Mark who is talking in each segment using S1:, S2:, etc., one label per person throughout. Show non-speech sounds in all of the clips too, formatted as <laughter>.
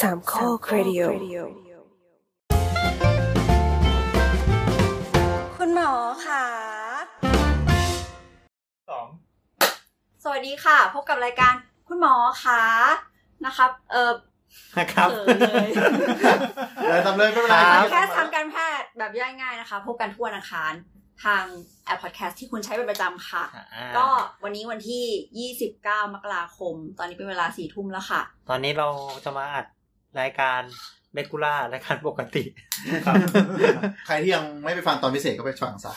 S1: สามข้อครดิโอ
S2: คุณหมอค่ะ
S3: สอง
S2: สวัสดีค่ะ พบกับรายการคุณหมอค่ะนะครับ เออ
S4: นะครับ
S2: เออเลย
S4: เลยทำเลยไม่เป็นไร
S2: พอด
S4: ค
S2: แค
S4: รั
S2: ส
S4: บ
S2: ต์ทำการแพทย์แบบย่อยง่ายนะคะ พบกันทุกวันอังคารทางแอปพอดแคสต์ที่คุณใช้เป็นประจำค่ะ
S4: อ่า
S2: ก็วันนี้วันที่ 29 มกราคม ตอนนี้เป็นเวลาสี่ทุ่มแล้วค่ะ
S4: ตอนนี้เราจะมาอัดรายการเบกูล่ารายการปกติ
S3: ครับ
S5: ใครที่ยังไม่ไปฟังตอนพิเศษก็ไปฟังซะ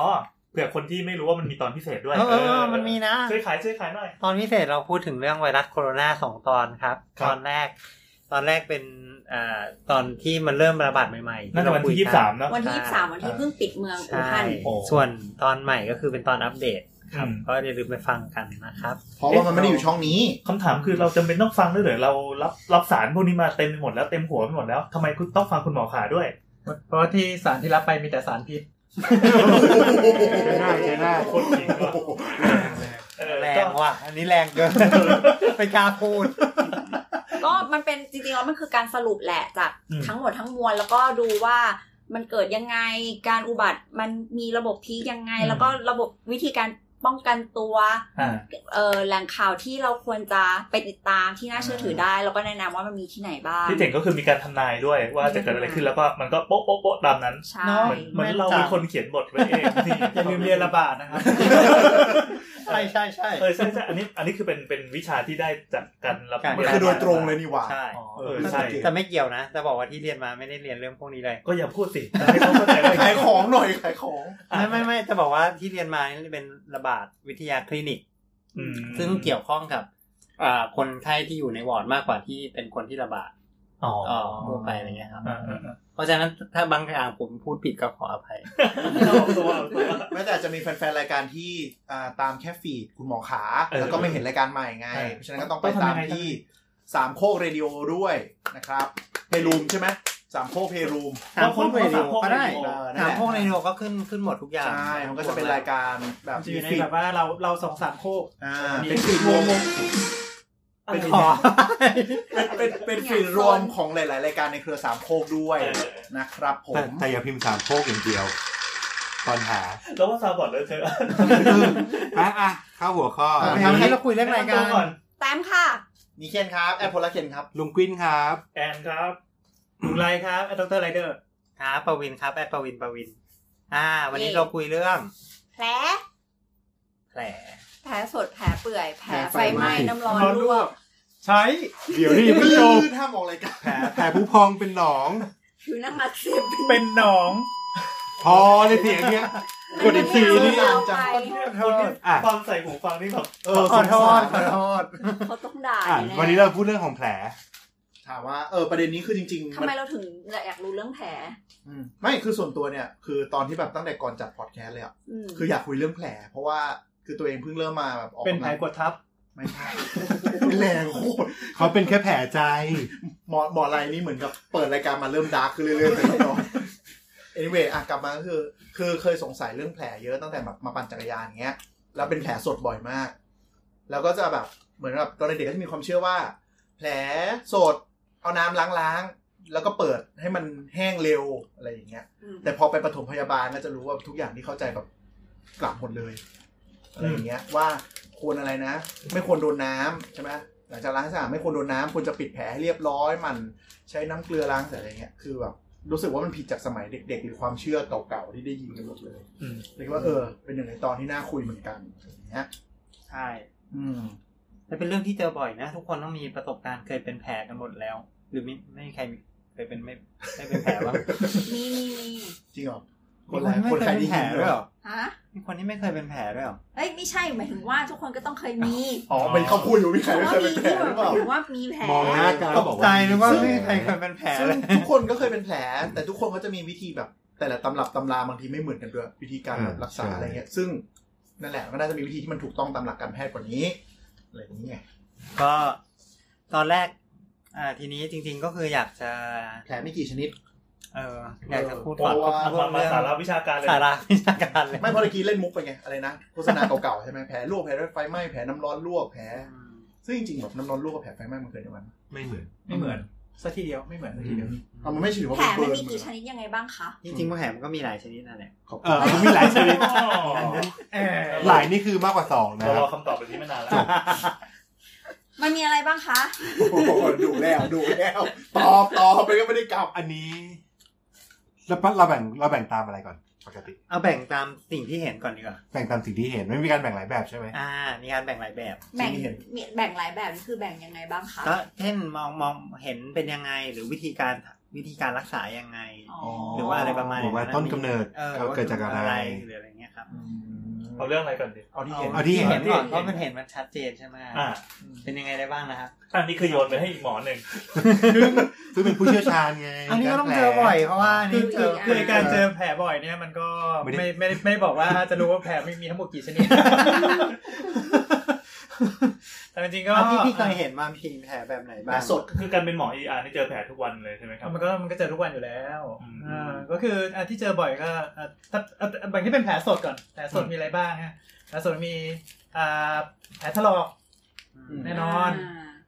S3: อ๋อเผื่อคนที่ไม่รู้ว่ามันมีตอนพิเศษด้วย
S4: เออเออเออมันมีนะ
S3: ช่วยขายช่วยขายหน่อย
S4: ตอนพิเศษเราพูดถึงเรื่องไวรัสโคโรนาสองตอนครับ
S3: ครับ
S4: ตอนแรก ตอนแรกเป็นอ่าตอนที่มันเริ่มระบาดใหม่ๆ
S3: น่าจะวันที่
S4: ที่
S3: ยี่
S4: เร
S3: สิบสาม
S4: คุยกั
S3: เนาะ
S2: วันที่ 23 วันที่เพิ่งปิดเมืองอู่
S4: ใช่
S2: ฮั่น
S3: โอ้
S4: ส่วนตอนใหม่ก็คือเป็นตอนอัปเดตครับ
S3: อืม
S4: ก็อย่าลืมไปฟังกันนะครับ
S5: เพราะว่ามันไม่ได้อยู่ช่องนี้
S3: คำถามคือเราจำเป็นต้องฟังด้วยเหรือเรารับรับสารพวกนี้มาเต็มไปหมดแล้วเต็มหัวไปหมดแล้วทำไมคุณต้องฟังคุณหมอขาด้วย
S6: เพราะว่าที่สารที่รับไปมีแต่สารพิษ
S5: เจอหน้าเจอหน้า
S3: คนจริงว่ะเออ
S4: แร
S3: ก็
S4: งว่ะ อันนี้แรงเกิน <laughs> ไปกล้าพูด
S2: ก็มันเป็นจริงๆแล้วมันคือการสรุปแหละจาก
S4: อืม
S2: ทั้งหมดทั้งมวลแล้วก็ดูว่ามันเกิดยังไงการอุบัติมันมีระบบพีคยังไง แล้วก็ระบบวิธีการป้องกันตัว
S3: อ่า
S2: เอ่อแหล่งข่าวที่เราควรจะไปติดตามที่น่าเชื่อถือได้ แล้วก็แนะนำว่ามันมีที่ไหนบ้าง
S3: ที่เจ๋งก็คือมีการทำนายด้วยว่าจะเกิดอะไรขึ้นแล้วก็มันก็โป๊ะโป๊ะโป๊ะตามนั้น
S2: ใช่
S6: เนาะ
S3: เหมือนเหมือนเราเป็นคนเขียนบทไว้เองที่
S6: อย่าลืมเรียนระบาดนะครับ
S4: ใช่ใช่ใช่
S3: เออใช่ใช่อันนี้อันนี้คือเป็นเป็นวิชาที่ได้จากการรับ
S4: การ
S5: มันคือโดยตรงเลยนี่หว่า
S4: ใช่
S3: อ๋อเออใช่
S4: แต่ไม่เกี่ยวนะ จะบอกว่าที่เรียนมาไม่ได้เรียนเรื่องพวกนี้เลย
S3: ก็อย่าพูดสิ <laughs> ให้เขาเข้าใจว่า
S5: ขายของหน่อยขายของ
S4: ไม่ไม่ไม่จะบอกว่าที่เรียนมานี่เป็นระบาดวิทยาคลินิก
S3: อืม
S4: ซึ่งเกี่ยวข้องกับอ่าคนไข้ที่อยู่ในวอร์ดมากกว่าที่เป็นคนที่ระบาด
S3: อ๋อ
S4: อ๋อทั่วไปอะไรเงี้ยครับ
S3: อ่าอ่าอ่า
S4: เพราะฉะนั้นถ้าบางอย่างผมพูดผิดก็ขออภัย
S3: เอาตัวเอาตัว
S5: แม้แต่จะมีแฟนๆรายการที่อ่าตามแค่ฟีดคุณหมอขา
S3: เออ
S5: แล้วก็ไม่เห็นรายการใหม่ไง
S3: เออ
S5: เพราะฉะนั้นก็ต้อง
S3: ต้
S5: ไป
S3: องทำ
S5: ตาม
S3: ยังไง
S5: ที่สามโคกเรดิโอด้วยนะครับ เพลูมใช่ไหมสามโคกเพลูม
S4: ถามพวกเรดิโอก็ได้
S5: เออนั่นแหละ
S4: ถามพวกเรดิโอก็ขึ้นขึ้นหมดทุกอย่าง
S5: ใช่ มันก็จะเป็นรายการแบบ
S6: จะอยู่ใน
S5: ฟีด
S6: แบบว่าเราเราสองสามโคก
S5: อ่า
S6: มี
S5: เป็นฟีดรวม
S4: เป็นขอ
S5: เป็นเป็นเป็นฟีดรวมของหลายๆรายการในเครือสามโคกด้วย
S3: เออ
S5: นะครับผม
S7: แต่อย่าพิมพ์สามโคกอย่างเดียว ตอนหา
S3: แล้วว่าซาวบอร์ดเลยเธอ
S7: อ่ะอ่ะเข้าหัวข้อ
S5: อ่ะ
S4: วันนี้เราคุยเรื่องรายการ
S3: ก่อน
S2: แต้มค่ะ
S5: นี่เคนครับ แอปโพลาเคนครับ
S7: ลุงกวินครับ
S3: แอนครับ
S6: ลุงไรครับดรไรเดอร์
S4: ครับประวินครับแอดประวินประวิน อ่า วันนี้
S2: นี่
S4: เราคุยเรื่อง
S2: แผล
S4: แผล
S2: แผลสดแผลเปื่อยแผลไฟไหม้
S7: แผลไฟไหม้
S2: น้ำร้อนลวก
S6: ใช้
S7: เดี๋ยวนี่พี่โจ
S5: ถ้ามองรายการ
S7: แผลแผลผู้พองเป็นหนอง
S2: ผิวหน้าอักเสบ
S6: เป็นหนอง
S7: พอเลยเสียงเนี้ย กดอีกทีนี่
S2: ไม่เอาไป
S3: คนที่
S7: อ่ะ
S3: ฟังใส่หูฟังนี่แบบ
S5: เออ
S4: ขอโทษขอโทษ
S2: เขาต้องด่า
S7: อ่ะ
S2: แๆ
S7: วันนี้เราพูดเรื่องของแผล
S5: ถามว่า เออ ประเด็นนี้คือจริงๆ
S2: ทำไมเราถึงอยากรู้เรื่องแผล
S5: อืมไม่ คือส่วนตัวเนี่ย คือตอนที่แบบตั้งแต่ก่อนจัดพอดแคสต์เลยอ่ะ
S2: อืม
S5: คืออยากคุยเรื่องแผล เพราะว่าคือตัวเองเพิ่งเริ่มมาแบบออก
S6: เป็น
S5: กำ
S6: ไผ
S5: ลัง
S6: กดทับ
S5: ไม่ใช่ <laughs> เป็นแรงโคตร
S7: เขาเป็นแค่แผลใจ
S5: หมอหมออะไรนี่เหมือนกับเปิดรายการมาเริ่มดาร์คขึ้นเรื่อยๆแต่ไม่น้อย <laughs> anyway อ่ะกลับมาก็คือ คือเคยสงสัยเรื่องแผลเยอะตั้งแต่แบบมาปั่นจักรยานเงี้ย แล้วเป็นแผลสดบ่อยมาก แล้วก็จะแบบเหมือนแบบตอนเด็กๆก็จะมีความเชื่อว่า แผลสดเอาน้ำล้างๆ แล้วก็เปิดให้มันแห้งเร็วอะไรอย่างเงี้ย
S2: อืม
S5: แต่พอไปปฐมพยาบาลก็จะรู้ว่าทุกอย่างที่เข้าใจแบบกลับหมดเลยอะไรอย่างเงี้ยว่าควรอะไรนะ ไม่ควรโดนน้ำใช่ไหมหลังจากล้างให้สะอาดไม่ควรโดนน้ำควรจะปิดแผลให้เรียบร้อยหมันใช้น้ำเกลือล้างอะไรอย่างเงี้ยคือแบบรู้สึกว่ามันผิดจากสมัยเด็ก ๆ หรือความเชื่อเก่าๆที่ได้ยินกันหมดเลย
S6: อืม
S5: เลยคิดว่าเออเป็นหนึ่งในตอนที่น่าคุยเหมือนกันอย่างเงี้ย
S4: ใช่
S5: อืม
S4: แต่เป็นเรื่องที่เจอบ่อยนะ ทุกคนต้องมีประสบการณ์เคยเป็นแผลกันหมดแล้ว หรือไม่ไม่มีใครมีเคยเป็นไม่ไม่เป็นแผลบ้าง
S2: มีมีมี
S5: จริงเหรอค
S4: มี
S5: นหลาย
S4: ที่
S5: คนใครได้
S4: แผล
S5: ยิน
S4: ด้วย
S5: เห
S4: เห
S5: ร
S4: ร
S5: อ
S4: อ
S2: ฮะ
S4: มีคนที่ไม่เคยเป็นแผลด้วยเหรอ
S2: เอ้ยไม่ใช่หมายถึงว่าทุกคนก็ต้องเคยมี
S5: อ๋อมันเขาพูดอยู่มีใครไม่เคยเป็นแผลหรือเป
S2: หมาย
S5: ล่า
S2: ถึงว่ามีแผล
S7: มองหน้ากั
S4: ต
S7: นแล้ว
S4: ก
S7: บอก
S4: ใจ
S7: ว่า
S4: นึกว่าไม่มีใครเคยเป็นแผล
S5: ซึ่ง
S4: เลย
S5: ทุกคนก็เคยเป็นแผล แต่ทุกคนก็จะมีวิธีแบบแต่ละตำรับตำราบางทีไม่เหมือนกันด้วยวิธีการแบบรักษาอะไรเงี้ย ซึ่งนั่นแหละมันน่าจะมีวิธีที่มันถูกต้องตามหลักการแพทย์กว่านี้อะไรอย่างเงี้ย
S4: ก็ตอนแรก อ่าทีนี้จริง ๆก็คืออยากจะ
S5: แผลไม่กี่ชนิด
S4: เอออยากจะพูด
S5: เพ
S4: ก่อน
S5: ราะว่า
S4: พูด
S3: มามา
S4: เรื่อง
S3: สาระวิชาการเลย
S4: สาระวิชาการเลย
S5: ไม่พอตะกี้เล่นมุกไปไงอะไรนะโฆษณาเก่าๆใช่ไหมแผลลวกแผลไฟไหม้แผลน้ำร้อนลวกแผล
S4: อืม
S5: ซึ่งจริงๆแบบน้ำร้อนลวกกับแผลไฟไหม้มันเคยเดียวกัน
S8: ไม่เหมือน
S7: ไม่เหมือนสักทีเดียวไม่เหมือนสักทีเดียว
S5: เอามันไม่ถือว่า
S2: แผล
S5: เป็นเบิ
S2: มัน
S5: ร์น
S2: มี
S5: เหมื
S2: กี่
S5: อน
S2: ชนิดยังไงบ้างคะ
S4: จริงๆว่าแผลมันก็มีหลายชนิดนั่นแหละ
S8: ของ
S7: เออมันมีหลายชนิดเออ
S8: หลายนี่คือมากกว่าสองนะ
S3: เรารอคำตอบแบบนี้มานานแล้ว
S2: มันมีอะไรบ้างคะ
S5: โอ้โห <laughs> ดูแล้วดูแล้วตอบตอบไปก็ไม่ได้กลับ
S8: อันนี้แล้วเราแบ่งเราแบ่งตามอะไรก่อนปกติ
S4: เอาแบ่งตามสิ่งที่เห็นก่อนดีกว่า
S8: แบ่งตามสิ่งที่เห็นไม่มีการแบ่งหลายแบบใช่ไหม
S4: อ่า มีการแบ่งหลายแบบ
S2: แบ่ง
S5: ที่เห็น
S2: มีแบ่งหลายแบบนี่คือแบ่งยังไงบ้างคะ
S4: ก็เช่นมองมองเห็นเป็นยังไง หรือวิธีการวิธีการรักษายังไง หรือว่าอะไรประมาณ
S8: หรือว่าต้นกำเนิด
S4: ออ
S8: เขาเกิดจากอะไร
S4: หรืออะไรเงี้ยครับ
S3: เอาเรื่องอะไรก่อนดิ
S5: เอาที่เห็น
S8: เอาที่เห็น
S4: ก่อนเพราะมันเห็นมันชัดเจนใช่ไหม
S3: อ่า
S4: เป็นยังไงได้บ้างนะครับ
S3: อันนี้คือโยนไปให้อีกหมอหนึ่ง
S8: ซึ่งเป็นผู้เชี่ยวชาญไง
S4: อันนี้ก็ต้องเจอบ่อยเพราะว่า
S7: คื
S4: นี่
S7: อ
S4: เจอ
S7: คือการเจอแผลบ่อยเนี่ยมันก็
S8: ไม่
S7: ไม่
S8: ได้
S7: ไม่ได้ไม่ได้บอกว่าจะรู้ว่าแผลไม่มีทั้งหมดกี่ชนิด แต่จริงๆก็
S4: เอาที่พี่เคยเห็นมาพีแผลแบบไหนบ้าง
S5: สด
S3: คือการเป็นหมอเออาร์นี่เจอแผลทุกวันเลยใช่ไหมครับ
S7: มันก็มันก็เจอทุกวันอยู่แล้ว
S3: อืม
S7: อ่าก็คืออันที่เจอบ่อยก็อ่ะถ้าอ่ะแบ่งที่เป็นแผลสดก่อนแผลสดมีอะไรบ้างฮะแผลสดมีอ่าแผลถลอก แน่นอน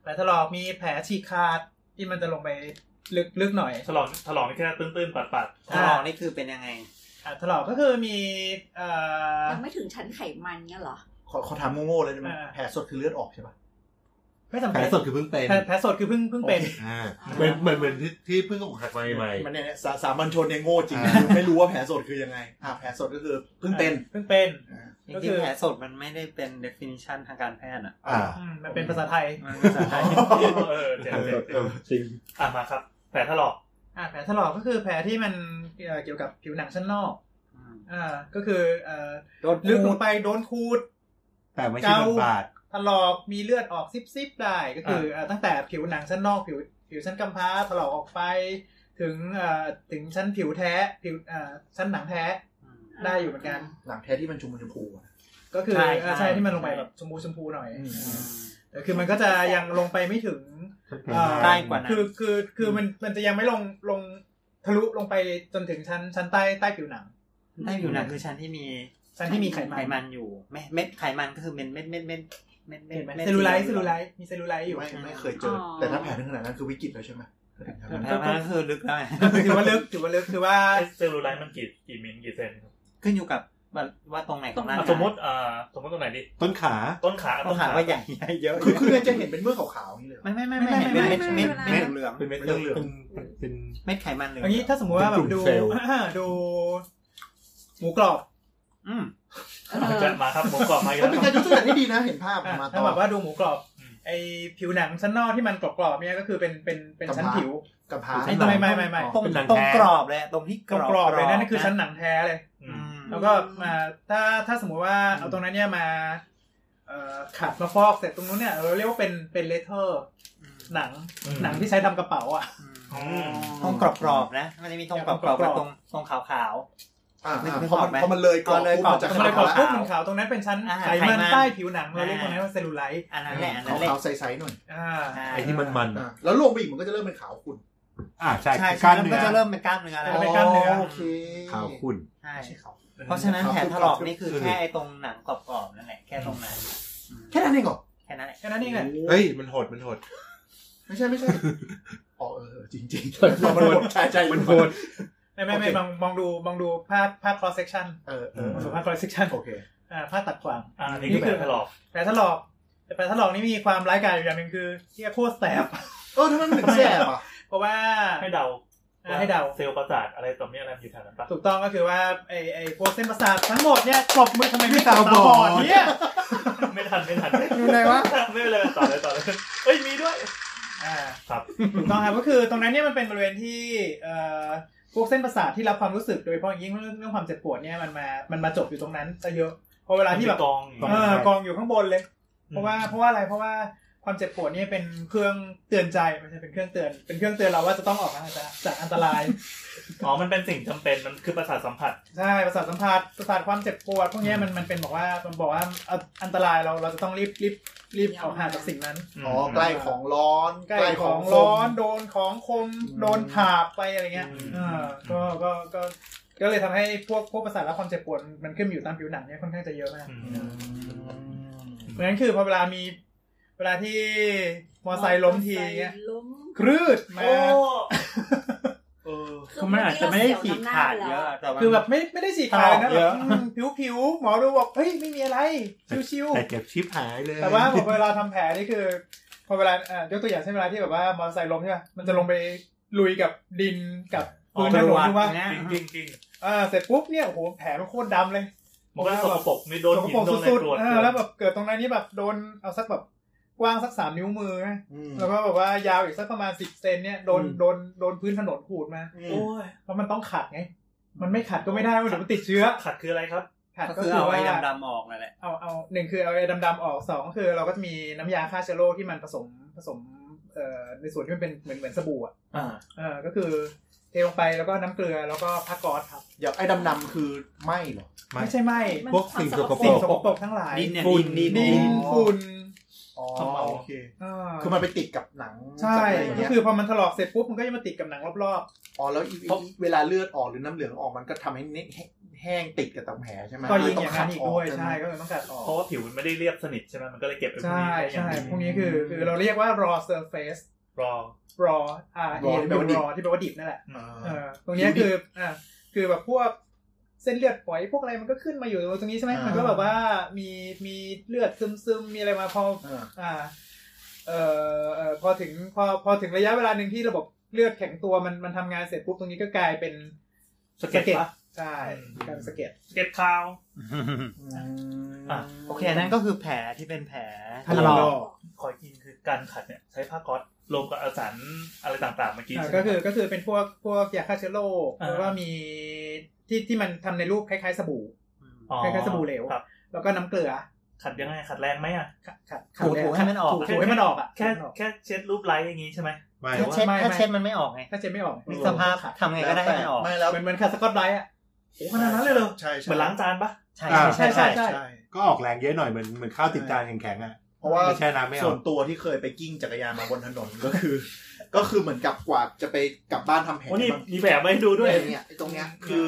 S7: แผลถลอกมีแผลฉีกขาดที่มันจะลงไปลึกลึกหน่อย
S3: ฉลองฉลองนี่แค่ตื้นๆปัด
S4: ทดลองนี่คือเป็นยังไง
S7: อ่ะถลอกก็คือมีเอ่อ
S2: ยังไม่ถึงชั้นไขมันเนี่ยเหรอ
S5: ขอขอถามโง่ๆเลยได้ไหม
S7: อ่า
S5: แผลสดคือเลือดออกใช่ปะ
S7: ไม่สำ
S8: แผล
S7: คัญ
S8: สดคือเพิ่งเป็น
S7: แผลแผลสดคือเพิ่งเพิ่งเป็น
S8: อ่าเหมือนเหมือนเหมือนที่ที่เพิ่งอกหักมาใหม่
S5: มันเนี่ยสาสามัญชนเนี่ยโง่จริง
S8: อ่า
S5: ไม่รู้ว่าแผลสดคือยังไง อ่าแผลสดก็คือเพิ่งเป็น
S7: เพิ่งเป็น
S4: จ
S7: ก็
S4: ริ
S7: คื
S4: ง
S7: อ
S4: ๆแผลสดมันไม่ได้เป็น definition ทางการแพทย์อ่ะ
S8: ๆอ่า
S7: อืมมันเป็นภาษาไทย
S4: มันเป็นภาษาไทย
S3: ๆเออเจ็บ
S8: แผล
S3: เจ็
S8: ส
S3: บ
S8: ด
S3: เจ็บ
S8: เออจริง
S3: อ่ะมาครับ แผลถลอก
S7: อ่ะแผลถลอกก็คือแผลที่มันเอ่อเกี่ยวกับผิวหนังชั้นนอกอ่าก็คือเอ่อ
S4: โดน
S7: ลึกล
S4: พูด
S7: งไปโดนขูด
S8: แต่ไม่ใช่
S7: เกา
S8: โดนบาด
S7: ถลอกมีเลือดออกซิบๆได้ก็คืออ่ะตั้งแต่ผิวหนังชั้นนอกผิวผิวชั้นกำพร้าถลอกออกไปถึงเอ่อถึงชั้นผิวแท้ผิวเอ่อชั้นหนังแท้ได้อยู่เหมือนกัน
S5: หลังแท้ที่มันชุมชมพูอะ
S7: ก็คือ
S4: ใช่
S7: เอ่อ
S4: ใช่
S7: ใช่ที่มันลงไปแบบชมพูชมพูหน่อย
S5: อืม
S7: แต่คือมันก็จะยังลงไปไม่ถึง อ่า
S4: ใต้กว่านั้น
S7: คือคือคือมันมันจะยังไม่ลงลงทะลุลงไปจนถึงชั้นชั้นใต้ใต้ผิวหนัง
S4: ใต้ผิวหนังคือชั้นที่มี
S7: ชั้นที่มีไขมัน
S4: ไขมันอยู่เม็ดเม็ดไขมันก็คือเป็นเม็ดเม็ดเม็ดเม็ดเม็
S7: เห็
S4: ด
S7: นไหม
S4: เม็ด
S7: เซลลูไลท์เซลลูไลท์มีเซลลูไลท์อยู่
S5: ไม่ไม่เคยเจอ
S2: อ
S5: แต่ถ้าแผลถึงขนาดนั้นคือวิกฤตแล้วใช่ไหม
S4: แผลมันก็คือลึก
S7: <laughs>
S4: แล้วไง
S7: ถือว่าลึกถือว่าลึกคือว่า
S3: เซลลูไลท์มันกี่กี่มิลกี่เซนครับ
S4: ขึ้นอยู่กับว่าว่าตรงไหนของร่าง
S3: อ่ะ
S4: กาย
S3: สมมติอ่าสมมติตรงไหนดิ
S8: ต้นขา
S3: ต้นขา
S4: ต้องหาว่าใหญ่ใหญ่เยอะ
S5: คือคือเนี่ยจะเห็นเป็นเมื่อกขาวๆอย่างนี้เลยเหรอ
S4: ไม่ไม่ไม่ไม่เห็นเป็นเม็ดเม็ดเม็ดเหลือง
S8: เป็นเม็ด
S5: เรื่องเหลือง
S8: เป็นเป็นเป็น
S4: เม็ดไขมันเหลือง
S7: อันนี้ถ้าสมมติว่าแบ
S8: เป็นกลุ่ม
S7: บดู
S8: เซลล์
S7: <laughs> ดู หมูกรอบ
S4: อืม
S3: จะมาครับผมกรอบมาอีก
S5: มัน
S3: แล้ว
S5: เป็นการยกตัวอย่างที่ดีนะ เห็นภาพ
S7: อ่ะ
S5: มา
S7: ถ้า
S5: ต่อ
S7: แบบว่าดูหมูกรอบ
S3: อืม
S7: ไอผิวหนังชั้นนอกที่มันกรอบๆเนี่ยก็คือเป็นเป็นเป็น
S5: กำพร้า
S7: ชั้นผิว
S5: กับพา
S4: ไอ้
S7: ไม่ไม่ไม่ไม่
S4: ตรง
S8: เป็นหนัง
S4: ตรง
S8: แท้
S4: กรอบเลยตรงที่
S7: กรอบๆเลยนะนั่นคือชั้นหนังแท้เลย
S3: อื
S4: อื
S3: ม
S4: ม
S7: แล้วก็มาถ้าถ้าสมมุติว่าเอาตรงนั้นเนี่ยมาเอ่อขัดมาฟอกเสร็จตรงนู้นเนี่ยเราเรียกว่าเป็นเป็นเลเทอร์หนัง
S3: อืม
S7: หนังที่ใช้ทำกระเป๋าอ่ะ
S4: ตรงกรอบๆนะ มันจะมีตรงกรอบๆกับตรงตรงขาว
S5: อ่าอ่าพอมันพอมันเลยกรอบปุ๊บมันจะ
S7: ตรง
S5: ขา
S7: นั้นกรอบปุ๊บ
S5: ว
S7: มันขาวตรงนั้นเป็นชั้น
S4: อ่า
S7: ไข
S4: ไขมั
S7: มัน นใต้ผิวหนังเราเรียกตรงนั้นว่าเซลลูไลท์
S4: ๆอันนั้นแหละอันนั้
S5: ขาวน
S4: แหละ
S5: ขาวๆใสๆหน่อย
S7: อ่า
S4: ใช่
S8: ไอ้ที่มันมัน
S5: อ่าแล้วลงไปอีกมันก็จะเริ่มเป็นขาวขุ่น
S8: อ่าใช่
S4: ใช่
S8: กล้าม
S4: มัน
S8: เนื้
S4: ก็
S8: อ
S4: จะเริ่มเป็นกล้ามเนื้อแล้ว
S7: ะ เป็นกล้ามเนื้อ
S5: โอเค
S8: ขาวขุ่น
S4: ใช่
S5: ไม่ใช่ขาว
S4: เพราะฉะนั้นแผลถลอกนี่คือแค่ไอ้ตรงหนังกรอบๆนั่นแหละแค่ตรงนั้น
S5: แค่นั้นเองเหรอ
S4: แค่นั้นแหละ
S7: แค่นั้นเองแหละ
S8: เฮ้ย มันโหด มันโหด
S5: ไม่ใช่ไม่ใช่อ๋อเออจริงๆมันโหดใช่ใช่มันโหด
S7: ไม่ไม่ไม่
S5: โอเค
S7: มองมองดูมองดูภาพภาพ cross section
S5: เออเออ
S7: มองดูภาพ cross section
S5: โอเค
S7: อ่าภาพตัดขวาง
S3: อ่านี่คือแผลถลอก
S7: แผลถลอกแต่แผลถลอกนี่มีความร้ายกาจอยู่อย่างหนึ่งคือเที่ยโคตรแสบ
S5: เออทำไมมันถึงแสบอ่ะ
S7: เพราะว่า
S3: ให้เดา
S7: อ่าให้เดา
S3: เซลล์ประสาทอะไรต่อมีอะไรมันอยู่แถวนั้นปะ
S7: ถูกต้องก็คือว่าไอไอพวกเส้นประสาททั้งหมดเนี่ยกลบมือทำไมไม่ตา
S8: ตา
S7: บบ อ
S8: อ
S7: ด
S8: ด
S7: เนี่ย
S3: ไม่ทันไม่ทัน
S4: อยู่ไหนวะ
S3: ไม่เป็นไรต่อเลยต่อเลยเอ้ยมีด้วย
S7: อ่า
S3: ครับ
S7: ถูกต้องครับก็คือตรงนั้นเนี่ยมันเป็นบริเวณที่เอ่อพวกเส้นประสาทที่รับความรู้สึกโดยเฉพาะอย่างยิ่งเรื่องเรื่องความเจ็บปวดเนี่ยมันมามันมาจบอยู่ตรงนั้นซะเยอะเพอเวลาที่แบบ
S3: กอง
S7: เออกองอยู่ข้างบนเลย เพราะว่าเพราะว่าอะไรเพราะว่าความเจ็บปวดเนี่ยเป็นเครื่องเตือนใจไม่ใช่เป็นเครื่องเตือน เป็นเครื่องเตือนเราว่าจะต้องออกห่างจากจากอันตราย
S3: อ๋อมันเป็นสิ่งจำเป็นมันคือประสาทสัมผัส
S7: ใช่ประสาทสัมผัสประสาทความเจ็บปวดพวกเนี้ยมันมันเป็นบอกว่ามันบอกว่าอ่ะอันตรายเราเราจะต้องรีบรีบรีบออกห่างจากสิ่งนั้น
S5: อ๋อใกล้ของร้อน
S7: ใกล้ของ
S5: คม
S7: ร้อนโดนของคม
S5: อืม
S7: โดนถาบไปอะไรเงี้ย
S3: อืม
S7: เอ่าก็ก็ก็ก็เลยทำให้พวกพวกประสาทรับความเจ็บปวดมันขึ้นอยู่ตามผิวหนังเนี่ยค่อนข้างจะเยอะมาก
S3: อืม
S5: อืม
S7: เพราะฉะนั้นคือพอเวลามีเวลาที่มอไซค์ล้มทีเงี้ย
S2: ล้
S7: ครืดมา
S3: โอ้
S5: เออ
S4: คือมันอาจจะไม่ได้ฉีกขาดเยอะแต่ว่า
S7: คือแบบไม่ไม่ได้ฉีกขาดนะ
S8: เย
S7: แบ
S8: อะ
S7: บผิวผิวๆหมอดูบอกเฮ้ยไม่มีอะไร ชิว
S8: แต่เจ็บชิบหายเลย
S7: ๆ แต่ว่าผมเวลาทำแผลนี่คือ พอเวลาอ่ายกตัวอย่างเช่นเวลาที่แบบว่ามอเตอร์ไซค์ล้มใช่ไหมมันจะลงไปลุยกับดินกับพื้นถนนใช่ไหม
S4: เนี่ย
S3: จริงจริงจริง
S7: อ่าเสร็จปุ๊บเนี่ยโอ้โหแผลมันโคตรดำเลย
S3: มันก็สกปรกนี่โดน
S7: สก
S3: หิ
S7: ปร
S3: น
S7: ก
S3: โดนอะไร
S7: สุด
S3: ตรวจ
S7: ๆเออแล้วแบบเกิดตรงนั้นนี่แบบโดนเอาสักแบบกว้างสักสามนิ้วมือนะ
S5: อืม
S7: แล้วก็แบบว่ายาวอีกสักประมาณสิบเซนเนี่ยโดนโดนโดนพื้นถนนขูดมา
S5: อืม
S3: โอ้ย
S7: เพราะมันต้องขัดไงมันไม่ขัดก็ไม่ได้เว้ยเดี๋ยวมันติดเชื้อ
S3: ขัดคืออะไรครับ
S7: ขัด
S4: ก็
S7: ก็
S4: คือ
S7: คือ
S4: เอา
S7: ว่า
S4: ไอ้ดำๆออกนั่นแหละ
S7: เอาเอาหนึ่งคือเอาไอ้ดำๆออกสองก็คือเราก็จะมีน้ำยาฆ่าเชื้อโรคที่มันผสมผสมเอ่อในส่วนที่มันเป็นเหมือนเหมือนสบู่อ่ะ
S3: อ่า
S7: เออก็คือเทลงไปแล้วก็น้ำเกลือแล้วก็ผ้าก๊อซครับ
S5: อย่าไอ้ดำๆคือไหมเหรอ
S8: ไม่
S7: ไม่ใช่ไหม
S8: พวกสิ่งสกปร
S7: สิ่งสกปรกทั้งหลาย
S4: ดินเนี่ย
S5: ฝุ่น
S4: ดิน
S7: ดิ
S4: ดิน
S7: นฝุ่น
S5: อ๋อ
S3: ขมเหลา
S5: โอเค
S7: เออ
S5: คือมันไปติดกับหนัง
S7: ใช่
S5: กับอะไรอย่าง
S7: ก็
S5: เงี้ย
S7: คือพอมันถลอกเสร็จปุ๊บมันก็จะมาติดกับหนังรอบ
S5: อ๋อแล้วอีอีเวลาเลือดออกหรือน้ำเหลืองออกมันก็ทำให้เนแห้งติดกับตำแผลใช่ไหม
S7: ๆก็ยิง
S5: ต้
S7: อย่างนั้น
S5: ขั
S7: อีกด้วย
S5: ไหม
S7: ใช่ก็เลยต้องตัดออก
S3: เพราะว่าผิวมันไม่ได้เรียบสนิทใช่ไหมมันก็เลยเก็บไอ้พวกนี้ได้อ
S7: ใช่
S3: ย่า
S7: ใช่
S3: งดี
S7: พวกนี้คือคือเราเรียกว่า raw surface
S3: รอ
S7: raw r a
S5: raw ที่แปลว่าดิบ
S7: raw ที่แปลว่าดิบนั่นแหละ
S5: อ่า
S7: เออตรงเนี้ยคืออ่าคือแบบพวกเส้นเลือดฝอยพวกอะไรมันก็ขึ้นมาอยู่ตรงนี้ใช่ไหม
S5: อ่ามั
S7: มันก็แบบว่ามีมีเลือดซึมซึมๆมีอะไรมาพอ
S5: อ่า
S7: อ่าเอ่อเอ่อพอถึงพอพอถึงระยะเวลาหนึ่งที่ระบบเลือดแข็งตัวมันมันทำงานเสร็จปุ๊บตรงนี้ก็กลายเป็น
S3: สเก็ตปะ
S7: ใช่
S3: อืม
S7: กลายเป็นสะเก็ต
S3: สเก็ตคาว
S5: อืม
S3: อ่ะ
S4: โอเคนั่นก็คือแผลที่เป็นแผล
S7: ถลอก
S3: คอยกินคือการขัดเนี่ยใช้ผ้าก๊อซลงกับเอาสารอะไรต่างๆมากิน
S7: อ่า
S3: ใช่ไหม
S7: ก็คือก็คือเป็นพวกพวกยาฆ่าเชื้อโรค
S3: อ่า
S7: แล้วก็มีที่ที่มันทำในรูปคล้ายๆสบู่
S3: อ๋อ
S7: คล้ายๆสบู่เหลว
S3: ครับ
S7: แล้วก็น้ำเกลือ
S3: ขัดยังไงขัดแรงไหมอ่ะ
S7: ขัดขัด
S4: ถูถูให้มันออก
S7: ถูให้มันออกอ่ะ
S3: แค่
S7: ให้มันออก
S3: แค่เช็ดรูปไลท์อย่างงี้ใช่ไหม
S8: ไม่
S4: ถ้าเช็ด
S7: ไม่ไม่
S4: ถ้าเช็ดมันไม่ออกไง
S7: ถ้าเจนไม่ออก
S4: นึกสภาพทำไงก็ได้ให้มันออก
S5: ไม่แล้ว
S7: เหมือนเหมือนขัดสกอตไบรท์อ่ะ
S3: โอ้ขนาดนั้นเลยเหรอ
S5: ใช่ใช่
S3: เหมือนล้างจานปะ
S4: ใช่
S8: อ่า
S4: ใช่ใช่
S7: ใช่
S8: ก็ออกแรงเยอะหน่อยเหมือนเหมือนข้าวติดจานแข็งๆอ่ะ
S5: เพราะว่า
S8: ไม่แช่น้ำไม่เอา
S5: ส่วนตัวที่เคยไปกิ้งจักรยานมาบนถนนก็คือ <laughs> ก็คือเหมือนกับกว่าจะไปกลับบ้านทำแผล
S3: โอ้นี่
S5: บาง
S3: มีแผลมาให้ดูด้วย
S5: เนี่ยไอ้ตรงเนี้ยคือ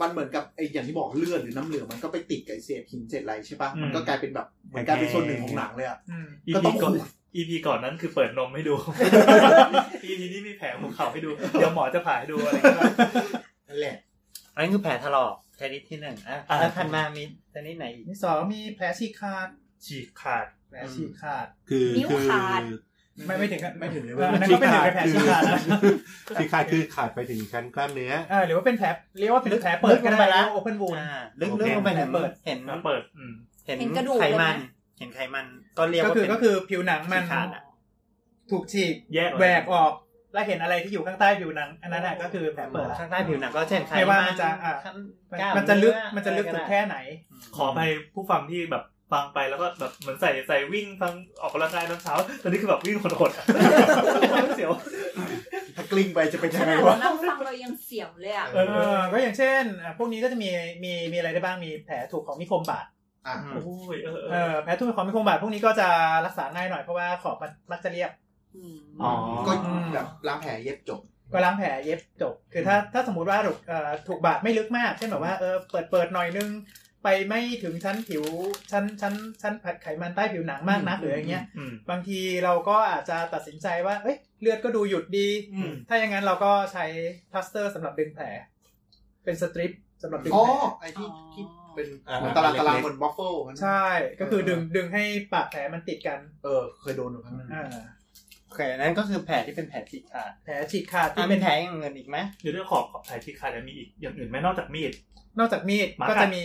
S5: มันเหมือนกับไอ้อย่างที่บอกเลือดหรือน้ำเหลืองมันก็ไปติดกับไอ้เศษหินเศษอะไรใช่ปะ
S3: อืม
S5: มันก็กลายเป็นแบบเหมือนกลายเป็นส่วนหนึ่งของหนังเลยอ่ะ
S7: อืม
S3: อี
S5: ก็ต้
S3: พี
S5: อง
S3: ก่อน
S5: ขูด
S3: อีพีก่อนนั้นคือเปิดนมให้ดู อีพีนี้มีแผลของเขาให้ดู เดี๋ยวหมอจะผ่าให้ดูอะไรก็ได้
S5: นั่นแหละ
S4: อันนี้คือแผลถลอกชนิดที่หนึ่งอ่ะ
S3: อ่า
S4: แล้วถัดมามีชนิดไหนอีก
S7: อันที่สองมีแผลฉีกขาด
S3: ฉีกขาด
S7: แผลฉีกขาด
S8: คือ
S2: นิ้ว
S8: คือ
S2: ขาด
S7: ไม่ไม่ถึงกับ
S5: ไม่ถึงเลย
S7: เออ
S5: เว้ย
S7: อันนั้นก็เป็นหนึ่งในแผลฉีกขาดนะ
S8: ฉีกขาดคือขาดไปถึงชั้นกล้ามเนื้อ
S7: เออหรือว่าเป็นแผลเรียกว่าเป็นแผลเปิ
S4: ลึ
S7: ด
S4: ก
S7: ก็
S4: ลง
S7: ได้
S4: ไป
S7: แล้
S4: แล้ว ว
S7: โอเพนวูน
S4: อ่าลึกลึกลงไปเนี่ย
S7: เปิด
S4: เห็น
S3: มาเปิด อืม
S4: เห็น
S2: เห็นกระดูก
S4: ไขมัน
S2: เลยนะ
S4: เห็นไขมันก็เรียก
S7: ก็
S4: ว่า
S7: คือ
S4: เป็น
S7: ก็คือผิวหนังมัน
S4: ฉีกขาดอะ
S7: ถูกฉีก
S3: แยกออก
S7: แหวกออก แล้วเห็นอะไรที่อยู่ข้างใต้ผิวหนัง อันนั้นน่ะก็คือแผลเปิดละ
S4: ข้างใต้ผิวหนังก็เช่นไข
S7: ไม่ว่ามันจะอ่ะ
S4: ขั้น
S7: มัน
S4: กล้า
S7: มันจะลึก
S4: เอ
S7: มันจะลึก
S4: อไร
S7: ถึง
S4: ได้
S7: แค่ไหน
S3: ขอไปผู้ฟังที่แบบฟังไปแล้วก็แบบเหมือนใส่ใส่วิ่งฟังออกกำลังกายตอนเช้า ตอนนี้คือแบบวิ่งขดๆ เสียว
S5: ถ้ากลิ้งไปจะเป็น
S2: ข
S5: ยังไง
S2: นาด
S5: วะ
S2: เรานั่งฟังเรายังเสียวเลยอ่ะ
S5: เออ
S7: เออก็อย่างเช่นอ่ะพวกนี้ก็จะมีมีมีอะไรได้บ้างมีแผลถูกของมีคมบาด
S5: อ่ะ
S4: อืม
S3: โอ้ยเออเอ
S7: เอ
S3: อ
S7: อแผลทุกของมีคมบาดพวกนี้ก็จะรักษาง่ายหน่อยเพราะว่าขอบมันมักจะเรียบ
S3: อ๋อ
S5: ก็แบบล้างแผลเย็บจบ
S7: ก็ล้างแผลเย็บจบ คือถ้าถ้าสมมติว่าถูกเอ่อถูกบาดไม่ลึกมาก เช่นแบบว่าเออเปิดเปิดหน่อยนึง ไปไม่ถึงชั้นผิวชั้นชั้นชั้นผัดไขมันใต้ผิวหนังมากนัก
S5: อืม
S7: หรืออย่างเงี้ย
S3: อืม
S7: บางทีเราก็อาจจะตัดสินใจว่าเอ้ยเลือดก็ดูหยุดดี
S3: อืม
S7: ถ้าอย่างนั้นเราก็ใช้พลาสเตอร์สำหรับดึงแผล เป็นสตริปสำหรับดึง
S5: อ๋อ
S7: แผล
S5: ไอ้ที่
S2: อ๋อ
S5: ที่เป็น
S8: อ่า
S5: เหมือนตารางตารางบนบัฟเฟิล
S7: ใช่ก็คือดึงดึงให้ปากแผลมันติดกัน
S5: เออ เคยโดนอยู่ครั้งหนึง
S7: อ่า
S4: โอเคนั่นก็คือแผลที่เป็นแผลฉีกขาด
S7: แผลฉีกขาด
S4: อ่ะ
S7: ที่
S4: เป็
S7: เป็น น
S4: แผลอย่างเงินอีกไหม
S3: เดี๋ยวเรื่องขอบขอบแผลฉีกขาดเนี่ยมีอีกอย่างอื่นไหมนอกจากมีด
S7: นอกจากมีด
S3: หมากัด
S7: ก็จะมี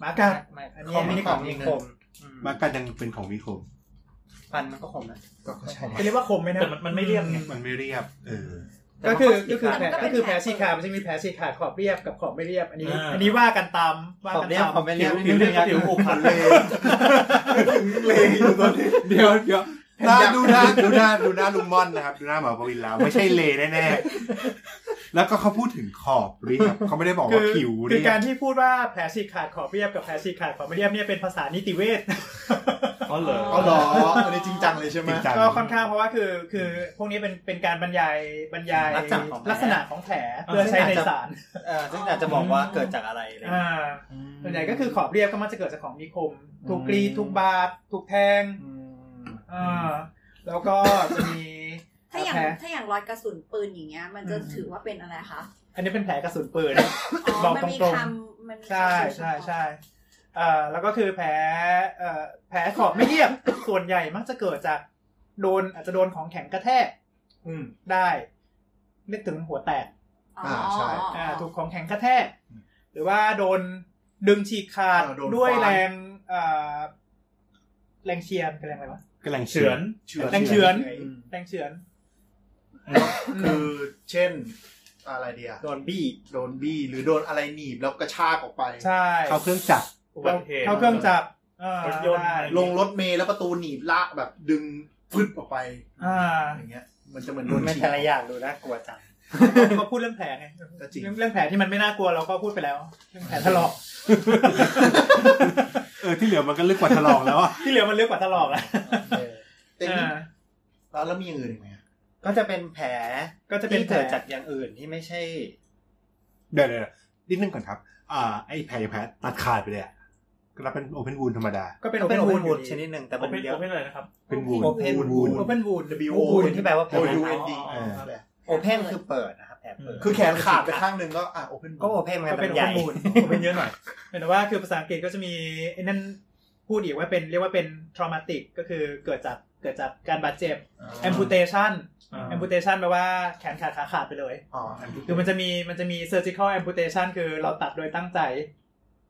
S7: หมากัด
S4: ไม่อัน
S7: ข
S4: นี้
S7: องมี
S4: มี
S7: ข
S4: ข
S7: อ
S4: อง งมีคมอืม
S8: มากันยังเป็นของมีคม
S4: ฟันมันก็คมนะ
S5: ก็ก็ใช่
S7: จะเรียกว่าคมไหมนะ
S3: แต่มันมันไม่เรียบไง
S8: มันไม่เรียบ เออ
S7: ก็คือก็คือ
S4: แต่
S7: แผล
S4: มัน
S2: เป็
S4: ก็
S7: ก็
S2: น
S7: คือแผล
S2: แผล
S7: ฉีกขาดมันจะมีแผลฉีกขาดขอบเรียบกับขอบไม่เรียบ อันนี้
S3: อ่า
S7: อันนี้ว่ากันตามว่า
S4: ขอ
S7: กัน
S4: เรียก
S7: ตาม
S4: ขอไม่เรียก
S3: ผิวผิวผิว
S4: <laughs>
S3: ผูกขาดเลย
S5: เลยอยู่ตอนนี้
S8: เดี๋ยวเดี๋ยวหน้าดูหน้าดูหน้าดูหน้าลุงม่อนนะครับ ดูหน้าหมอปวินแล้วไม่ใช่เลแน่ๆ แล้วก็เขาพูดถึงขอบเรียบเขาไม่ได้บอก
S7: คื
S8: ว่า
S7: อ
S8: ผิว
S7: คื
S8: เรี
S7: อย กา
S8: บ
S7: รที่พูดว่าแผลฉีกขาดขอบเรียบกับแผลฉีกขาดขอบไม่เรียบเนี่ยเป็นภาษานิติเวช
S3: อ๋อเหรอ
S5: เอาเหรออันนี้จริงจังเลยใช่ไหม
S8: จริงจัง
S7: ก็ค่อนข้างเพราะว่าคือคือพวกนี้เป็นเป็นการบรรยายบรรยาย
S4: ลักษณะของแผล
S7: ลักษณะของแผลเพื่อใช้ในศาล
S4: เออซึ่งอาจจะบอกว่าเกิดจากอะไรอะไรอย่าง
S7: อ่า
S4: เงี้ย
S7: ส่วนใหญ่ก็คือขอบเรียบก็มักจะเกิดจากของมีคมถูกกรีด
S5: อืม
S7: ถูกบาดถูกแทง
S5: อืม
S7: อ่าแล้วก็จะมี
S2: ถ้าอย่าง
S7: แผล
S2: ถ้าอย่างรอยกระสุนปืนอย่างเงี้ย มันจะถือว่าเป็นอะไรคะ
S7: อันนี้เป็นแผลกระสุน
S5: <laughs>
S7: ปืน
S2: อ๋อ
S7: บอก
S2: มัน
S7: ตร
S2: มี
S7: ง
S2: คำมันมี
S7: ๆ ใช่
S2: คำเฉ
S7: ใช่
S2: พาะ
S7: ใช่เอ่อแล้วก็คือแผลเอ่อแผลขอบไม่เรียบ ส่วนใหญ่มักจะเกิดจากโดนอาจจะโดนของแข็งกระแทก
S5: อืม
S7: ได้นึกถึงหัวแตก
S2: อ๋อ
S5: อ่าใช่
S2: อ๋อ
S7: าถูกของแข็งกระแทก หรือว่าโดนดึงฉีกขาด
S5: อ่าโดน
S7: ด้วย
S5: ขวาน
S7: แรงเอ่อแรงเชียนคือแรงอะไรวะ
S8: กำลัง
S3: เฉื
S8: เฉื
S3: อ
S8: อน น
S7: แรงเฉือน
S5: อืม
S7: แรงเฉือน
S5: คือเช่นอะไรเดีย
S4: โดนบี้
S5: โดนบี้หรือโดนอะไรหนีบแล้วกระชากออกไป
S7: ใช่
S8: เข้าเครื่องจักร
S3: อุบัติเหตุ
S7: เข้าเครื่องจับอ่าร
S3: ถยนต์
S7: ได้
S5: ลงรถเมล์แล้วประตูหนีบลากแบบดึงฟึดออกไป
S7: อ่า
S5: อย่างเงี้ย มันจะเหมือนโดน
S4: ไม่
S5: ฉีก
S4: แต่ละอย่างดูน่ากลัวจัง
S7: ก็พูดเรื่องแผลไง
S5: ก็จริง
S7: เรื่องแผลที่มันไม่น่ากลัวเราก็พูดไปแล้ว เรื่องแผลถลอก
S8: เออที่เหลือมันก็ลึกกว่าทะลองแล้วอะ
S7: ที่เหลือมันเลือกกว่าถลอกแล้ว
S5: เออแต่นี่แล้วแล้วมีอย่างอื่นอีกไหมอะ
S4: ก็จะเป็นแผล
S7: ก็จะเป็น
S4: ที่
S7: แผล
S4: เกิดจากอย่างอื่นที่ไม่ใช่
S8: เดี๋ยวเดี๋ยวนิดนึงก่อนครับ อ่า ไอ้แผลแผลตัดขาดไปเลยอะก็รับเป็นโอเพนวูนธรรมดา
S7: ก็เป็น
S4: ก็
S7: โอ
S4: เป็
S7: เ n
S4: น
S7: w
S4: โอ
S7: ว
S4: เพนวู
S7: d อยู่
S4: นชนิ
S7: ดี
S4: ดหนึ่งแต่
S3: โอ
S4: มัน
S3: เพน
S4: เย
S3: โอ
S4: อะ
S3: เพนอะไรนะครับ
S8: เป็นวูน
S4: Open
S8: วูน
S7: โอเพนวูด
S5: W O
S4: วูนที่แปลว่าแผล
S5: W O N D
S8: เออ
S5: นั่นแหละ
S4: โอเพนคือเปิดนะครับแผลเปิด
S5: คือแขนขาดไปข้างหนึ่งก็อ่ะ open
S4: ก็โอเพนไง
S7: ก็
S4: มั
S7: เป็น
S4: น
S7: โอ
S4: ใหญ่
S7: เพนวูด
S3: โอเพนเยอะหน่อย
S7: หมายถึงว่าคือภาษาอังกฤษก็จะมีไอ้นั่นพูดอีกว่าเป็นเรียกว่าเป็น traumatic ก็คือเกิดจากเกิดจากการบาดเจ็บ amputation
S3: อ่า
S7: amputation แปลว่าแขนขาดขาขาดไปเลย
S5: อ๋อ
S7: คือมันจะมีมันจะมี surgical amputation คือเราตัดโดยตั้งใจ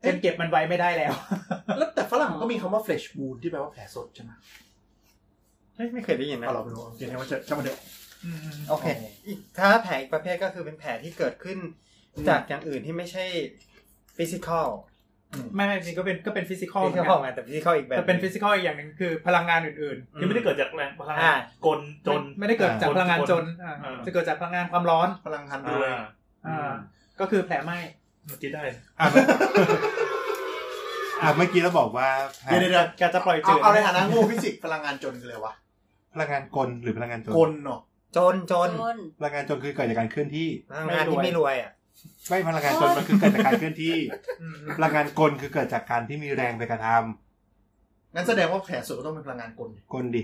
S7: จนเก็บมันไว้ไม่ได้แล้ว
S5: แล้วแต่ฝรั่งก็มีคำว่า flesh wound ที่แปลว่าแผลสดใช่ไหม
S4: เฮ้ยไม่เคยได้ยินนะ
S5: เอาเราไปดูเดี๋ยวให้มันจะจะมาเดี๋ยว
S4: โอเคอีกถ้าแผลอีกประเภทก็คือเป็นแผลที่เกิดขึ้น
S5: อืม
S4: จากอย่างอื่นที่ไม่ใช่ฟิสิกอล
S7: ไม่ไม่จริงๆก็เป็นก็เป็นฟิสิกอล
S4: ฟิสิกอลไงแต่ฟิสิกอลอีกแบบ
S7: แต่เป็น
S4: หง
S7: ฟิสิกอลอีกอย่างหนึ่งคือพลังงานอื่น
S3: ที่ไม่ได้เกิดจากแรงพลัง
S4: อ่า
S3: กล
S7: ๆ
S3: จน
S7: ไม่ไม่ได้เกิดจากพลังงานจนอ่า
S3: อ่า
S7: จะเกิดจากพลังงานความร้อน
S5: พลังฮัน
S3: ด้วย
S7: อ่าก็คือแผลไหม
S3: เมื่อกี้ได้
S8: อ่ะเมื่ออ่ะเมื่อกี้เราบอกว่าแผล
S5: เดี๋ยวเดี๋ยวเดี๋ยว
S7: การจะปล่อย
S5: เอา
S7: จืด
S5: เอาในฐานะงูฟิสิกส์พลังงานจนคืออะไรวะ
S8: พลังงานกลหรือพลังงานจน
S5: กลเนาะ
S4: จนจน
S2: ต้น
S8: พลังงานจนคือเกิดจากการเคลื่อนที่
S4: พลังงานที่ไม่รวยอ่ะ
S8: ไม่พลังงานจนมันคือเกิดจากการเคลื่อนที่
S7: อืม
S8: พลังงานกลคือเกิดจากการที่มีแรงไปกระท
S5: งั้นแสดงว่าแผลสดก็ต้องเป็นพลังงานกล
S8: ำกลดิ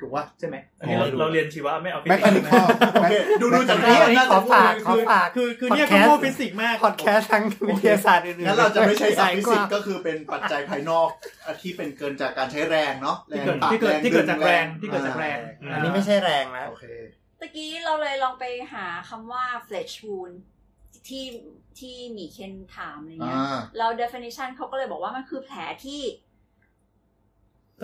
S5: ถูกว่า
S7: ใช่ไหม
S3: อันนี้เราเราเรียนชีวะไม่เอาฟิ
S8: แมคคานิคอล
S5: โอเคดูดูจาก
S4: นี่อันนี้ขอฝากขอฝาก
S7: คือคือเนี่ยก็
S4: พดแสต์
S7: โง่ฟิสิกส์มาก
S4: พอดแคสต์ทางวิทยาศาสตร์อื่นๆ
S5: งั้นเราจะไม่ใช้ศัพท์ฟิสิก
S4: สายก
S5: ส์
S4: ว่า
S5: ก็คือเป็นปัจจัยภายนอกอ่ะที่เป็นเกินจากการใช้แรงเนาะแร
S7: ที่
S5: ง
S7: เกิด
S5: ตัด
S7: ที่เกิดที่เกิดจากแรงที่เกิดจากแรง
S4: อันนี้ไม่ใช่แรงนะ
S5: โอเค
S2: ตะกี้เราเลยลองไปหาคำว่า flesh wound ที่ที่หมีเคนถามอะไรเงี้ย
S5: อ่า
S2: เรา definition เขาก็เลยบอกว่ามันคือแผลที่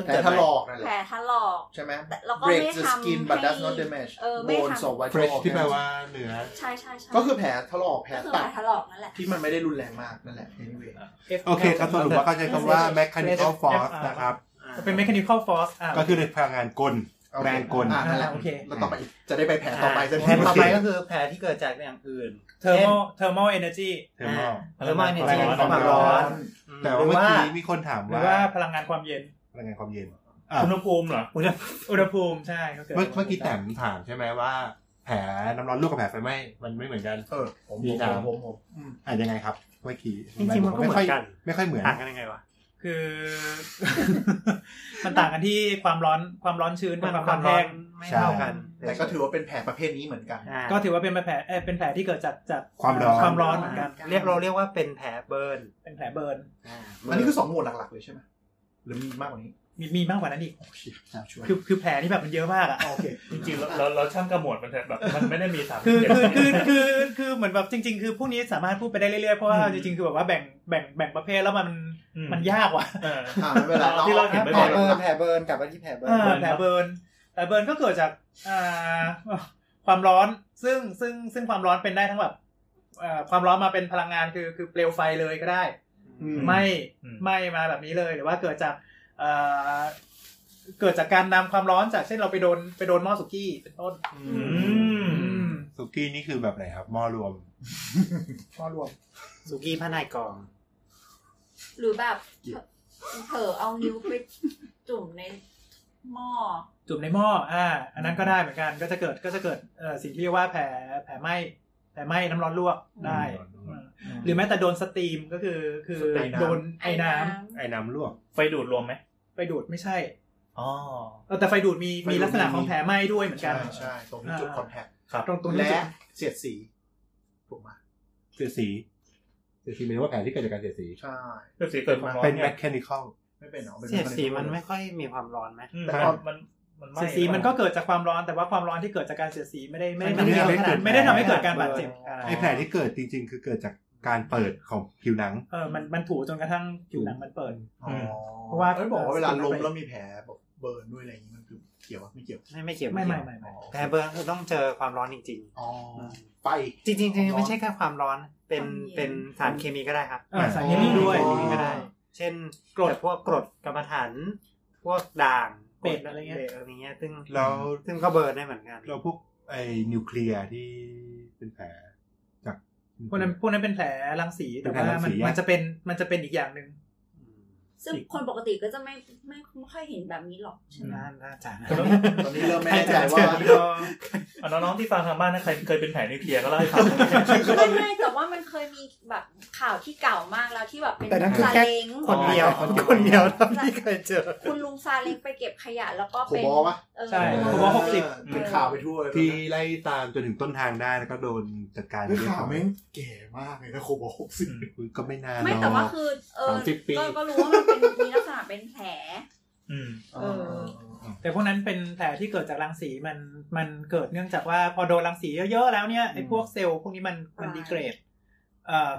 S5: แผลถลอกนั่นแห
S2: แผล
S5: ละ
S2: ถลอก
S5: ใช่ไหม
S2: แต่เราก็
S5: break
S2: ไม่
S5: the
S2: ทำ
S5: skin
S2: ให้
S5: but does not damage
S2: เออไม่
S5: bones
S2: ทำ
S5: of vital
S8: เฟรช
S5: organs
S8: ที่แปลว่าเหนือ
S2: ใช่ใช่ใช่
S5: ก็คือแผลถลอกแผล
S2: ก็คือ
S5: ตั
S2: แผล
S5: ด
S2: ถลอกนั่นแหละ
S5: ที่มันไม่ได้รุนแรงมากนั่นแหละ anyway
S8: โอเคครับสรุปว่าเข้าใจคำว่า mechanical force นะครับ
S7: เป็น mechanical force อ่า
S8: ก็คือในพลังงานกล
S5: โอเค
S8: แรงกล
S5: อ่านั่นแหละ
S7: โอเค
S5: แล้วต่อไปอีกจะได้ไปแผลต่อไปสัก
S4: แผล
S5: ที
S4: ต่อไปก็คือแผลที่เกิดจากอย่างอื่น
S7: thermal thermal energy
S8: เทอร์มอล
S4: เทอร์มอลเนี่ย
S8: พลัง
S4: ที่
S8: งาน
S4: ความ
S8: ร้
S4: ร้
S8: อ
S4: อน น
S8: แต่
S4: ห
S8: ว่า
S4: รือ
S8: เมื่อ
S4: ว่า
S8: กี้มีคนถาม
S7: หรือ
S8: ว่า
S7: ว่าพลังงานความเย็น
S8: พลังงานความเย็น
S3: อุณหภูมิเหรอ
S4: อุณหภูมิ
S7: อุณหภูมิใช่เขาเกิด
S8: เมื่อเมื่อกี้แต้มถามใช่ไหมว่า แผลน้ำร้อนลวกกับแผลไฟไหม้มันไม่เหมือนกัน
S5: เออผม
S8: ดี
S5: ผม
S8: ครับ
S5: ผมผมอืม
S8: อ่ะยังไงครับเมื่อกี้
S4: จริงๆมันก็เหมือนกัน
S8: ไม่ค่อยไม่ค่อยเหมือน
S4: ต่างกันยังไงวะ
S7: คือ <laughs> มันต่างกันที่ความร้อนความร้อนชื้นกับความแห้ง
S4: ไม่เท่ากัน
S5: แต่ก็ถือว่าเป็นแผลประเภทนี้เหมือนกัน
S4: า
S7: ก็ถือว่าเป็นแผลเอ่อเป็นแผลที่เกิดจากจาก
S8: ความร้อน
S7: ความร้อนเหมือนกัน
S4: เรียกเราเรียกว่าเป็นแผลเบิร์น
S7: เป็นแผลเบิร์น
S5: อันนี้คือสองหมวดหลักๆเลยใช่ไหมหรือมีมากกว่านี้
S7: มีมีมากกว่านั้นอีก
S5: โอเคครับช่วย
S7: คือคือแผลนี่แบบมันเยอะมากอ่ะ
S5: โอเค
S3: จริงๆเราเราเราช่างกระหมวดมันเถอะแบบมันไม่ได้มีสาม
S7: คือ
S3: เจ็ด
S7: คือคือคือคือเหมือนแบบจริง ๆ คือพวกนี้สามารถพูดไปได้เรื่อยๆเพราะว่าจริงๆคือแบบว่าแบ่งแบ่งแบ่งประเภทแล้วมันมันยากว่ะ
S3: เออ
S5: อ่าไม่ <laughs> เป็นไร
S3: ที่เราเห็น
S5: แผ
S4: แผล
S5: ล
S4: เบิร์นแผลเบิร์นกลับมาที่แผลเบิร์
S7: เอน อแผลเบิร์นแผลเบิร์นก็เกิดจากอ่าความร้อนซึ่งซึ่งซึ่งความร้อนเป็นได้ทั้งแบบเอ่อความร้อนมาเป็นพลังงานคือคือเปลวไฟเลยก็ได้
S5: อืม
S7: ไหม่
S3: อืม
S7: ไหม่มาแบบนี้เลยหรือว่าเกิดจากเอ่อเกิดจากการนำความร้อนจากเช่นเราไปโดนไปโดนหม้อสุกี้เป็นต้น
S3: อืม
S8: สุกี้นี่คือแบบไหนครับหม้อรวม
S7: หม้อรวม
S4: สุกี้ผ้านายกอง
S2: หรือแบบเผลอเอานิ้วไปจุ่มในหม้อ
S7: จุ่มในหม้ออ่า อันนั้นก็ได้เหมือนกันก็จะเกิดก็จะเกิดเอ่อสิ่งที่เรียกว่าแผลแผลไหม้แผลไหม้น้ำร้อนลวกได้
S8: อืม
S7: อืมหรือแม้แต่โดนสตรีมก็คือคือ
S5: สตรีมน้ำ
S7: โดนไอ้น้ำ
S8: ไอ้น้ำลวก
S3: ไฟดูดรวมไหม
S7: ไปดูดไม่ใช่
S8: ไฟ
S3: อ๋อ
S6: เออแต่ไฟดูดมี
S5: ไฟดูด
S6: มีลักษณะของแผลไหม้ด้วยเหมือนกั
S5: ใช่
S6: น
S5: ใช่ตรงนี้จุดคอนแทค
S3: ครับ
S6: ตรงตรงนี้
S5: และ
S6: จุด
S5: เสียดสีถูกไหม
S7: เสียดสีเสียดสีหมายถึงว่าแผลที่เกิดจากการเสียดสี
S5: ใช่
S3: เกิดสีเกิดความร้อน
S7: เป็น
S3: เนี่
S7: แม
S3: ย
S7: ค h a นิคอล
S5: ไม่เป็นหรอป็
S4: เสียดสีมันไม่ค่อยมีความร้อนไหม
S3: อืม
S7: แต่
S3: มันมันไห
S6: เสียดสีมันก็เกิดจากความร้อนแต่ว่าความร้อนที่เกิดจากการเสียดสีไม่ได้ไม่ได้
S4: มันไม่ได้
S6: ทำให้
S4: ทำให้
S6: เกิดไม่ได้ทำให้
S4: เกิด
S6: เกิดการบาดเจ็บ
S7: ไอแผลที่เกิดจริง ๆ คือเกิดจากการเปิดของผิวหนัง
S6: เออมันมันถูจนกระทั่งผิวหนังมันเปิด
S5: อ๋อ
S6: เพราะว่า
S5: เอ้ยบอกว่าเวลาล้ม
S6: ไป
S5: แล้วมีแผลแบบเบิร์นด้วยอะไรอย่างนี้มันคือเกี่ยววะไม่เกี่ยว
S4: ไม่ไม่เกี่ยว
S6: ไม่ไม่
S4: เกี่ยว
S6: ไม่ไม่
S5: อ๋อ
S4: แต่เบอร์นคือต้องเจอความร้อนจริง
S5: อ๋อ
S4: อืม
S5: ไป
S4: ๆ จริงๆจริง
S5: ร้อ
S4: ๆ
S5: น
S4: ไม่ใช่แค่ความร้อนเป็น
S2: ความเย็น
S4: เป็นสารเคมีก็ได้ครับ
S6: เออสารเคมีด้วย
S5: อ๋อ
S4: ก็ได้ เช่น
S6: กรด
S4: แต่พวกกรดกรรมฐานพวกด่าง
S6: เป็ดอะไรเงี้ย
S4: ป็ดอะไรเงี้ยซึ่ง
S7: แล้ว
S4: ซึ่งก็เบิร์นได้เหมือนกัน
S7: เราพวกไอนิวเคลียร์ที่เป็นแผลจาก
S6: พวกนั้นพวกนั้นเป็นแผลรังสีแต่
S7: เป็นแผล
S6: ว่ามั
S7: รังสี
S6: น
S7: อะ
S6: มันจะเป็นมันจะเป็นอีกอย่างหนึ่ง
S4: อืม
S2: ซึ่งคนปกติก็จะไม่ไม่ไม่ค่อยเห็นแบบนี้หรอกใช่ไหม
S4: น่าน่าจะนะ
S5: ตอนนี้เริ่มไม่แน่ใจว่า
S3: อ่ะน้องๆที่ฟังทางบ้านนะใครเคยเป็นแผลนิวเคลียร์ก็เล่าให้
S6: <laughs>
S3: ฟัง
S2: ไม่ไม่แต่ว่ามันเคยมีแบบข่าวที่เก่ามากแล้วที่แบบเป็น
S4: แต่นั่นคือ
S2: ซา
S4: แค่
S2: เล้ง
S4: คนเดียว
S5: อ๋อ
S4: คนเดียวเท่าที่เคยเจอ
S2: คุณลุงซาเล้งไปเก็บขยะแล้วก็
S5: โค
S2: เป็น
S5: บอลปะ
S2: เออ
S6: ใช่
S2: โค
S6: โค
S2: บบ อ
S6: อ
S2: ล
S6: ล 60
S5: เป็นข่าวไปทั่วเลย
S7: ที่ไล่ตามจนถึงต้นทางได้แล้วก็โดนจัดการ
S5: คือ
S7: เรียบ
S5: ข่าว
S7: ร้อย
S5: แม่งแก่มากเลยนะโคบอลหกสิบ
S7: คุณก็ไม่นาน
S2: ไม่
S7: หร
S2: แต่ว่า
S7: อก
S2: คือเออ
S7: 30ปี
S2: ก็ก็รู้ว่ามันเป็นมีลักษณะเป็นแผล
S3: อืม
S2: เออ
S6: แต่พวกนั้นเป็นแผลที่เกิดจากรังสีมันมันเกิดเนื่องจากว่าพอโดนรังสีเยอะๆแล้วเนี่ยไอ้พวกเซลล์พวกนี้มันมันดีเกรดเอ่อ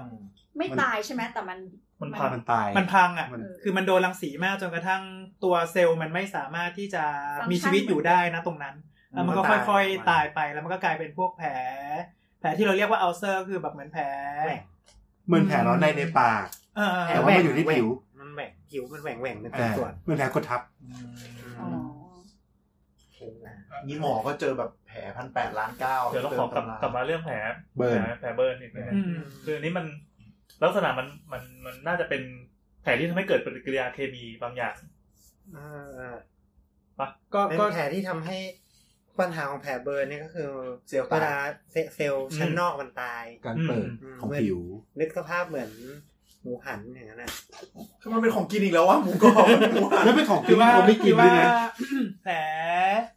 S2: ไม่ตายใช่ไหมแต่มัน
S3: มัน
S7: พา
S3: พัง
S7: มันตาย
S6: มันพังอ่ะ
S7: มัน
S6: คือมันโดนรังสีมากจนกระทั่งตัวเซลล์มันไม่สามารถที่จะ
S2: ฟังก์ชัน
S6: มีชีวิตอยู่ได้นะตรงนั้นแล้วมันก็
S4: มันก็
S6: ค่อยๆตา
S4: ตา
S6: ย ยไปแล้วมันก็กลายเป็นพวกแผล แผลที่เราเรียกว่าอัลเซอร์คือแบบเหมือนแผล
S7: เหมือนแผลร้อนในในปาก
S6: เออ
S7: แต่ว่ามันอยู่ที่ผิว
S4: มันแหว่งผิวมันแหว่งแหว่งเป็น
S7: อ่า
S4: ส่วน
S7: เหมือนแผลกดทับ
S2: อ๋อ
S5: นี่หมอก็เจอแบบแผลพันแปดล้านเก้า
S3: เดี๋ยวเราขอกลับกลับมาเรื่องแผล
S7: เบิร์น
S3: แผลแผลเบิร์นอีกนะฮะ
S6: อืม
S3: คืออันนี้มันลักษณะมันมันมันน่าจะเป็นแผลที่ทำให้เกิดปฏิกิริยาเคมีบางอย่าง
S4: อ่า
S6: ก็
S4: เป็น
S6: ก็
S4: แผลที่ทำให้ปัญหาของแผลเบิร์นเนี่ยก็คือ
S5: เซลล์
S4: เว
S5: ตา
S4: ลาเซเซลล์ชั้นนอกมันตาย
S7: การเปิด
S4: อืม
S7: ของผิว
S4: นึกสภาพเหมือนหมูหันอย่างนั้นนะ
S5: คือมันเป็นของกินอีกแล้ววะหมูกรอบหมูหัน
S7: แล้วเป็นของ
S6: คื
S7: กิ
S6: อนว่า
S7: ที่ผมไม่กิ
S6: คื
S7: น
S6: อ
S7: ด้ว
S6: ว่าย
S7: นะ
S6: แผล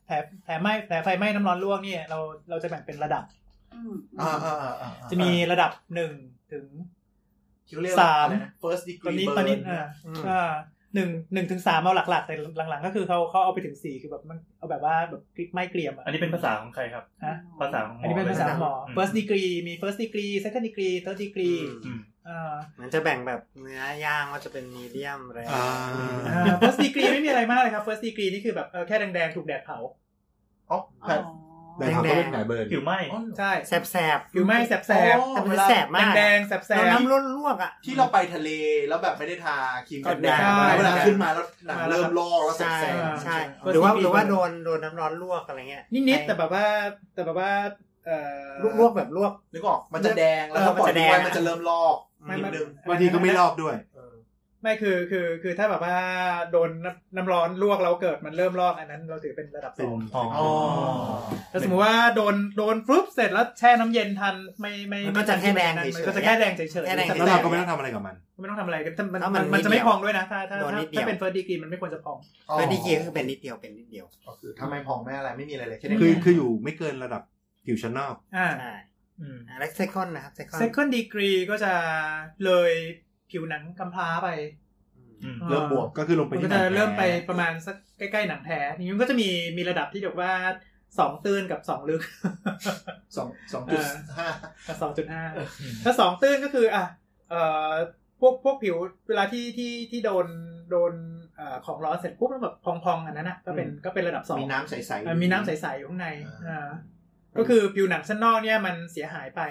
S6: แผลแผลไหม้แผลไฟไหม้น้ำร้อนลวกเนี่ยเราเราจะแบ่งเป็นระดับ
S2: อืม
S5: อ่าอ่าอ่าอ่า
S6: จะมีระดับหนึ่งถึง
S5: คิดว่าเรียกว่าอะไรนะ first
S6: ตอน
S5: degree
S6: นี้
S5: burn
S6: ตอนนี้อ่าอ่าหนึ่งหนึ่งถึงสามเอาหลักๆ แต่หลังๆ ก็คือเขาเขาเอาไปถึงสี่คือแบบมันเอาแบบว่าแบบไหม้เกรียมอ่ะ
S3: อันนี้เป็นภาษาของใครครับ
S6: ฮะ
S3: ภาษาของห
S6: อั
S3: มออั
S6: นนี้เป็นภาษาหมอ first degree มี first degree second degree third degree
S3: อืม
S6: อ่า
S4: มันจะแบ่งแบบเนื้อย่างว่าจะเป็นมีเดียมอะไร
S7: อ่า
S6: อ่า first degree ไม่มีอะไรมากเลยครับ first degree นี่คือแบบเออแค่แดงๆถูกแดดเผา
S5: อ๋อแผล
S2: อ๋อ
S7: แต่เขาก็เป็นแผลเบิร์น
S3: ผิวไหม
S6: ใช่
S4: แสบแสบๆ
S6: ผิวไหม้แสบๆ
S5: อ๋อ
S4: แต่มันจะแสบมาก
S6: แดงๆแสบๆ
S4: เราน้ำร้อนลวกอ่ะ
S5: ที่เราไปทะเลแล้วแบบไม่ได้ทาครีมกันแดด
S4: ใช่
S5: แล้วเวลาขึ้นมาแล้วหนังเริ่มลอกแล้วแส
S4: ใช่
S5: บ
S4: ใช่
S6: เออ
S4: หรือว่า
S6: ที่มี
S4: หรือว่าโดนโดนน้ำร้อนลวกอะไรเงี้ย
S6: นิดๆแต่แบบว่าแต่แบบว่าเอ่อ
S4: ลวกลวกแบบลวก
S5: ๆนึกออกมันจะแดงแล้วก็
S4: เออมัน
S5: ปล่อย
S4: จะแดง
S5: ไว้มันจะเริ่มลอก
S6: ไม่
S5: นิ
S6: ไม่
S5: ดนึง
S7: บางทีก็ไม่ลอกด้วย
S5: เออ
S6: ไม่คือคือคือถ้าแบบว่าโดนน้ำน้ำร้อนลวกแล้วเกิดมันเริ่มลอกอันนั้นเราถือเป็นระดับส
S7: เป็น
S6: อง
S3: อ๋อ
S5: อ๋อ
S6: แต่สมมติว่าโดนโดนฟลุ๊ปเสร็จแล้วแช่น้ำเย็นทันไม่ไม่
S4: มันก็จะแค่แดงเฉยๆ
S6: มันก็จะแค่แดงเฉยๆ
S4: แค่แดง
S7: แล้วเราก็ไม่ต้องทำอะไรกับมัน
S6: ไม่ต้องทำอะไรกันมัน
S4: เพราะมั
S6: มัน นมันจะไม่
S4: นิดเดียว
S6: พองด้วยนะ ถ้าถ้า
S4: โดน
S6: ถ้า
S4: นิดเดียว
S6: ถ้าเป็นเฟิร์สดีกรีมันไม่ควรจะพอง
S5: อ๋อ
S4: เป็นนิดเดียวคือเป็นนิดเดียวเป็นนิดเดียว
S5: ก็คือถ้าไม่พองไม่อะไรไม่มีอะไรเลยแค่นี้
S7: คือคืออยู่ไม่เกินระดับผิวชั้นนอก
S6: อ่า
S4: ใช่
S3: อืม
S4: อ่าแล้วเซคอนนะครับเซคอน
S6: second degree ก็จะเลยผิวหนังกำพร้าไป
S3: อืม
S7: เริ่มบวกก็คือลงไป
S6: มัน
S7: ที่
S6: ก็
S7: หนั
S6: จะ
S7: งแผล
S6: เริ่มไปประมาณสักใกล้ๆหนังแท้ทีนี้มันก็จะมีมีระดับที่เรียกว่าสองตื้นกับสองลึก <laughs>
S5: สองสองจุดห้า
S6: กับสองจุดห้าถ้าสองตื้นก็คืออ่ะเอ่อพวกพวกผิวเวลาที่ที่ที่โดนโดนเอ่อของร้อนเสร็จปุ๊บแล้วแบบพองๆอันนั้นนะก็เป็น
S5: อืม
S6: ก็เป็นระดับสอง
S5: มีน้ำใส
S6: เอ่อ
S5: ๆ
S6: มีน้ำใสๆอยู่ข้างใน
S5: อ่า
S6: อ่าก็คือผิวหนังชั้นนอกเนี่ยมันเสียหายไป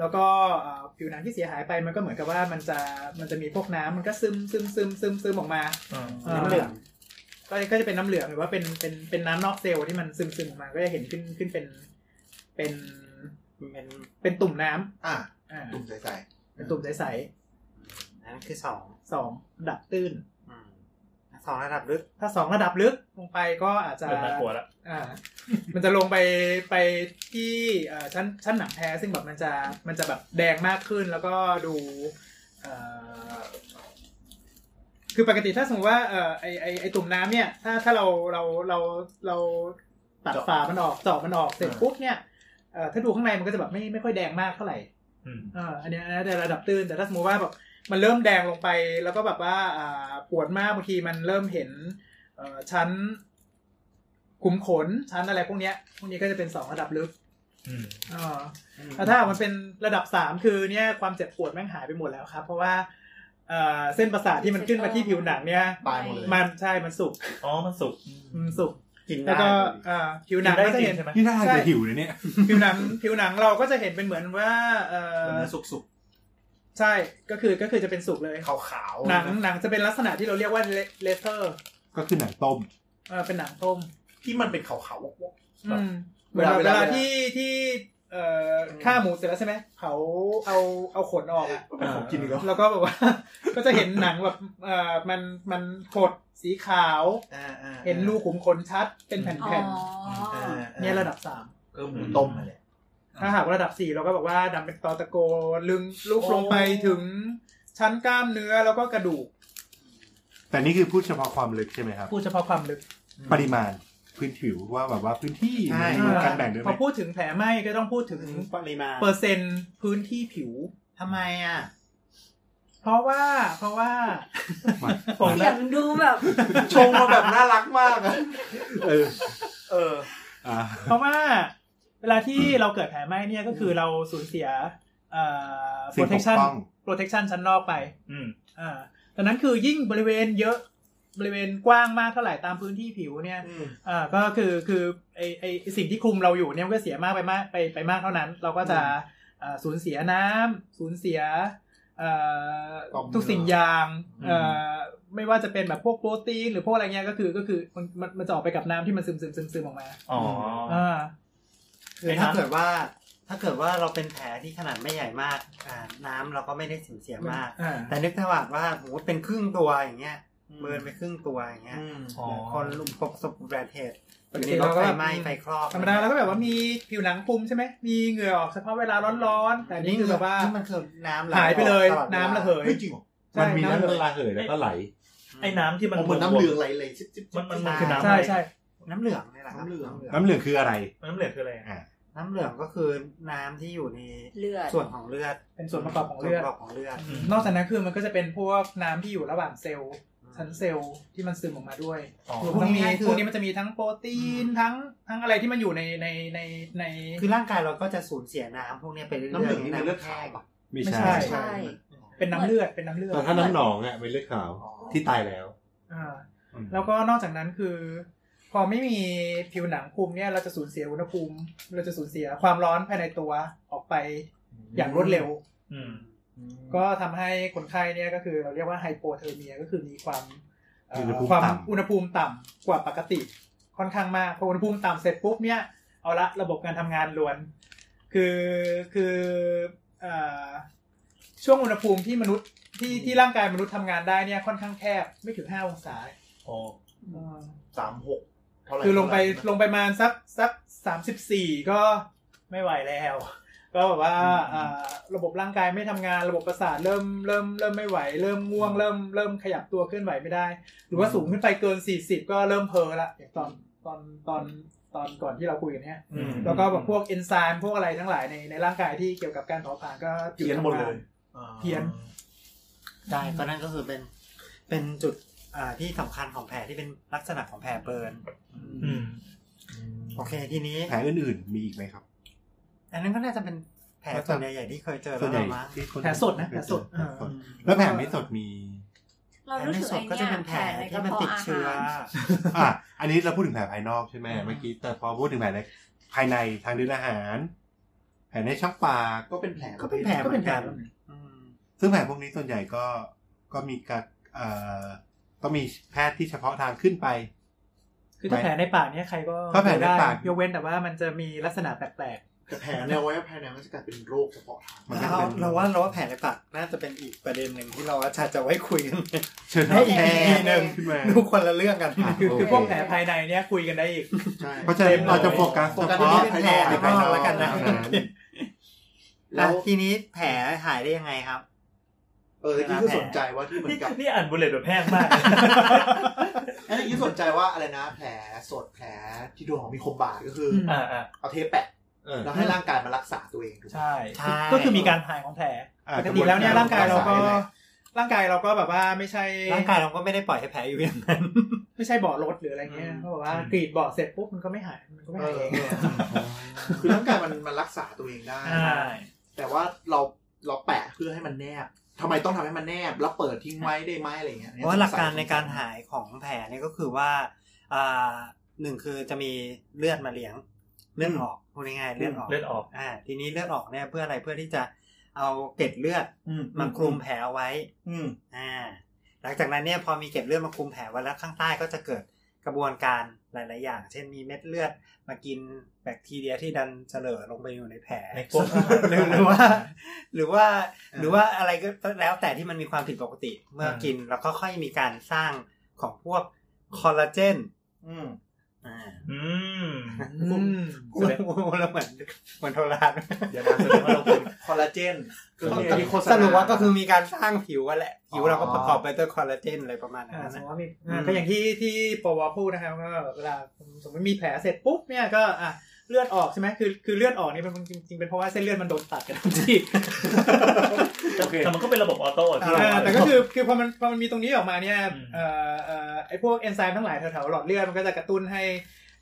S6: แล้วก็เอ่อผิวหนังที่เสียหายไปมันก็เหมือนกับว่ามันจะมันจะมีพวกน้ำมันก็ซึมซึมซึมซึมซึมออกมา
S3: อืม
S6: อ่า
S4: น้ำเหลือง
S6: ก็ก็จะเป็นน้ำเหลืองหรือว่าเป็นเป็นเป็นน้ำนอกเซลล์ที่มันซึมซึมออกมาก็จะเห็นขึ้นขึ้นเป็นเป็น
S4: เป็น
S6: เป็นตุ่มน้ำ
S5: อ่ะ
S6: อ่า
S5: ตุ่มใส
S6: เป็นตุ่มใสๆ
S4: อันนั้นคือสอง
S6: สองระดับตื้น
S4: อืมสองระดับลึก
S6: ถ้าสองระดับลึกลงไปก็อาจจะ
S3: เริ่มน่ากลัวละ
S6: อ่า <laughs> มันจะลงไปไปที่เอ่อชั้นชั้นหนังแท้ซึ่งแบบมันจะมันจะแบบแดงมากขึ้นแล้วก็ดูเอ่อ คือปกติถ้าสมมติว่าเอ่อไอไอไอตุ่มน้ำเนี่ยถ้าถ้าเราเราเราเราตัดฝามันออกเจาะมันออกเสร็จปุ๊บเนี่ยเอ่อถ้าดูข้างในมันก็จะแบบไม่ไม่ค่อยแดงมากเท่าไหร่
S3: อืม
S6: เอ่ออันเนี้ยอันเนี้ยในระดับตื้น แต่ถ้าสมมติว่าแบบมันเริ่มแดงลงไป แล้วก็แบบว่าอ่าปวดมากบางทีมันเริ่มเห็นเอ่อชั้นกลุ่มขนชั้นอะไรพวกเนี้ยพวกนี้ก็จะเป็นสองระดับลึก
S3: อืม
S6: เออแต่ถ้ามันเป็นระดับสามคือเนี่ยความเจ็บปวดแม่งหายไปหมดแล้วครับ เพราะว่าเอ่อเส้นประสาทที่มันขึ้นมาที่ผิวหนังเนี่ย
S5: ตายหมดเลย
S6: มันใช่มันสุก
S3: อ๋อ มันสุก
S6: อืมสุก
S5: กินได้
S6: แล้วก็เอ่อผิวหนังก็จะเห็น
S3: กินได้จริงใช่ไหม
S7: นี่น่า
S6: ใช่
S7: จะหิวเลยเนี่ย
S6: ผิวหนังผิวหนังเราก็จะเห็นเป็นเหมือนว่าเอ่
S5: เอ
S6: อ
S5: อสุก
S6: ใช่ก็คือก็คือจะเป็นสุกเลย
S5: ๆขาวๆ
S6: หนังหนังจะเป็นลักษณะที่เราเรียกว่าเลเซอร์
S7: ก็คือหนังต้ม
S6: เออเป็นหนังต้ม
S5: ที่มันเป็นขาวๆวอก
S6: อืมเห
S5: เว
S6: มือน
S5: ลา
S6: แบบเว
S5: เว
S6: ลา
S5: ลา
S6: ที่ที่เอ่อฆ่าหมูเสร็จแล้วใช่ไหมเผาเอาเอาขนออกอะ
S5: ๆเป็นของกินอีกแล้ว
S6: แล้วก็แบบว่า <laughs> ก็จะเห็นหนังแบบเอ่อมันมันขดสีขาว
S5: อ่าๆ
S6: เห็นรูขุมขนชัดเป็นแ
S2: อ๋อ
S6: ผ่น
S5: อ่า
S6: ๆเนี่ยระดับสาม
S5: เออหมูต้มมาแหละ
S6: ถ้าหากว่าระดับสี่เราก็บอกว่าดำเป็นตอตะโกลึงลุกลงไปถึงชั้นกล้ามเนื้อแล้วก็กระดูก
S7: แต่นี่คือพูดเฉพาะความลึกใช่ไหมครับ
S6: พูดเฉพาะความลึก
S7: ปริมาณพื้นผิวว่าแบบว่าพื้นที่
S5: ใช่
S7: มีการแบ่งด้วยไห
S6: พ
S7: ม
S6: อพูดถึงแผลไหม้ก็ต้องพูดถึง
S4: ปริมาณ
S6: เปอร์เซ็นต์พื้นที่ผิว
S4: ทำไมอ่ะ
S6: เพราะว่าเพราะว่า
S2: เสียงดูแบบ
S5: ชงมาแบบน่ารักมากอะ
S7: เออ
S5: เออ
S7: อ่า
S6: เพราะว่าเวลาที่เราเกิดแผลไหม้เนี่ยก็คือเราสูญเสียเอ่อ
S7: สิ่งปก
S6: protection
S7: ป้อง
S6: protection ชั้นนอกไป
S3: อืม
S6: อ่าดังนั้นคือยิ่งบริเวณเยอะบริเวณกว้างมากเท่าไหร่ตามพื้นที่ผิวเนี่ยอ่าก็คือคือไอไอไอ้สิ่งที่คลุมเราอยู่เนี่ยมันก็เสียมากไปมากไปไปมากเท่านั้น เราก็จะเอ่อสูญเสียน้ำสูญเสียเอ่อ
S5: ต่อมเหงื่อ
S6: ทุกสิ่งอย่าง
S3: อืม
S6: เอ่อไม่ว่าจะเป็นแบบพวกโปรตีนหรือพวกอะไรเงี้ยก็คือก็คือมันมันมันจะออกไปกับน้ำที่มันซึมซึมซึมซึมออกมา
S3: อ๋อ
S6: อ่า
S4: คือถ้าเกิดว่า ถ้าเกิดว่าเราเป็นแผลที่ขนาดไม่ใหญ่มากอ่าน้ำเราก็ไม่ได้สูญเสียมาก
S6: อ่า
S4: แต่นึกถ้าว่าว่าสมมติเป็นครึ่งตัวอย่างเงี้ย
S5: อืม
S4: เบิร์นไปครึ่งตัวอย่างเงี้ย
S3: อ๋อ
S4: คนลุมพบสบุบัติเหตุ
S6: ปกติ
S4: อยู่ในร
S6: เรา
S4: ถ
S6: ก็
S4: ไฟ
S6: แบบ
S4: ไหม้ไฟคลอก
S6: ธรรมดาเราก็แบบว่ามีผิวหนังคลุมใช่ไหมมีเหงื่อออกเฉพาะเวลาร้อนๆ แต่อันนี่คือแบบว่า
S4: ซึ่งมันคือน้ำ
S6: หายไปเลย
S4: ตอดวา
S6: น้ำระเหย
S5: เฮ้ยจริงเหรอ
S6: ใช่
S7: มันมีน้ำ
S6: น้ำเหลือง
S7: ระเหยแล้วก็ไหล
S3: ไอ้น้ำที่มัน
S5: เหมือนน้ำเหลืองไหลๆจิ๊บๆ
S3: มันมันมันคือน้ำ
S6: ใช่
S3: อะไร
S6: ใช่
S4: น้ำเหลืองนี่แหละครับ
S5: น้ำเหลือง
S7: น้ำเหลืองคืออะไร
S3: น้ำเหลืองคืออะไรอ่ะ
S7: อ่า
S4: น้ำเหลืองก็คือน้ำที่อยู่ใน
S2: เลือด
S4: ส่วนของเลือด
S6: เป็นส่วนประกอบของเลือด
S4: ส่วนประกอบของเลือด
S3: อืม
S6: นอกจากนั้นคือมันก็จะเป็นพวกน้ำที่อยู่ระหว่างเซลล์ชั้นเซลล์ที่มันซึมออกมาด้วย
S3: อ๋อ
S6: คือพวกนี้
S4: ง่ายๆคือ
S6: พวกนี้มันจะมีทั้งโปรตีนทั้งทั้งอะไรที่มันอยู่ในในในใน
S4: คือร่างกายเราก็จะสูญเสียน้ำพวกเนี้ยไปเรื่อยๆ
S5: น้ำเหลืองนี่เป็นเลือดขาวปะ
S7: ไม่
S6: ไม่
S7: ใช่
S6: ใช่
S2: ใช่
S6: เป็นน้ำเลือดเป็นน้ำเลือด
S7: แต่ถ้าน้ำหนองอ่ะเป็นเลือดขาว
S5: อ๋อ
S7: ที่ตายแล้ว
S6: อ่า
S7: อืม
S6: แล้วก็นอกจากนั้นคือ พอไม่มีผิวหนังคลุมเนี่ยเราจะสูญเสียอุณหภูมิ เราจะสูญเสียความร้อนภายในตัวออกไปอย่างรวดเร็ว
S3: อืม
S6: ก็ทำให้คนไข้เนี่ยก็คือเราเรียกว่าไฮโปเทอร์เมียก็คือมีความเอ่อ
S7: อุณหภูมิ
S6: ความ
S7: ต่ำ
S6: อุณหภูมิต่ำกว่าปกติค่อนข้างมากพออุณหภูมิต่ำเสร็จปุ๊บเนี่ยเอาละระบบการทำงานล้วน คือคือเอ่อช่วงอุณหภูมิที่มนุษย์ที่ที่ร่างกายมนุษย์ทำงานได้เนี่ยค่อนข้างแคบไม่ถึงห้าองศา
S3: อ๋อ
S5: สามหกเท่าไหร่
S6: คือลงไป
S5: เท่าหร่
S6: ลงไปประมาณสักสักสามสิบสี่ก็ไม่ไหวแล้ว ก็แบบว่าอ่าระบบร่างกายไม่ทำงานระบบประสาทเริ่มเริ่มเริ่มไม่ไหว เริ่มง่วงเริ่มเริ่มขยับตัวเคลื่อนไหวไม่ได้ หรือว่าสูงขึ้นไปเกินสี่สิบก็เริ่มเพลอละอย่างตอนตอนตอนตอนก่อนที่เราคุยกันเนี่ย
S3: อืม
S6: แล้วก็แบบพวกเอนไซม์พวกอะไรทั้งหลายในในร่างกายที่เกี่ยวกับการเผาผลาญก็
S5: เพี้ยน
S6: ทำงา
S5: หมดเลย
S6: เพี้ยน
S4: ใช่ก็นั่นก็คือเป็นเป็นจุดอ่าที่สำคัญของแผลที่เป็นลักษณะของแผลเบิร์น
S3: อืม
S4: โอเคทีนี้
S7: แผลอื่นๆ มีอีกไหมครับ
S4: อันนั้นก็น่าจะเป็นแผลส่วนใหญ่ๆที่เคยเจอแล้
S7: ส่
S4: ว วน
S7: ใหญ่
S4: มั้ง
S7: ที่คน
S6: แผลสดนะแผลสด
S7: แผลสด แล้วแผลไม่สดมี
S2: เรา
S4: แผล
S2: รู้
S4: ใน
S2: สึก
S4: สด
S2: ไอ้
S4: ก็จะเป็นแผล
S2: เนี่ยแผลในกระ
S4: ที่มัน
S2: เพาะ
S4: ติด
S2: อา
S4: เชื้
S2: หาร
S4: อ
S7: อ่ะ อันนี้เราพูดถึงแผลภายนอกใช่ไหมเมื่อกี้ แต่พอพูดถึงแผลในภายในทางเดินอาหาร แผลในช่องปาก
S5: ก็เป็นแผล
S4: ก็เป็นแผล
S6: ก็
S4: เหมื
S6: เป็
S4: อน น
S6: แผล
S4: กันอืม
S7: ซึ่งแผลพวกนี้ส่วนใหญ่ก็ก็มีการเอ่อต้องมีแพทย์ที่เฉพาะทางขึ้นไป
S6: คือถ้าแผลในปากเนี่ยใครก็
S7: ถ้าแผลในปาก
S6: ได้ยกเว้นแต่ว่ามันจะมีลักษณะแปลก
S5: แต่แผลในอวัยวะภายในมันจะกลายเป็นโรคเฉพาะทาง
S7: มันก็
S4: เรา
S7: เป็น
S4: เราว่าเราว่าแผล <laughs> ในปากน่าจะเป็นอีกประเด็นหนึ่งที่เราอาจจะจะไว้คุยกัน
S7: เชิญ
S4: ให้อีก
S7: แพ
S4: ที
S7: ทย์
S4: หนึ่ง
S7: ขึ้นมา
S4: ทุกคนละเรื่องกัน
S7: ะ
S6: ๆคือคือ
S7: โเ
S6: พวกแผลภายในเนี่ยคุยกันได้อีก
S5: ใช่
S7: เพราะฉะนั้นเราจะโฟกัส
S5: โฟ
S7: เฉ
S5: กัส
S7: พาะ
S5: ที่แผล
S7: แผลภายนอก
S4: แล้วกันนะ
S7: เท่า
S5: แล้ว
S4: อ่ะทีนี้แผลหายได้ยังไงครับ
S5: เ อตะกี้คือสนใจว่าที่เหมือ
S3: นี่
S5: นกับ
S3: นี่อ่านบุลเลตแบบแพงมาก
S5: <laughs> อันนี้สนใจว่าอะไรนะ แผลสดแผลที่โดนของมีคมบาดก็คืออ
S3: อ่าอ่า
S5: เอาเทปแปะ
S7: เออ
S5: แล้วให้ร่างกายมารักษาตัวเองถูกไหม
S6: ใช่
S7: ใช่
S6: ก็คือมีการหายของแผล
S7: อ่ะ
S6: ปกติแล้วเนี่ยร่างกายเราก็
S5: สายไหน
S6: ร่างกายเราก็แบบว่าไม่ใช่
S4: ร่างกายเราก็ไม่ได้ปล่อยให้แผลอยู่อย่างนั้น
S6: ไม่ใช่เบาะรถหรืออะไรเงี้ยเขาบอกว่า
S4: อืม
S6: กรีดเบาะเสร็จปุ๊บมันก็ไม่หายมันก็ไม่
S5: เอ
S6: หาย
S5: อ
S6: เอง
S5: คือร่างกายมันมันรักษาตัวเองได้
S6: อ่า
S5: แต่ว่าเราเราแปะเพื่อให้มันแนบทำไมต้องทำให้มันแนบ แล้วเปิดทิ้งไว้ได้ไหมอะไรเงี้ย
S4: เพราะว่าหลักการในการหายของแผลเนี่ยก็คือว่าอ่าหนึ่งคือจะมีเลือดมาเลี้ยงเลือดออกพูดง่ายๆเลือดออก
S3: เลือดออก
S4: อ่าทีนี้เลือดออกเนี่ยเพื่ออะไรเพื่อที่จะเอาเกล็ดเลือด
S5: อื
S4: มาคลุมแผลเอาไว้
S5: อืม
S4: อ่าหลังจากนั้นเนี่ยพอมีเกล็ดเลือดมาคลุมแผลไว้แล้วข้างใต้ก็จะเกิดกระบวนการหลาย ๆ อย่าง เช่นมีเม็ดเลือดมากินแบคทีเรียที่ดันเฉลอลงไปอยู่ในแผล
S3: ในพวก
S4: หรือหรือว่า หรือว่า
S5: อ่า
S4: หรือว่าอะไรก็แล้วแต่ที่มันมีความผิดปกติเมื่ออา กินแล้วก็ค่อยมีการสร้างของพวกคอลลาเจน
S5: อืม
S4: อ่า
S3: อืม
S6: อืม
S4: พูดแล้วเหมือนเหมือนโทร <laughs> ทัศน์
S3: เดี๋ยวนะแสดงว่าเราเป็น
S5: คอลลาเจนคือมีมีโฆษณ
S4: สรุปว่าก็คือมีการสร้างผิวอะแหละผิวเราก็
S5: อ๋อ
S4: ประกอบไปด้วยคอลลาเจนอะไรประมาณนั้
S6: อ่าน สมม
S4: นะ
S6: ติว่ามี
S4: อืม
S6: ก็อย่างที่ที่ปวพูดนะครับก็เวลาสมมติมีแผลเสร็จปุ๊บเนี่ยก็อ่ะเลือดออกใช่ไหมคือคือเลือดออกนี่มันจริงๆเป็นเพราะว่าเส้นเลือดมันโดนตัดกันทุกที่
S5: โอเค
S3: แต่มันก็เป็นระบบออโต้ที่
S6: เอ
S3: เรา
S6: อแต่ก็คือคือพอมันพอมันมีตรงนี้ออกมาเนี่ย
S3: อืม
S6: เอ่อเอ่อไอพวกเอนไซม์ทั้งหลายแถวๆหลอดเลือดมันก็จะกระตุ้นให้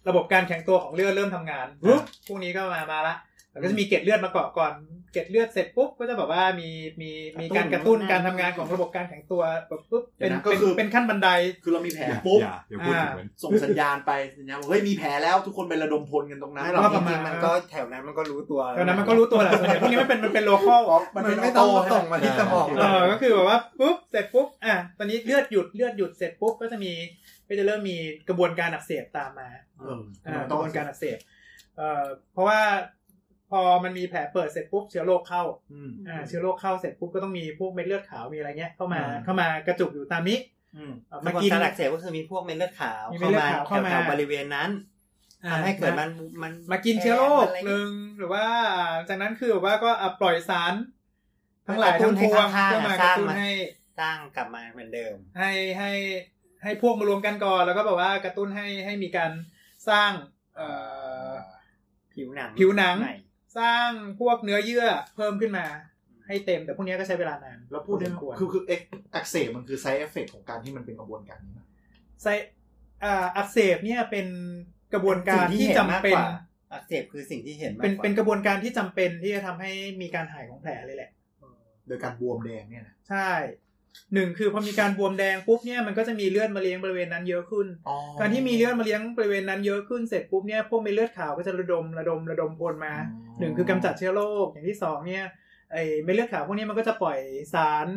S6: ระบบการแข็งตัวของเลือดเริ่มทำงานปุ๊บพวกนี้ก็มามาละแล้วก็จะมีเกล็ดเลือดมาเกาะก่อนเกล็ดเลือดเสร็จปุ๊บก็จะแบบว่ามีมีมีการกระตุ้นการทำงานของระบบการแข็งตัวแบบปุ๊บเป็น
S5: เดี๋ยวนะก็
S6: เป็น
S5: คือ
S6: เป็นขั้นบันได
S5: คือเรามีแผล
S7: อย่า
S5: ปุ๊บ
S7: อย่าอย่าพูดถึงมัน
S5: ส่งสัญญาณไปสัญญาณบอกเฮ้ยมีแผลแล้วทุกคนไประดมพลกันตรงนั้น
S4: ไม่หร
S5: เรา
S4: อก
S6: ว่า
S4: จ
S6: ประมาณ
S4: ริงๆมันก็แถวนั้นมันก็รู้ตัว
S6: ตอนนั้นมันก็รู้ตัวแหละส่วนใหญ่พวกนี้มันเป็นมันเป็นโลคอล
S5: มั
S4: มันน
S5: เป็น
S4: ไม่
S5: ไม่
S4: ต้
S5: ต้
S4: อ
S5: อง ง
S4: ส่งมาที่สมอง
S6: เออก็คือแบบว่าปุ๊บเสร็จปุ๊บอ่ะตอนนี้เลือดหยุดเลือดหยุดเสร็จปุ๊บก็จะมีก็จะเริ่มมีกระบวนการอักเสบตามมา
S5: เออ
S6: อ่า
S5: มัน
S6: ก
S5: ต้อ
S6: ระ
S5: ง
S6: บวนการอักเสบเอ่อเพราะว่าพอมันมีแผลเปิดเสร็จปุ๊บเชื้อโรคเข้า
S5: อืม
S6: อ่าเชื้อโรคเข้าเสร็จปุ๊บก็ต้องมีพวกเม็ดเลือดขาวมีอะไรเงี้ยเข้ามา
S5: อืม
S6: เข้ามากระจุกอยู่ตามนี้
S5: อืม
S6: เอ่อ
S4: มั
S6: มาน กิน
S4: การอักเสบก็คือมีพวกเม็ดเลือดขาว
S6: มีเม็ด
S4: เข้า
S6: เลือด
S4: มา
S6: ขาวเข้ามา
S4: แถวๆบริเวณนั้น
S6: อ่า
S4: ทำให้เกิดมันมัน
S6: มากินเชื้อโรคห
S4: แผล
S6: นึ่งหรือว่าจากนั้นคือแบบว่าก็อ่ะปล่อยสาร ทั้งหลาย
S4: กระตุ้
S6: ทั้
S4: น
S6: งป
S4: ให้
S6: วง
S4: ข้าง
S6: เข้ามา
S4: ๆ
S6: ก
S4: ส
S6: ระ
S4: ร้าง
S6: ตุ้น
S4: มา
S6: ให้
S4: สร้างกลับมาเหมือนเดิม
S6: ให้ให้ให้พวกมารวมกันก่อนแล้วก็แบบว่ากระตุ้นให้ให้มีการสร้างเอ่อ
S4: ผิวหนัง
S6: ผิวหนัง
S4: ใม่
S6: สร้างพวกเนื้อเยื่อเพิ่มขึ้นมา ให้เต็มแต่พวกเนี้ยก็ใช้เวลานาน
S5: แล้วพูดได้
S6: พ
S5: ไหม
S6: อสมควร
S5: คือคือเอ็กอักเสบมันคือไซเอฟเฟกของการที่มันเป็นกระบวนการนี้นะ
S6: ไซอ่าอักเสบเนี่ยเป็นกระบวนการ
S4: สิ่
S6: ง ที่
S4: ห็
S6: จำ
S4: มก
S6: เป็น
S4: กว่าอักเสบคือสิ่งที่เห็นมาก
S6: เป็น
S4: กว่า
S6: เป็นกระบวนการที่จำเป็นที่จะทำให้มีการหายของแผลเลยแหละ
S5: โดยการบวมแดงเนี่ยนะ
S6: ใช่หนึ่งคือพอมีการบวมแดงปุ๊บเนี่ยมันก็จะมีเลือดมาเลี้ยงบริเวณนั้นเยอะขึ้น การที่มีเลือดมาเลี้ยงบริเวณนั้นเยอะขึ้นเสร็จปุ๊บเนี่ยพวกเม็ดเลือดขาวก็จะระดมระดมระดมพลมาหนึ่งคือกำจัดเชื้อโรคอย่างที่สองเนี่ยไอเม็ดเลือดขาวพวกเนี้ยมันก็จะปล่อยสาร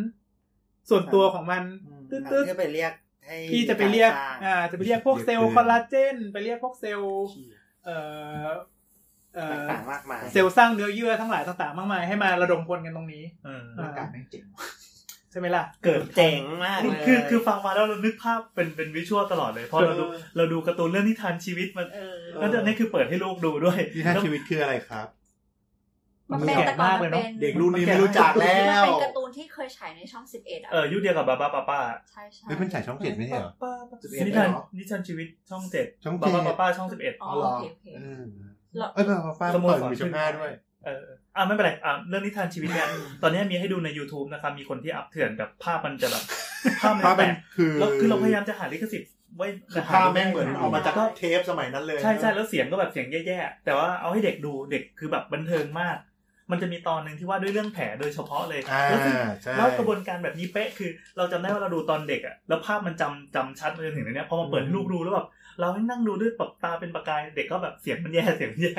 S6: ส่วนตัวของมัน
S4: อืม
S6: ตึ๊ด
S4: ที่ไปเรียกให้
S6: ๆที่จะไปเรียก
S4: สาง
S6: อ่าจะไปเรียกพวกเซลล์คอลลาเจนไปเรียกพวกเซลล์ เอ่อเอ่อ
S4: ต่างๆมากมาย
S6: เซลล์สร้างเนื้อเยื่อทั้งหลายต่างๆ มากมายให้มาระดมพลกันตรงนี้
S3: อืม
S5: ร่างกายไม่งเจ๋ง
S6: ใช่ไหมล่ะ
S3: เกิด
S4: เจ๋งมาก
S3: คือ
S4: เลย
S3: คือคือฟังมาแล้วเรานึกภาพเป็นเป็นวิชวลตลอดเลยเพราะเราดู
S5: ออ
S3: เราดูการ์ตูนเรื่องนิทานชีวิตมัน
S2: เออ
S3: แล้วเดี๋ยวนี้คือเปิดให้ลูกดูด้วย
S7: นี่ถ้าชีวิตคืออะไรครับ
S2: มันเป็นแต่ก่อนมันเป็น
S5: เด็กรุ่นนี้ไม่รู้จัก
S2: มั
S5: แล้
S2: น
S5: ว
S2: เป็นการ์ตูนที่เคยฉายในช่องสิบเอ็ดอ่ะ
S3: เออยุคเดียวกับบาบ้าป้าป้า
S2: ใช่ใช่
S7: ไม่เป็นฉายช่องเจ็ดไม่ใช่เหรอ
S3: ป้า
S5: 11
S3: นิทาน
S5: เหรอ
S3: นิทานชีวิตช่องเจ็ด
S7: ช่อง
S3: บา
S7: เจ็ด
S3: บ้าป้าป้าช่องสิบเอ็ด
S2: อ๋อ
S5: เอา
S2: โอ
S5: เหรอ
S2: เคโอเค
S7: เออ
S2: เรา
S7: เอ้ยป้าป้าป้า
S3: สโมสร
S7: เปิดอยู่ช่องห้าด้วย
S3: เอออ่ะไม่เป็นไรอ่ะเรื่องนิทานชีวิตเนี่ยตอนนี้มีให้ดูใน YouTube นะครับมีคนที่อัพเถื่อนแบบภาพมันจะแบบภาพมัน
S7: ป้าเป็
S3: แต
S7: น
S3: ก
S7: คือ
S3: แล้วคือเราพยายามจะหาลิขสิทธิ์ไว้
S5: คือ
S3: ห
S5: ภาพแม่งเหมือน
S3: ไได้
S5: เอามาจากเทปสมัยนั้นเลย
S3: ใช่ใช่แล้วเสียงก็แบบเสียงแย่ๆ แต่ว่าเอาให้เด็กดูเด็กคือแบบบันเทิงมาก มันจะมีตอนหนึ่งที่ว่าด้วยเรื่องแผลโดยเฉพาะเลย
S7: อ่า
S3: แล้วซึ่ง
S7: ใช่
S3: แล้วกระบวนการแบบนี้เป๊ะคือ เราจำได้ว่าเราดูตอนเด็กอ่ะแล้วภาพมันจำจำชัดมาจนถึงตอนเนี้ยพอมาเปิดให้ลูกดูแล้วแบบเราให้นั่งดูด้วยแบบตาเป็นประกายเด็กก็แบบเสียงมันแย่เสียงมันแย่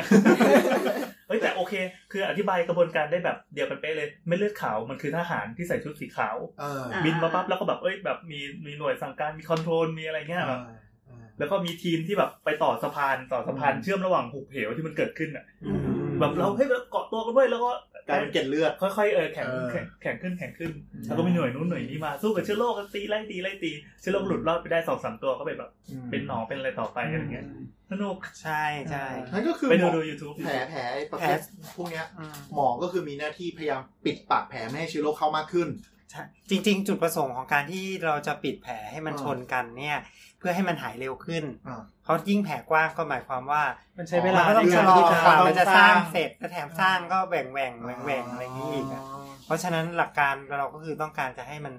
S3: <laughs> เฮ้ยแต่โอเค คืออธิบายกระบวนการได้แบบเดียวกันเป๊ะเลยไม่เลือดขาวมันคือทหารที่ใส่ชุดสีขาว
S7: เออ
S2: อ่า
S3: บินมาปั๊บแล้วก็แบบเอ้ยแบบมีมีหน่วยสั่งการมีคอนโทรลมีอะไรเงี้ยแบบ
S7: เออ
S3: แล้วก็มีทีมที่แบบไปต่อสะพานต่อสะพานเชื่อมระหว่างหุบเหวที่มันเกิดขึ้นอ่ะ
S7: อืม
S3: แบบเราให้ยเราเกาะตัวกันด้วยแล้วก็
S5: กลายเป็นเกล็ดเลือด
S3: ค่อยๆเออแข็ง
S5: เออ
S3: แข็งแข็งขึ้นแข็งขึ้น แล้วก็มีหน่วยนู้นหน่วยนี้มาสู้กับเชื้อโรคกันตีไล่ตีไล่ตีเชื้อโรคหลุดรอดไปได้สองสามตัวก็ไปแบบเป็นหนองเป็นอะไรต่อไปอะไรเงี้ยสนุก
S4: ใช่ใช่
S5: นั่นก็คือ
S3: ไปดูดู YouTube
S5: แผลแผลไอ้ประเภทพวกเนี้ย
S4: อืม
S5: หมอก็คือมีหน้าที่พยายามปิดปากแผลไม่ให้เชื้อโรคเข้ามากขึ้น
S4: ใช่จริง ๆ จุดประสงค์ของการที่เราจะปิดแผลให้มัน
S5: อ่า
S4: ชนกันเนี่ย เพื่อให้มันหายเร็วขึ้น
S5: อ่า
S4: เพราะยิ่งแผลกว้างก็หมายความว่า
S6: มันใช้เวลา
S4: มันก็ต้อง
S6: ใน
S4: ชะ
S6: การ
S4: ลอ
S6: ที่จะ
S4: กว่ามันจะสร้าง
S6: สร้าง
S4: เสร็จและแถมสร้างก็แหว่งแหว่งแหว่งแหว่งอะไรอย่างนี้อีกอะ เพราะฉะนั้นหลักการเราก็คือต้องการจะให้มัน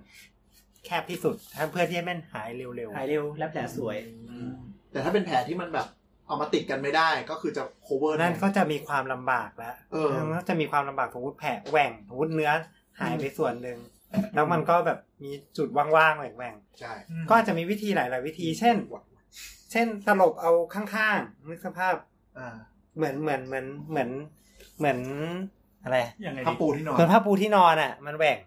S4: แคบที่สุดเพื่อที่ให้มันหายเร็ว
S1: หายเร็วและแผลสวย
S5: แต่ถ้าเป็นแผลที่มันแบบเอามาติดกันไม่ได้ก็คือจะ cover
S4: ๆนั่นก็จะมีความลำบากแล้ว
S5: เออ
S4: มันก็จะมีความลำบากสมมติแผลแหว่งสมมติเนื้อหายไปส่วนหนึ่งแล้วมันก็แบบมีจุดว่างๆแหว่ง
S5: ใช่
S4: ๆก็อาจจะมีวิธีหลาย ๆ วิธี เช่น เช่นตลบเอาข้างๆนึกสภาพ
S5: อ่า
S4: เหมือนเหมือนเหมือนเหมือนเหมือนอะไร
S3: ยังไง
S5: ถ้า
S3: ดี
S5: ปูที่นอ
S4: เห
S5: น
S4: มือนผ้าปูที่นอนอ่ะ มันแหว่ง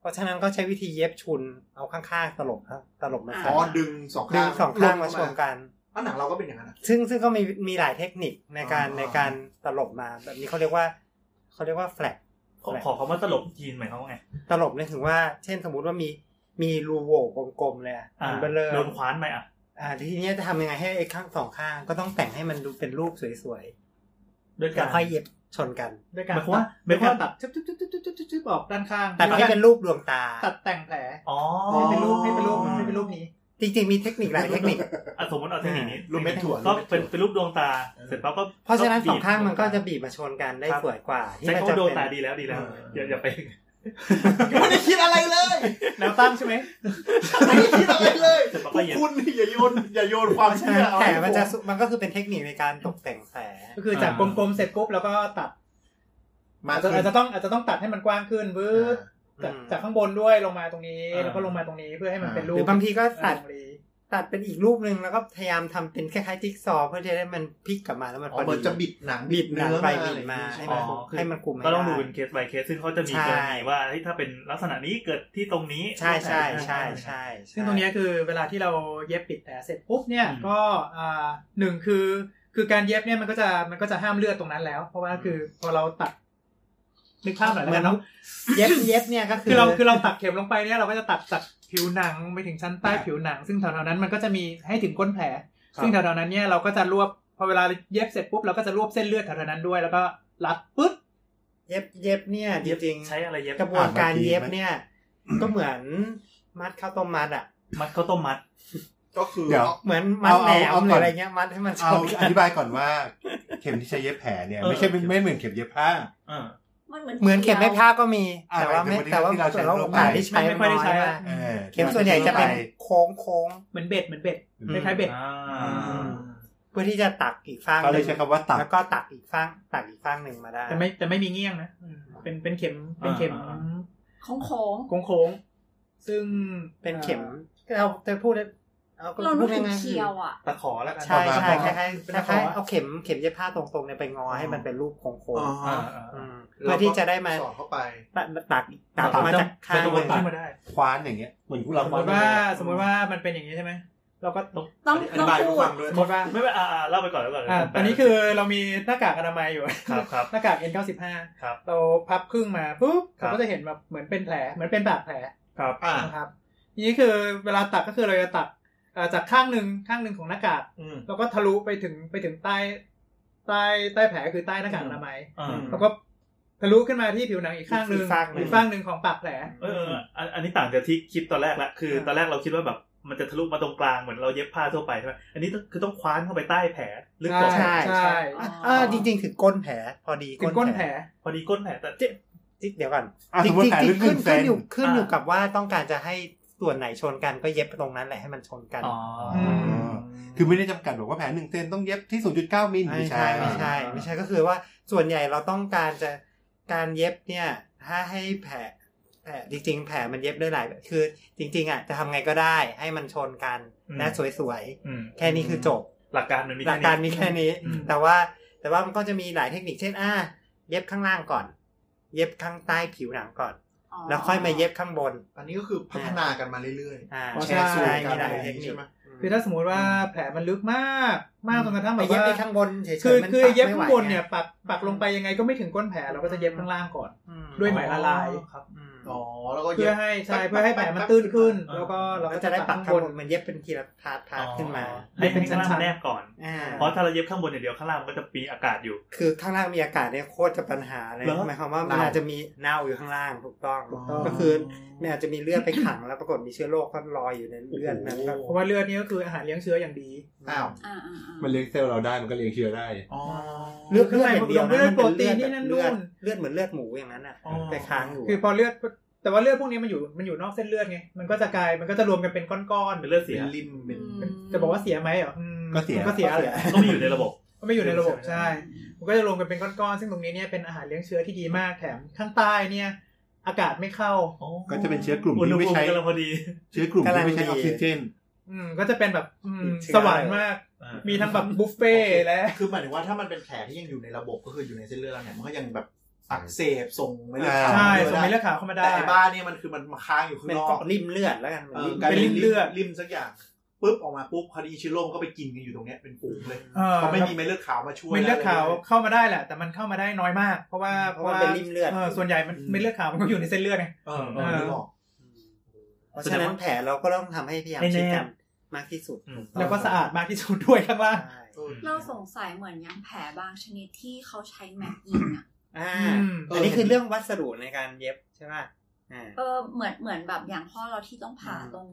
S4: เพราะฉะนั้นก็ใช้วิธีเย็บชุนเอาข้างๆตลบตลบมา
S5: อ๋อดึงสอง
S4: ดึ
S5: ข้าง
S4: งสองข้างมาชนกัน
S5: อันหนังเราก็เป็นอย่างนั้นอะ
S4: ซึ่งซึ่งก็มีมีหลายเทคนิคในการ
S5: อ๋อ
S4: ในการตลบมาแบบนี้เขาเรียกว่าเขาเรียกว่าแฟลก
S3: ขอขอเขามาตลบจีนหมายความว่าไง
S4: ตลบเนี่ยถึงว่า เช่นสมมุติว่ามีมีรูโหว่กลมๆเลยอ่ะ
S3: อ่า
S4: มันเบลอ
S3: โดนคว้านไปอ่ะ
S4: อ่าทีเนี้ยจะทำยังไงให้ไอ้ข้างสองข้างก็ต้องแต่งให้มันดูเป็นรูปสวย
S3: ด้วย
S4: ๆ
S3: กา
S4: แล้ว
S3: ร
S4: ค่อยเย็บชนกัน
S6: ด้วย
S3: ห
S6: การ
S3: มายความว่า
S6: หมาม
S3: หาย ยค
S6: คาว
S3: วาม ม
S6: ว่า
S3: ว่า
S6: ตัดชุบชุบชุบชุบชุบชุบชุบออกด้านข้าง
S4: แต่ให้เป็นรูปดวงตา
S6: ตัดแต่งแผล
S3: อ๋อ
S6: ให้เป็นรูปให้เป็นรูปให้เป็นรูปนี้
S4: จริงๆมีเทคนิคหลายเทคนิค
S3: อ่ะสมมติเอาเทคนิคนี้
S5: รูปเม็ดถั่ว
S3: ก็เป็นเป็นรูปดวงตา เสร็จปั๊บก็
S4: เพราะฉะนั้นสองข้างมันก็จะบี
S3: บีบ
S4: บมาชนกันได้
S3: ครับ
S4: สวยกว่าที่
S3: ใช้
S4: มัน
S3: คำ
S4: จะ
S3: ว่าดวง
S4: เป็น
S3: ตาดีแล้วดีแล้วอย่าอย่าไป
S5: ยังไม่ได้คิดอะไรเลย
S6: แนวตั้งใช่ไหม
S5: ไม่ได้คิดอะไรเลย
S3: แต่ปะ
S5: พว
S3: ปะ
S5: ก
S3: เย็น
S5: คุณนี่อย่าโยนอย่าโยนความ
S4: เพราะฉะ
S5: เชื่
S4: นั้น
S5: อเอา
S4: แผล
S5: ให้ผม
S4: มันจะมันก็คือเป็นเทคนิคในการตกแต่งแผล
S6: ก็คือจากกลมๆเสร็จปุ๊บแล้วก็ตัด
S5: มา
S6: อาจจะ
S5: ขึ้น
S6: อาจจะต้องอาจจะต้องตัดให้มันกว้างขึ้นวื้
S5: อ่า
S6: อจากจากข้างบนด้วยลงมาตรงนี้
S3: อ่า
S6: แล้วก็ลงมาตรงนี้เพื่อให้มันเป็นรู
S4: ห
S6: ป
S4: รือบางทีก็ตัด
S6: ตรงนี้
S4: ตัดเป็นอีกรูปหนึ่งแล้วก็พยายามทำเป็นคล้ายๆจิ๊กซอว์เพื่อจะได้มันพลิกกลับมาแล้วมันพ
S5: อ๋อ
S4: อ
S5: เหมือน
S4: ดี
S5: จะบิดหนัง
S4: บิดหนังไป
S5: เนื้
S4: บิดมา
S5: อ
S4: ให้
S5: มา
S4: มัน
S5: อะไร
S3: อ๋อคือ
S4: ให้มันกลุ่มให้
S3: ก็ต้องดู
S4: ได้
S3: เป็นเคส by เคสซึ่งเขาจะมี
S4: ใช่
S3: กรณีว่าเฮ้ยถ้าเป็นลักษณะนี้เกิดที่ตรงนี้
S4: ใช่ใช่ใช่ใช่
S6: ซึ่งตรงเนี้ยคือเวลาที่เราเย็บปิดแผลเสร็จปุ๊บเนี่ย
S3: อืม
S6: ก็อ่าหนึ่งคือคือการเย็บเนี่ยมันก็จะมันก็จะห้ามเลือดตรงนั้นแล้ว เพราะว่าคือพอเราตัดนึกภาพหน่อยแล้วกันเนาะ
S4: เย็บเย็บเนี่ยก็คื
S6: คือเราคือเราตัดเข็มลงไปเนี่ยเราก็จะตัดจากผิวหนังไปถึงชั้นใต้ผิวหนัง ซึ่งแถวๆนั้นมันก็จะมีให้ถึงก้นแผล ซึ่งแถวๆนั้นเนี่ยเราก็จะรวบพอเวลาเย็บเสร็จปุ๊บเราก็จะรวบเส้นเลือดแถวๆนั้นด้วย แล้วก็รัดปึ๊บ
S4: เย็บเย็บเนี่ยจ
S3: เย็บ
S4: ริง
S3: ใช้อะไรเย็บ
S4: ๆกระบวนการเย็บเนี่ย ก็เหมือนมัดข้าวต้มมัดอ่ะ
S3: มัดข้าวต้มมัด
S5: ก็คือ
S7: เดี๋ยว
S4: เหมือนมัดแหนม
S7: เอาเอา
S4: หรือ
S7: ก่อน
S4: อะไรเงี้ยมัดให้มันช
S7: เอา
S4: น
S7: อธิบายก่อนว่า เข็มที่ใช้เย็บแผลเนี่ย
S3: เออ
S7: ไม่ใช่เป็นไม่เหมือนเข็มเย็บผ้า
S3: อ่า
S2: มันเหมือน
S4: เหมือนเข็มแม่ผ้าก็มี
S7: อ่า
S4: แต่ว่าไม่
S7: หมายถึง
S4: แต่ว่า
S7: ที่เราใช้
S4: แต่ว่า
S7: ทั่
S4: โอ
S7: วไป
S4: กาสที่ใช้
S6: ไม่ค่อยได้ใช้
S4: น้อมาก
S7: เออ
S4: เข็มส่วนใหญ่จะเป็น
S7: ไป
S4: โค้งโค้ง
S6: เหมือนเบ็ดเหมือนเบ็ด
S7: อืม
S6: คล้ายๆเบ็ด
S3: อ่า
S4: ๆเพื่อที่จะตักอีกฟาง
S7: เขาเลยใช้คำว่าตัด
S4: แล้วก็ตักอีกฟางตักอีกฟางหนึ่งมาได้
S6: แต่ไม่แต่ไม่มีเงี้ยงนะอืมเป็นเป็นเข็มเป็นเข็ม
S3: อ่า
S2: ของของ
S6: โค้งโค้งๆซึ่ง
S4: เป็นเข็มเราจะพูดได้เอาก็
S2: เรา
S4: พู
S2: รู้
S4: ด
S2: ถึง
S4: ง่ายๆ
S2: เคียวอ่ะ
S3: ตะขอแล้วกัน
S4: ใช่ใช่
S3: ประ
S4: ค
S3: มาณนั้น
S4: ล้ายๆคล้ายๆเอาเข็มเข็มเย็บผ้าตรงๆเนี่ยไปงอให้มันเป็นรูปโค้ง
S5: อ๋อ
S3: อ่าอ่า
S4: ๆ
S3: อ่า
S4: อืมเพื่อที่จะได้มา
S5: สอดเข้าไป
S4: ตัดตักตักมาจากข้าง
S3: มันต้อง
S4: หนึ่ง
S3: ตัดขึ้นมาได้
S7: คว้านอย่างเงี้ยเหมือนพวก
S6: ส
S7: เรา
S6: ม
S7: ค
S6: ม
S7: ว้าน
S6: ติว่าสมมติว่ามันเป็นอย่างนี้ใช่ไหมเราก็ต้อง
S2: ต้อง
S5: อ
S2: ต้
S5: ธิ
S2: อง
S5: บายให้
S2: พู
S5: ฟั
S2: ด
S5: งด้วย
S6: สมมติว่า
S3: ไม่ไม่อ่าอ่าเล่าไปก่อนเล่าไปก่อน
S6: อ่าตอนนี้คือเรามีหน้ากากอนามัยอยู่
S3: ครับครับ
S6: <laughs> หน้ากาก N95
S3: ครับ
S6: เราพับครึ่งมาปุ๊บ
S3: ครั
S6: เรา
S3: บ
S6: ก็จะเห็นแบบเหมือนเป็นแผลเหมือนเป็นบาดแผล
S3: ครับ
S5: อ่า
S6: นะครับนี่คือเวลาตัดก็คือเราจะตัดเอ่อจากข้างหนึ่งข้างหนึ่งของหน้ากาก
S5: อืม
S6: แล้วก็ทะลุไปถึงไปถึงใต้ใต้ใต้แผลคือใต้หน้ากากอนามัย
S3: อ่า
S5: อืม
S6: แล้วก็ทะลุขึ้นมาที่ผิวหนังอีกข้างหนึ่ง
S4: อีกฟางหนึ่ง
S6: อีกข้างหนึ่งของปากแผล
S3: เออเอออันอันนี้ต่างจากที่คลิปตอนแรกละคือตอนแรกเราคิดว่าแบบมันจะทะลุมาตรงกลางเหมือนเราเย็บผ้าทั่วไปใช่ไหมอันนี้คือต้องคว้านเข้าไปใต้แผลลึกกว่า
S6: ใช่
S4: อ่ะเออจริง ๆ ถึงก้นแผลพอดี
S6: ถึงก้นแผล
S3: พอดีก้นแผลแต่เจ๊
S4: จิ๊กเดี๋ยวก่อน
S7: อ่ะสมมติแผลลึกห
S4: ขึ้
S7: นึ่
S4: น
S7: งเซ
S4: ขึ้น
S7: น
S4: อยู่ขึ้นอยู่
S3: อ่า
S4: กับว่าต้องการจะให้ส่วนไหนชนกันก็เย็บตรงนั้นแหละให้มันชนกัน
S3: อ๋ออ
S6: ม
S7: คือไม่ได้จำกัดบอกว่าแผลหนึ่งเซนต้องเย็บที่ 0.9มิล
S4: ไม่
S7: ไม่
S4: ใช่
S7: ใช่
S4: ไม่ใช่ไม่ใช่ก็คือว่าส่วนใหญ่เราต้องการจะการเย็บเนี่ย ถ้าให้แผลแผลจริง ๆ แผลมันเย็บได้หลายแบบคือ จริง ๆอ่ะจะทำไงก็ได้ให้มันชนกันและสวย
S3: อืม
S4: ๆแค่นี้คือจบ
S3: หลักการมันมี
S4: หลักการมีแค่นี้
S6: อืม
S4: แต่ว่าแต่ว่ามันก็จะมีหลายเทคนิคเช่นอ่ะเย็บข้างล่างก่อน เย็บข้างใต้ผิวหนังก่อน แล้วค่อยมาเย็บข้างบน
S5: อันนี้ก็คือพัฒนากันมาเรื่อย
S4: อ่า
S6: อ๋อ
S5: ๆ
S6: ใช่
S5: แชร์สูตรกั
S4: มี
S5: น
S4: ห
S5: อะ
S4: ลาย
S5: ไรอ
S4: เท
S5: ย่า
S4: คนิค
S5: งนี้ใช่ไหม
S6: คือถ้าสมมติว่าแผลมันลึกมากมากจนกระทั่งแบ
S4: ไป
S6: บ
S4: เย็บ
S6: ว่า
S4: ไปข้างบนเฉยๆ
S6: คือ
S4: มัน
S6: คือเย็บ
S4: ไม่ไหว
S6: ข้างบนเนี่ย
S4: ไง
S6: ปักปักลงไปยังไงก็ไม่ถึงก้นแผลเราก็จะเย็บข้างล่างก่อน
S4: อืม
S6: ด้วยไหมละลาย
S4: อืม
S5: อ๋อแล้วก็เย็
S6: เพื่อบ ให้ใช่เพื่อให้แผลมันตื้นขึ้น แล้วก็เรา
S4: แล้ว
S6: ก็
S4: จะได้ปั
S6: ข้า
S4: ก
S6: ง
S4: ข้าง
S6: บบ น
S4: นมันเย็บเป็นทีละพาร์ทพาร์ทขึ้นมา
S3: ให้เป็นชั้นชั้นแนบก่อน
S4: อ่า
S3: เพราะถ้าเราเย็บข้างบนอย่างเดียวข้างล่างมันก็จะมีอากาศอยู่
S4: คือข้างล่างมีอากาศเนี่ยโคตรจะปัญหาเลย
S3: เหรอ
S4: หมายความว่ามัน
S5: เน่า
S4: อาจจะมีเน่าอยู่ข้างล่างถูกต้อง
S5: อ๋อ
S4: ก็คือมันอาจจะมีเลือดไปขังแล้วปรากฏมีเชื้อโรคก็ลอยอยู่ในเลือดนั้นก็
S6: เพราะว่าเลือดนี่ก็คืออาหารเลี้ยงเชื้ออย่างดี
S5: อ้าว
S2: อ่าอ่าอ่า
S7: มันเลี้ยงเซลล์เราได้มันก็เลี้ยงเชื้อได้
S5: อ๋อ
S4: เลือดเลือดอย่างเดียว
S6: เลือด
S4: นะมัน
S6: โปร
S4: เป็น
S6: ตี
S4: เลือน
S6: นี่
S4: ดแบบ
S6: นั่น
S4: เลือ
S6: นู่
S4: ด
S6: น
S4: เลือดเหมือนเลือดหมูอย่างนั้นอ่ะ
S3: อ๋อ
S4: ไปค้างอยู่
S6: คือพอเลือดแต่ว่าเลือดพวกนี้มันอยู่มันอยู่นอกเส้นเลือดไงมันก็จะกลายมันก็จะรวมกันเป็นก้อน
S3: เป็นเลือดเสี
S5: เป็
S3: ย
S5: นริมเป็น
S2: อืม
S6: ๆจะบอกว่าเสียไหมเหรออืม
S7: ก็เสีย
S6: มันก็เสียแหละ
S3: ก็ไม่อยู่ในระบบ
S6: ก็ไม่อยู่ในระบบใช่ มันก็จะรวมกันเป็นก้อนๆซึ่งตรงนี้เนี่ยเป็นอาหารเลี้ยงเชื้อที่ดีมากแถมข้างใต้เนี่ย อากาศไม่เข้า
S7: ก็จะเป็นเชื้อกลุ่ม
S3: อุณห
S7: ที่
S3: ภู
S7: ไม่
S3: มิ
S7: ใช้
S3: กำลังพอดี
S7: เชื้อกลุ่มที่ไม่ใช้ออกซิเจน
S6: อืมก็จะเป็นแบบอืมสวรรค์มาก มีทั้งแบบบุฟเฟ่ต์และ
S5: คือหมายถึงว่าถ้ามันเป็นแผลที่ยังอยู่ในระบบก็คืออยู่ในเส้นเลือดเราเนี่ยมันก็ยังแบบอักเสบส่งไม่เลือดขาว
S6: ใช่
S5: า
S6: ส่งเม็ดเลือดขาวเข้ามาได้
S5: แต่ไอ้บ้านเนี่ยมันคือมันมาค้างอยู่ข้าง
S4: เป็น
S5: นอ
S4: เกาะ
S5: ก
S4: ริมเลือดแล้วกัน
S5: เออ
S4: ริม
S5: กลาย
S4: เป็
S5: เป็น น
S4: ริ
S5: ริ
S4: ม
S5: ม
S6: เลื
S5: เลื
S6: อ
S5: อ
S6: ด
S5: ดริมสักอย่างปุ๊บออกมาปุ๊บคราวนี้ชิโร่มนก็ไปกินกันอยู่ตรงเนี้ยเป็นฝูงเลย
S6: เออ
S5: เขาะไม่มีเม็ดเลือดขาวมาช่วย
S6: เม็ดเลือดขาว
S5: ะไรย
S6: เข้ามาได้แหละ แต่มันเข้ามาได้น้อยมาก เพราะว่า
S4: เพราะว่าเป็นริมเลือด
S6: เออส่วนใหญ่มัน
S5: อืม
S6: เม็ดเลือดขาวมันก็อยู่ในเส้นเลือดไง
S5: เออเออนึกออก
S4: เพราะฉะนั้นแผลเราก็ต้องทำให้พยายามชิดกันมากที่สุด
S3: อืม
S6: แล้วก็สะอาดมากที่สุดด้วยข้างล่าง
S4: ใช่
S5: เออ
S2: เราสงสัยเหมือนอยังแผลบางชนิดที่เขาใช้แม็กยิงอ่ะ
S4: อ่า
S6: อืม
S4: อันนี้คือเรื่องวัสดุในการเย็บใช่ป่ะอ่า
S2: เออเหมือนเหมือนแบบอย่างพ่อเราที่ต้องผ่า
S4: อืม
S2: ตรง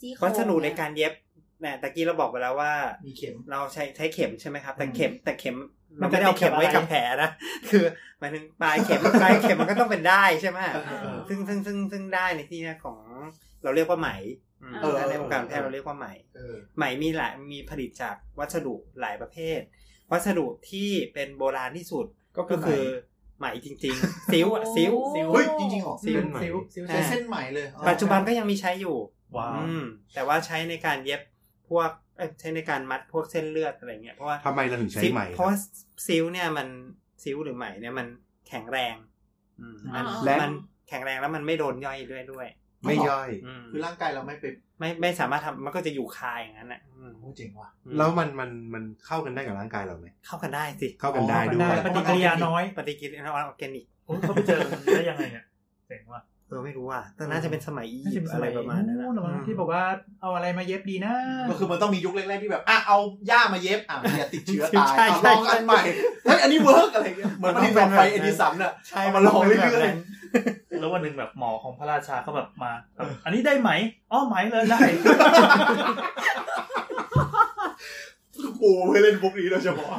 S2: ซี่โครง
S4: วัสดุใน
S2: เนี่ย
S4: การเย็บเนี่ยตะกี้เราบอกไปแล้วว่า
S5: มีเข็ม
S4: เราใช้ใช้เข็มใช่ไหมครับ แต่
S5: อืม
S4: เข็มแต่เข็ม
S6: มั
S4: เรา
S6: นจะ
S4: ไม่ได้เอาเข็ม
S6: ติดกับ
S4: ไว้กับ
S6: อะไร
S4: แผลนะ <laughs> คือหมายถึงปลายเข็มปลายเข็มมันก็ต้องเป็นได้ใช่ไหม
S5: เออเออ
S4: ซึ่งซึ่งซึ่งซึ่งได้ในที่เนี้ยของเราเรียกว่าไหมอืม
S5: เออ
S4: และในวงการแพทย์เราเรียกว่าไหม
S5: เออ
S4: ไหมมีหลายมีผลิตจากวัสดุหลายประเภท วัสดุที่เป็นโบราณที่สุดก็คือไหมจริงๆซิ้วอะซิ้วซิ้ว
S5: เฮ้ยจริงๆเหรอ
S6: ซิล
S4: ซิ
S6: ซิ
S4: ล
S6: ลซิล
S5: ใช้เส้นไหมเลยอ๋อ
S4: ปัจจุบันก็ยังมีใช้อยู่
S3: ว้าว
S4: อืมแต่ว่าใช้ในการเย็บพวกเอ้ยใช้ในการมัดพวกเส้นเลือดอะไรเงี้ยเพราะว่า
S7: ทำไมเราถึงใช้ไหม
S4: ซิ้วเพราะว่าซิ้วเนี่ยมันซิ้วหรือไหมเนี่ยมันแข็งแรงอืมมัน
S2: อ๋อ
S7: และ
S4: มันแข็งแรงแล้วมันไม่โดนย่อยด้วยด้วย
S7: ไม่ย่อย
S4: อืม
S5: คือร่างกายเราไม่เป็น
S4: ไม่ไม่สามารถทำมันก็จะอยู่คาอย่างนั้นแหละอืม
S5: โอ้เจ๋งว่ะ
S7: แล้วมันมันมันเข้ากันได้กับร่างกายเราไหม
S4: เข้ากันได้สิ
S7: เข้ากันได้
S5: เข้ากั
S7: ด้
S5: นได้
S7: วย
S6: ปฏิกิริยาน้อย
S4: ปฏิกิริยาออร์แกนิก
S3: โอ้เขาไปเจอกันได้ยังไงเนี่ยเจ๋งว่ะ
S4: เออไม่รู้อ่ะแต่น่าจะเป็นสมัยอี
S6: น่า
S4: ยิ
S6: จะเป็น
S4: ปต์
S6: ส
S4: อะไร
S6: มัย
S4: ประมาณนั้นอะ
S6: นู้นนะมั้งที่บอกว่าเอาอะไรมาเย็บดีนะ
S5: ก็คือมันต้องมียุคแรกๆที่แบบอ่ะเอาหญ้ามาเย็บอ่ะเนี่ยติดเชื้อตาย
S4: ใช่
S5: เอาล
S4: ใช่
S5: องอันใหม่เฮ้ยอันนี้เวิร์กอะไรเงี้ยเหมือนมันที่แบบไฟเอดิสันอ่ะ
S4: ใช่
S5: เอามาลองเรื่อยๆ
S4: แบบนั้น
S3: แล้ววันหนึ่งแบบหมอของพระราชาเขาแบบมาแบบอันนี้ได้ไหมอ๋อไหมเลยได้
S5: ปูเพื่อเล่นพวกนี้โดยเฉพาะ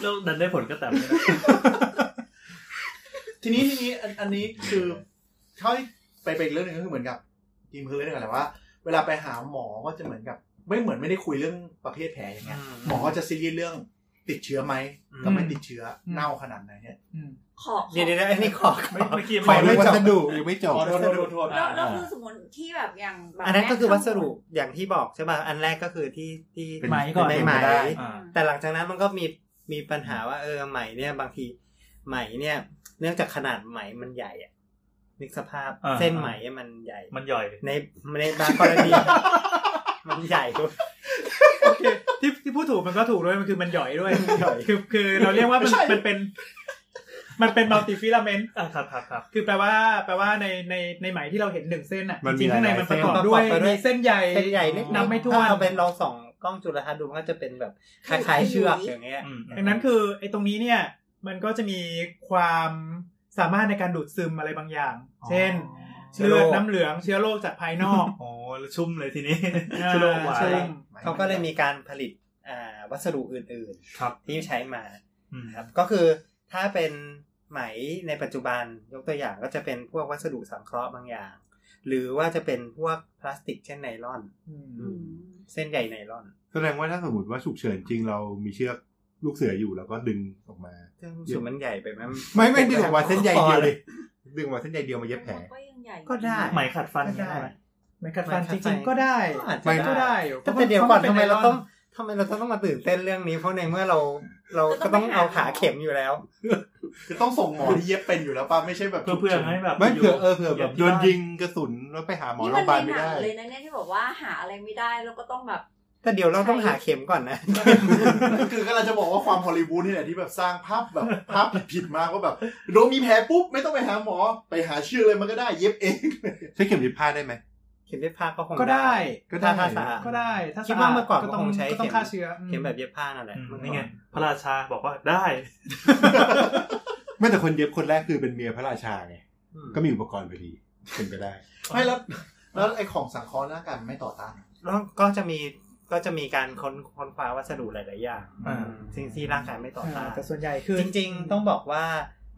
S3: แล้วดันได้ผลก็แต่ไม่ได้
S5: ทีนี้ทีนี้อันอันนี้คือเท่าที่ไปไปอีกเรื่องหนึงก็คือเหมือนกับทีมคือเรื่องอะไรว่า เวลาไปหาหมอก็จะเหมือนกับ ไม่เหมือนไม่ได้คุยเรื่องประเภทแผลอย่างเงี้ยหมอก็จะซีเรียสเรื่องติดเชื้อไหมกับไม่ติดเชื้อ
S6: อืม
S5: เน่าขนาดไหนเนี่ย
S6: อืม
S2: ขอขอ
S4: เดี๋ยวเดี๋ยวเดี๋ยวอันนี้ขอ
S3: ไม่เมื่อกี้
S7: ขอ
S3: ไม่
S7: เรื่
S3: รู้
S7: องวัสดุยังไม่จบ
S5: ขอโทษโทษโทษโทษ
S2: แล้วแล้วคือสมมติที่แบบอย่างแบบ
S4: อันนั้นก็คือ
S2: แม็
S4: วัสดุอย่างที่บอกใช่ป่ะอันแรกก็คือที่ที่
S7: เป็น
S6: ไหมก่อน
S4: เป็ไหม
S7: เป็นไป
S2: ข้า
S7: ได้
S2: งบน
S3: อ่า
S4: แต่หลังจากนั้นมันก็มีมีปัญหาว่าเออไหมเนี่ยบางทีไหมเนี่ย เนื่องจากขนาดไหมมันใหญ่อะนึกสภาพ
S3: อ่า
S4: เส้นไหมมันใหญ่
S3: มันย่อย
S4: ในในบางกรณี มันใหญ่กว่า
S6: โอเคที่ที่พูดถูกมันก็ถูกด้วยมันคือมันหย่อยด้วยคือคือเราเรียกว่ามันมันเป็น มันเป็นมัลติฟิลาเมนต์
S3: อ่าครับครับครับ
S6: คือแปลว่าแปลว่าในในในไหมที่เราเห็นหนึ่งเส้นอ่ะ
S7: มัน
S6: จ
S7: มี
S6: ริงๆข้างใน
S7: หลายๆ
S6: มันประกอบด้วย
S4: เส้นประกอบไปด้วย
S6: มีเส้นใหญ่
S4: เส้นใหญ่เล็กๆ
S6: นับไม่ถ้วน
S4: ถ้าเราเป็นลองส่องกล้องจุลทรรศน์ดูมันก็จะเป็นแบบคล้ายๆเชือกอย่างเงี้ย
S3: อืม
S6: ดังนั้นคือไอ้ตรงนี้เนี่ยมันก็จะมีความสามารถในการดูดซึมอะไรบางอย่าง เช่น
S4: เชื้อ
S6: เลื
S4: โร
S6: อ
S4: ค
S6: ดน้ำเหลืองเชื้อโรคจากภายนอก
S3: โอ้แล้วชุ่มเลยทีนี้
S6: อ่า
S3: ชุ่มลงหวาน
S6: ใช่
S3: ละ
S4: เขาก็เลยมีการผลิตอ่าวัสดุอื่น
S3: ครับ
S4: ๆ ที่ใช้มา
S3: อืม
S4: นะครับก็คือถ้าเป็นไหมในปัจจุบันยกตัวอย่างก็จะเป็นพวกวัสดุสังเคราะห์บางอย่าง หรือว่าจะเป็นพวกพลาสติกเช่นไนลอน
S2: อืม
S4: เส้นใยไนลอน
S7: แสดงว่าถ้าสมมติว่าฉุกเฉินจริงเรามีเชือกลูกเสืออยู่แล้วก็ดึงออกมา
S4: ซึ่งส่วนมันใหญ่ไปไหม
S7: ไม่ไม่ดึงออกมาเส้นใยเดียวเลยดึงออกมาเส้นใยเดียวมาเย็บแผล
S2: ก็ยังใหญ่
S4: ก็ได้
S3: ไหมขัดฟัน
S4: ก็ได้
S3: ได้ไหม
S6: เหมือนกัดฟันจริงๆก็ได้
S4: ก็อาจ
S7: ไม่
S4: จะ
S6: ก็ได้อยู่
S4: แต่เดี๋ยวก่อน
S6: พะ
S4: ทำไมเรา
S6: น
S4: ต้องทำไมเราต้องมาตื่นเต้นเรื่องนี้เพราะในเมื่อเราเราก็ต้องเอาขาเข็มอยู่แล้ว
S5: คือต้องส่งหมอที่เย็บเป็นอยู่แล้วป่ะไม่ใช่แบบ
S3: เพื่อเพื่อให้แบบ
S7: ไม่เผื่อยู่ เออเผื่อแบบโดนยิงกระสุนแล้วไปหาหมอ
S2: นี่
S7: โร
S2: มั
S7: ง
S2: น
S7: พยาบาล
S2: ใน
S7: ไม่
S2: หนัง
S7: ได้
S2: เลยนะเนี่ยที่บอกว่าหาอะไรไม่ได้แล้วก็ต้องแบบ
S4: แต่ แต่เดี๋ยวเราต้องหาเข็มก่อนนะ
S5: คือกำลังจะบอกว่าความฮอลลีวูดนี่แหละที่แบบสร้างภาพแบบภาพผิดๆมากว่าแบบโดนมีแผลปุ๊บไม่ต้องไปหาหมอ ไปหาเชือกเลยมันก็ได้เย็บเอง
S7: ใช้เข็มทิพผ้าได้ไหม
S4: เข็มเย็บผ้าก็คง
S6: ก็ได้
S7: ก็
S4: ถ้า
S7: ได้
S4: ถ้าสะอาด
S6: ก็ได้ ถ้า
S4: คิดว่าเมื่อก่อน
S6: ก็ต้อง
S4: ก็คงใช้
S6: ก็ต้อง
S4: เข็ม
S6: ฆ่าเชื้ออืม
S4: เข็มแบบเย็บผ้านั่นแหละ
S3: อืม
S4: เมื่อก่อ
S3: นี่ไงพระราชาบอกว่าได้
S7: ไม่แต่คนเย็บคนแรกคือเป็นเมียพระราชาไง
S4: อืม
S7: ก็มีอุปกรณ์พอดีเป็นไปได้
S5: ไม่แล้วแล้วไอ้ของสังเคราะห์หน้ากากมันไม่ต่อต้าน
S4: แล้วก็จะมีก็จะมีการค้นค้นคว้าวัสดุหลาย ๆ อย่าง
S3: อ่า
S4: สิ่งที่ร่างกายไม่ต่อต้า
S6: อ่าน แต่ส่วนใหญ่คือ
S4: จริงๆต้องบอกว่า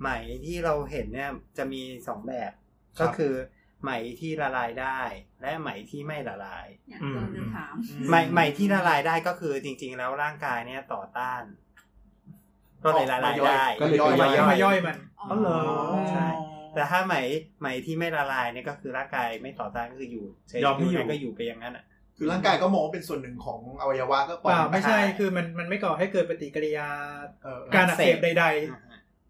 S4: ไหมที่เราเห็นเนี่ยจะมีสองแบบ
S5: ครับ
S4: ก็คือไหมที่ละลายได้ และไหมที่ไม่ละลาย
S1: เนี่ยเราจะถาม
S4: ไหมไหมที่ละลายได้ก็คือจริง ๆ แล้วร่างกายเนี่ยต่อต้าน ก็เลยละลายได้
S7: ก็เลยเป็น
S6: มา
S7: มา
S6: ย่อยมาย่อยมัน
S1: อ๋อ
S4: อ๋อเหรอ ใช่
S5: อ๋อ
S4: แต่ถ้าไหมไหมที่ไม่ละลายเนี่ยก็คือร่างกายไม่ต่อต้านก็คืออยู่เฉย
S3: ยอมให้
S4: ๆ
S3: อยู่
S4: มันก็อยู่ไปอย่างนั้นอ่ะ
S5: คือร่างกายก็มองว่าเป็นส่วนหนึ่งของอวัยวะก็ป
S6: เป
S5: ล่อย
S6: ล่า
S5: ป
S6: ไม่ใช่
S4: ไม่ได้
S6: คือมันมันไม่ก่อให้เกิดปฏิกิริยา
S5: เออ
S6: การอักเสบใด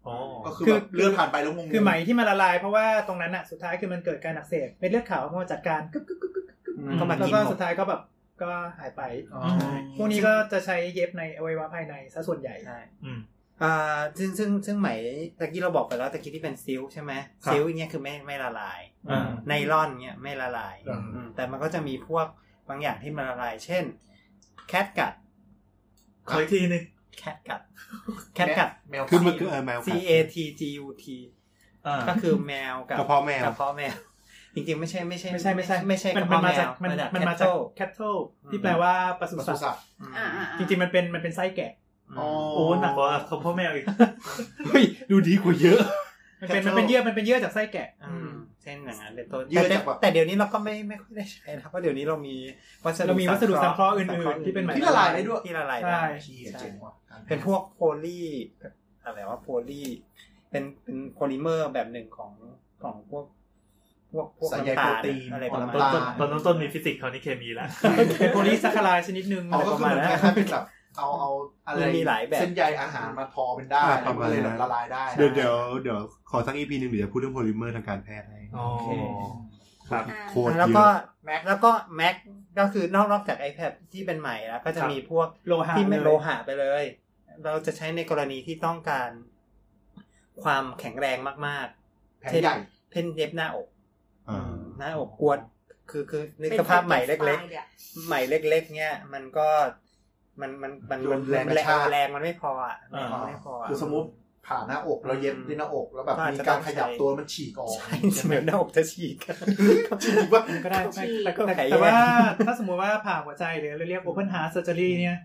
S3: อ๋อ
S5: ก็คือแบบเลื่อนผ่านไปแล้วงง
S6: ๆ
S5: ๆ
S6: คือไหมที่มันละลายเพราะว่าตรงนั้นอ่ะสุดท้ายคือมันเกิดการอักเสบเม็ดเลือดขาวพอจัดการกึ๊บกึ๊บกึ๊บกึ๊บกึ๊บ
S4: อืมก็มา
S6: แล้ว
S4: กิน
S6: ก็
S4: หม
S6: สุ
S4: ด
S6: ดท้ายก็แบบก็หายไป
S5: อ๋อ
S6: พวกนี้ก็จะใช้เย็บในอวัยวะภายในซะส่วนใหญ่
S4: ใช่
S3: อืม
S4: อ่าซึ่งซึ่งซึ่งไหมตะกี้เราบอกไปแล้วตะกี้ที่เป็นซิลใช่ไหม
S5: ครับ
S4: ซิลอย่างเงี้ยคือไม่ไม่ละลาย
S3: อ่า
S4: ไนลอนเนี่ยไม่ละลาย
S5: อืม
S4: อืมแต่มันก็จะมีพวกบางอย่างที่มันละลาย เช่น แคทกัด
S3: ขออีกทีหนึง
S4: แคทกัด แคทกัด
S5: แมว
S7: คือมันคือเออแมว
S4: C A T G U T
S3: อ่า
S4: ก็คือแมวกับ
S7: กระเพาะแมว
S4: กระเพาะแมว จริงๆไม่ใช่ไม่ใช่
S6: ไม่ใช่ไม่ใช่
S4: ไม่ใช่
S6: มัน
S4: กระ
S6: มัน
S4: เพาะแม
S6: มาจาก
S4: ว
S6: มัน
S4: จ
S6: มันมาจาก
S4: แคทโต้
S6: cattle
S4: อื
S6: ที่
S4: ม
S6: แปลว่าปศุ
S5: ป
S6: สั
S5: ศุ
S6: ตว์
S5: สัตว์
S4: อืม
S1: อ่าอ่า
S6: จริงๆมันเป็นมันเป็นไส้แกะ
S5: อ๋อ
S3: โอ้หนักกว่าเขาพ่อแม่อีก
S7: เฮ้ยดูดีกว่าเยอะ
S6: มันเป็น
S5: cattle
S6: มันเป็นเยื่อมันเป็นเยื่อจากไส้แกะ
S4: อืมเช่นอย่างนั้นเป็นต้น
S5: เยื่อจากแบบ
S4: แต่เดี๋ยวนี้เราก็ไม่ไม่ค่อยได้ใช้นะเพราะเดี๋ยวนี้เรามีวัสดุ
S6: เรามีวัสดุสังเคราะห์อื่นๆที่เป็นไหม
S5: ที่ละลายได้ด้วย
S4: ที่ละลาย
S6: ใช่
S4: ได้
S5: เชี่ยเจ๋งว่ะ
S4: เป็นพวกโพลีอะไรว่าโพลีเป็นเป็นโพลิเมอร์แบบหนึ่งของของพวก พวกพวก
S5: สายใย
S4: น้ำ
S5: โป
S4: ตาร ล
S5: ตีน
S4: อะไร
S5: ข
S4: ป
S5: อง
S4: ระมาณ
S5: น้ำตา
S4: นั้น
S5: ล
S3: ตอนต้นๆมีฟิสิกส์คราวนี้เคมีแล้ว
S6: เป็นโพลีสัคคารายชนิดหนึง
S5: เอาก็คือเหมือนคล้ายๆเป็นแบบเอาเอาอะไร
S4: มันมีหลายแบบ
S5: เส้นใยอาหารมาทอเป็นได้
S7: อ่าประมาณ
S5: ก็เลย
S7: นั้
S5: แบบ
S7: น
S5: ละลายได้
S7: เดี๋ยวเดี๋ยวเดี๋ยวขอสักอีพีหนึ่งเดี๋ยวจะพูดเรื่องโพลิเมอร์ทางการแพทย์ให้
S3: อ๋อ
S7: โอเค
S3: ครับ
S7: โค
S1: อ่า
S7: ตร
S4: แล้ว
S7: เย
S4: ก็
S7: อะ
S4: แม็กแล้วก็แม็กก็คือนอกนอกจาก iPad ที่เป็นใหม่แล้วก็จะ
S3: ครับ
S4: มีพวก
S6: โลหะ
S4: ที่เป็น
S6: เลย
S4: โลหะไปเลย เราจะใช้ในกรณีที่ต้องการ ความแข็งแรงมากๆ
S5: แผลใหญ่
S4: เช่นเย็บหน้าอก
S7: อ่า
S4: หน้าอกกวดคือคือนึกสภาพใหม่เล็ก ๆ ใหม่เล็กๆ เนี่ยมันก็มันมันมัน
S5: โด
S4: มัน น
S5: แรงกระชาก
S4: แรงมันไม่พออ่ะแรง
S5: อ๋อ
S4: มันไม่พออะ
S5: คือสมมติผ่าหน้าอกแล้วเย็บที่หน้าอกแล้วแบบ
S4: ก็อาจ
S5: มี
S4: จะ
S5: การขยับ
S4: ต้องใช้
S5: ตัวมันฉีกออก
S4: ใช่เดี๋ยวหน้าอกจะฉีก
S5: จริงๆว่า
S6: ก็ได้
S2: ฉีก
S6: แต่
S4: ก็
S6: แต่
S4: ไข
S6: แต่ว่า
S4: แย
S6: ถ้าสมมุติว่าผ่าหัวใจหรือเราเรียก open heart surgery เนี่ย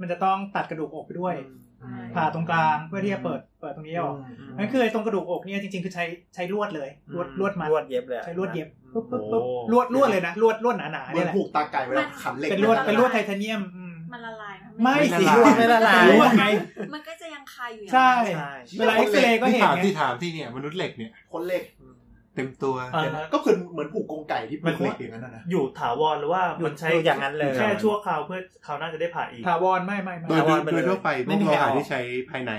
S6: มันจะต้องตัดกระดูกอกไปด้วย ผ่าตรงกลางเพื่อที่จะเปิดเปิดตรงนี้ออกนั่นคือไอ้ตรงกระดูกอกเนี่ยจริงๆคือใช้ใช้ลวดเลยลวดลวดมัด
S4: ลวดเย็บเลยอะ
S6: ใช้ลวดเย็บ
S4: อื
S6: ปุ๊บ
S4: ม
S6: ปุ๊บปุ๊บ
S3: โอ้
S6: ลวดลวดเลยนะลวดลวดหนาๆ
S5: เหมื
S6: เนี่
S5: อย น
S6: แหละ
S5: ผูกตาไก่เวลาขันเหล็ก
S6: เป็นลวด
S5: มัะาย
S6: เป็นลวดไทเทเนียมอืม
S1: มันละลายนะ
S6: ไม่
S1: ละ
S6: สิ
S1: ลาย
S6: ลวด
S4: ไม่ละลาย
S6: ลวดไง
S1: มันก็จะยังคาอยู่อย่าง
S6: ใช่
S1: นั้น
S4: ใช่
S6: เวลาเอ็กซเรย์ก็เห็น
S7: ถาม
S6: ไง
S7: ที่ถามที่เนี่ยมนุษย์เหล็กเนี่ย
S5: คนเหล็ก
S4: อืม
S7: เต็มตัว
S3: อ่า
S5: เดี๋ยวนะก็คือเหมือนผูกกรงไก่ที่ผูกเหล็กอย่างนั้นนะนะ
S3: อยู่ถาวรหรือว่ามันใช้
S4: อยู่อย่างนั้นเลย
S3: แค่ชั่วคราวเพื่อคราวหน้าจะได้ผ่าอีก
S6: ถาวรไม่ไม่ไม่
S7: โดย
S4: ถาวรไป
S7: โด
S4: เลย ย
S7: ทั่วไปพ
S4: ไม่
S7: วก
S4: มี
S7: โล
S4: ใครอ
S7: หะ
S4: อก
S7: ที่ใช้ภายใน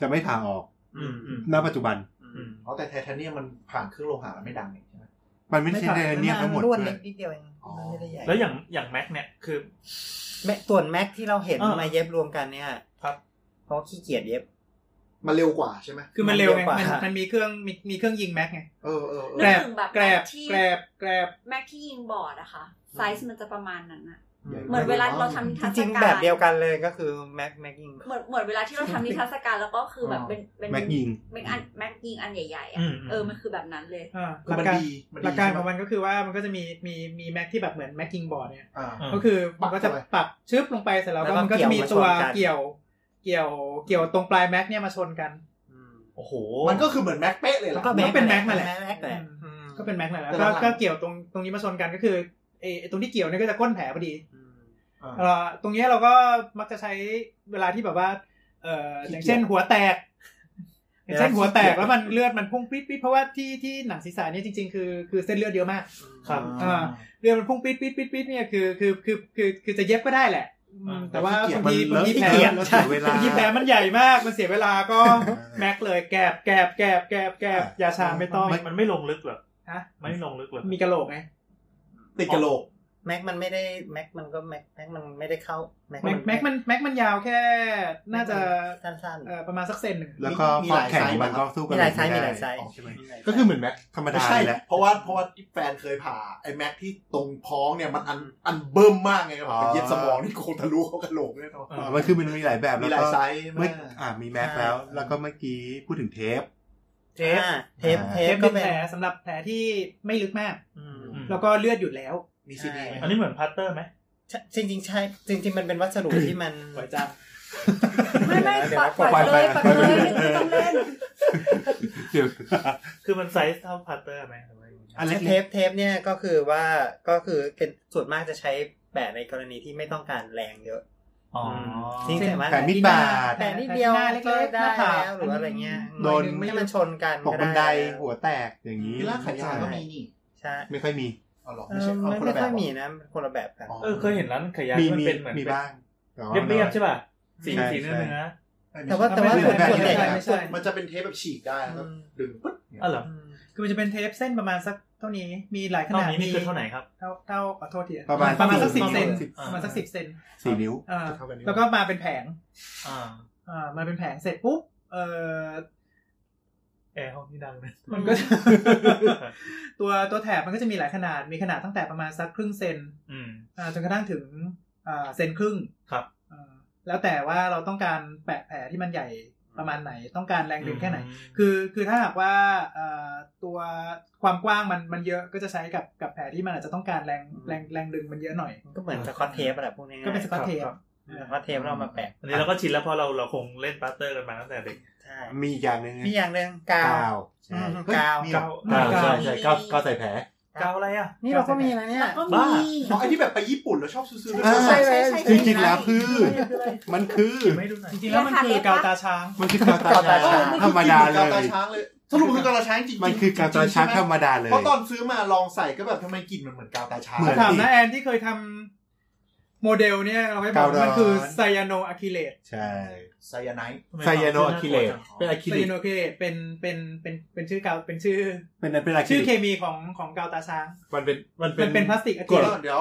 S7: จะไม่ผ่าออก
S3: อืมอืม
S7: ณปัจจุบัน
S4: อืม
S5: อ๋อแต่ไทเทเนียมมันผ่านเครื่องโลหะไม่ดังนี่ใช่ไหม
S7: มันไม่ใช่ไทเทเนียมทั้งหมด
S4: ลวด
S7: ด้ว
S4: เล็
S7: ย
S4: กนิดเดียวเอง
S5: อ๋อ
S4: ไม่ได้ใหญ่
S3: แล้วอย่างอย่างแม็กเนี่ยคือ
S4: แม็กส่วนแม็กที่เราเห็น
S3: อ่า
S4: มาเย็บรวมกันเนี่ย
S3: ครับ
S4: เพราะขี้เกียจเย็บ
S5: มันเร็วกว่าใช่ไหม
S6: คือมันเร็วไงมั
S4: มัน
S6: น
S4: เร็วกว่า
S6: มันมีเครื่องมีมีเครื่องยิงแม็กไง
S5: เออเออเออ
S6: แกรบ
S2: นึกถึงแบบ
S6: แกรบ
S2: ที่
S6: แกรบแกรบ
S2: แม็กที่ยิงบอร์ดอะค่ะไซส์มันจะประมาณนั้นอะ
S4: อืม
S2: เหมือนเวลาเราทำนิ
S4: จ
S2: ทรรศ
S4: ริง
S2: การ
S4: ๆแบบเดียวกันเลยก็คือแม็กแม็กยิง
S2: เหมือนเหมือนเวลาที่เราทำนิทรรศการแล้วก็คือแบบเป็นเป็น
S7: แม็กยิง
S2: แม็กอันแม็กยิงอันใหญ่ๆอะ
S3: อืม
S2: เออมันคือแบบนั้นเลย
S6: อ่า
S5: คือมันดีมั
S6: ห
S5: นดี
S6: ลักการ
S5: ใช่
S6: ของ
S5: ไหม
S6: มันก็คือว่ามันก็จะมีมีมีแม็กที่แบบเหมือนแม็กกิงบอร์ดเนี่ย
S5: อ่า
S3: า
S6: ก็คือ
S5: ปั
S6: มั
S5: ก
S6: นก็จะ
S5: เข้าไป
S6: ปักชึบลงไปเสร็จแล้ว
S4: แล้ว
S6: ก็
S4: ก็
S6: มันก็จะมี
S4: เกี่ยว
S6: ตัว
S4: มาชนกัน
S6: เกี่ยวเกี่ยวเกี่ยวตรงปลายแม็กเนี่ยมาชนกัน
S4: อืม
S3: โอ้โห
S5: มันก็คือเหมือนแม็กเป๊ะเลย
S4: แล้ว
S5: ล่ะ
S4: ก็แม็ก
S6: ก็เป็นแม็กนั่นแหละ
S4: แม็กแหละอืม
S6: ก็เป็นแม็กนั่นแหละ
S5: แต่
S6: ก็
S5: หลังๆ
S6: ก็เกี่ยวตรงตรงนี้มาชนกันก็คือไอ้ไอ้ตรงที่เกี่ยวเนี่ยก็จะก้นแผลพอดี
S5: อ่า
S6: เอ่อตรงเนี้ยเราก็มักจะใช้เวลาที่แบบว่าเอ่ออย่างเช่นหัวแตกอย่างเช่นหัวแตกแล้วมันเลือดมันพุ่งปริ๊ดปริ๊ดเพราะว่าที่ที่หนังศีรษะเนี่ยจริงๆคือคือเส้นเลือดเยอะมาก
S3: ครับ
S6: อ่า เรือมันพุ่งปิดปิดปิดปิดเนี่ยคือคือคือคือคือจะเย็บก็ได้แหละอืม
S3: อ่า
S6: แต่ว่า
S7: ขี้เกียจ
S6: บางที
S7: มันเล
S6: บาง
S7: อะ
S6: ทีแผล
S7: ขี้
S6: บางที
S7: เกียจแล้วเสียเวลา
S6: แผลมันใหญ่มากมันเสียเวลาก็แม็กเลยแกบแกบแกบแกบแกบยาชาไม่ต้อง
S3: มันมันไม่ลงลึกเหรอ
S6: ฮะ
S3: ไม่ลงลึกเหรอ
S6: มีกระโหลกไง
S5: ติดกระโหลก
S4: แม็กมันไม่ได้แม็กมันก็แม็กแม็กมันไม่ได้เข้าแม็ก
S6: แม็กแม็กมันแม็กมันยาวแค่ น่าจะ
S4: สั้น
S6: เอ่อประมาณสักเซนหนึ่ง
S8: แล้วก็
S5: มีห
S8: ความ
S5: ลาย
S8: แข็ง
S5: ไซส์
S8: มัน
S5: ไหมครั
S8: ก็
S5: บ
S8: สู้
S4: ๆ
S8: กัน
S4: มีหลายไซส์มีหลายไซส์
S8: อ๋อใช่ไหม
S4: มีหลายไซส์
S8: ก็คือเหมือนแม็กธรรมดา
S5: ใช่
S8: แหละ
S5: เพราะว่าเพราะว่าแฟนเคยผ่าไอ้แม็กที่ตรงท้องเนี่ยมันอันอันเบิ่มมากไงครับไปเย็บสมองนี่คงทะลุเข้ากระโหลกแน่นอน
S3: เอ
S8: อ๋อ
S3: อ
S8: มันคือมันมีหลายแบบ
S5: มีหลา
S8: แล้ว
S5: ย
S8: ก็
S5: ไซส์ใช่ไหม
S8: เมื่ออ่ามีแม็กแล้ว แล้วก็เมื่อกี้พูดถึงเทป
S6: เทป
S4: อ่าเทปเท
S6: เท
S4: ป
S6: ป
S4: ก็
S6: เป็น
S4: เป็น
S6: แผลสำหรับแผลที่ไม่ลึกมาก
S4: อืม
S3: อืม
S6: แล้วก็เลือดหยุดแล้ว
S5: มีซีดีไหม
S3: อันนี้เหมือนพัตเตอร์ไหม
S4: ใช่จริงๆใช่จริง ๆ มันเป็นวัสดุที่มัน
S6: สวยจัง
S2: ไม่ไม่
S4: เดี๋ยว
S2: ปล่อ
S4: นะ
S2: ยปล่อยเลย
S8: ป
S2: ป
S8: ล่
S2: ล่อยยเล
S8: อไป
S2: ย
S8: ปล่อยไป
S2: ไม่ต้องเล่น
S8: เดี๋ยว
S3: คือมันไซส์เท่าพัตเตอร์ไหมหรือว่ายังไง
S8: อันเล็ก
S4: เทปเทปเนี่ยก็คือว่าก็คือเป็นส่วนมากจะใช้แปะในกรณีที่ไม่ต้องการแรงเยอะ
S3: อ๋อ
S4: จริง
S6: เช่น
S4: แต่ว่า
S8: แผ่นมิดบาด
S4: แปะนิดเดียว
S6: หน้าเล็กๆ
S4: ก็ได้
S6: หน้าผาก
S4: แล้วหรืออะไรเงี้ย
S8: โดน
S4: ให้มันชนกัน
S8: ตกบันไดหั
S4: ว
S8: วแตกอย่างนี้
S5: มีลากขายาวก็มีนี่
S4: ใช่
S8: ไม่ค่อยมี
S5: เอาหรอ
S4: เอ
S5: ไม่
S4: อ
S5: ใช่เอา
S4: ไม่
S5: คน
S4: ไม่
S5: ละแบ
S4: ค่อบ ยมีนะคนละแบบกัน
S5: อ๋อ
S3: เออเคยเห็นร้านขายยา
S8: มี
S3: ที่มัน
S8: มี
S3: เป็นเหมือน
S8: มีบ้างแต่ว่า
S3: เรียบๆ
S8: น้อ
S3: ใช่ป่ะสี
S8: ใช่
S3: สีเนื้อ
S8: ใช่
S3: เนื้อ
S4: แต่ว่าแต่ว่า
S6: ไม่
S4: ส่ว
S6: ใช่
S4: น
S6: แบบ
S4: ส่วนใหญ่
S6: ไม่ใช่ไม่ใช่
S5: มันจะเป็นเทปแบบฉีกได้แล้วก็ดึงปึ๊บ
S3: อ๋อเหรอ
S4: อืม
S6: คือมันจะเป็นเทปเส้นประมาณสักเท่านี้ มีหลายข
S3: เท่า
S6: นาด
S3: นี้นี่คือเท่าไหนครับ
S6: เท่าเท่าขอโทษที
S8: ประมาณ
S6: ประมาณสัก
S8: สิ
S6: สิ
S8: บบ
S6: เซน
S8: สิบ
S6: ประมาณสักสิบเซน
S8: สี่นิ้ว
S6: เอ่อ
S5: เท่ากันนี้
S6: แล้วก็มาเป็นแผง
S3: อ่า
S6: เอ่อมาเป็นแผงเสร็จปุ๊บเอ่อ
S3: แอร์ห้องนี่ดังนะ
S6: มัน
S3: <laughs>
S6: ก็ ตัวตัวแถบมันก็จะมีหลายขนาด มีขนาดตั้งแต่ประมาณสักครึ่งเซน
S3: อืม
S6: อ่าจนกระทั่งถึงอ่าเซนครึ่ง
S3: ครับ
S6: อ่าแล้วแต่ว่าเราต้องการแปะแผลที่มันใหญ่ประมาณไหน ต้องการแรงดึงแค่ไหน
S3: อืม
S6: คือคือถ้าหากว่าอ่าตัวความกว้างมันมันเยอะก็จะใช้กับกับแผลที่มันอาจจะต้องการแรง
S4: อืม
S6: แรงแรงดึงมันเยอะหน่อย
S4: มันก็เหมือนสกอตเทปอะไรพวกนี้
S6: ก็เป็นสกอตเทป
S3: ครับ
S4: สกอตเทปเราเอามาแปะ
S3: อันนี้เราก็ชินแล้วเพราะเราเราคงเล่นพัตเตอร์กันมาตั้งแต่เด็ก
S4: ใช่
S8: มีอีกอย่างหนึ่ง
S4: มีอย่างหนึ่งกาว
S8: กาวใช่
S4: กาว
S8: เฮ้ยมีเหรอก
S3: าว
S8: กาวใช่ใช่กาวกาวใส่แผล
S3: กาวอะไรอ่ะ
S4: นี่เราก็มีนะเนี่ย
S9: แล้วก็
S3: บ้า
S9: มี
S5: อ๋อไอที่แบบไปญี่ปุ่นแล้วชอบซื้อๆ
S8: อ่า
S5: ใช่ไหม
S8: จริงๆแล้วคือ มันคือ
S3: ไม่ดูหน่อย
S6: จริงๆแล้วมันคื
S9: ราคา
S6: อ
S9: เล็กปะ
S6: กาวตาช้าง
S8: มันคือกาวตา
S4: กาวตา
S8: ช้าง
S4: ช้าง
S8: ธรรมดาเล
S5: กาวตาย ช้างเลยสรุปคือกาวตาช้างจริงๆ
S8: มันคือกาวตาช้างธรรมดาเลย
S5: เพราะตอนซื้อมาลองใส่ก็แบบทำไมกลิ่นมันเหมือนกาวตาช้าง
S8: เหมือ
S6: ถามนะแอนที่เคยทำโมเดลเนี่ยเราไม่บอก
S8: กาวร้อน
S6: มันคือไซยาโนอะคริเลต
S8: ใช่
S5: ไซยาไนด์
S8: ไซยาโนอะคริเลตเป็นอะคริ
S6: ไซ
S8: เลต
S6: ยาโนเคเลตเป็นเป็นเป็นเป็นชื่อกาวเป็นชื่อ
S8: เป็นเป็นอะคริ
S6: ชื่อ
S8: เล
S6: เค
S8: ต
S6: มีของของกาวตาช้าง
S8: มันเป็นมันเป็
S6: มัน นเป็นพลาสติกอะค
S5: เดี๋
S6: ริ
S5: ยว
S6: ลิก
S5: เดี๋ยว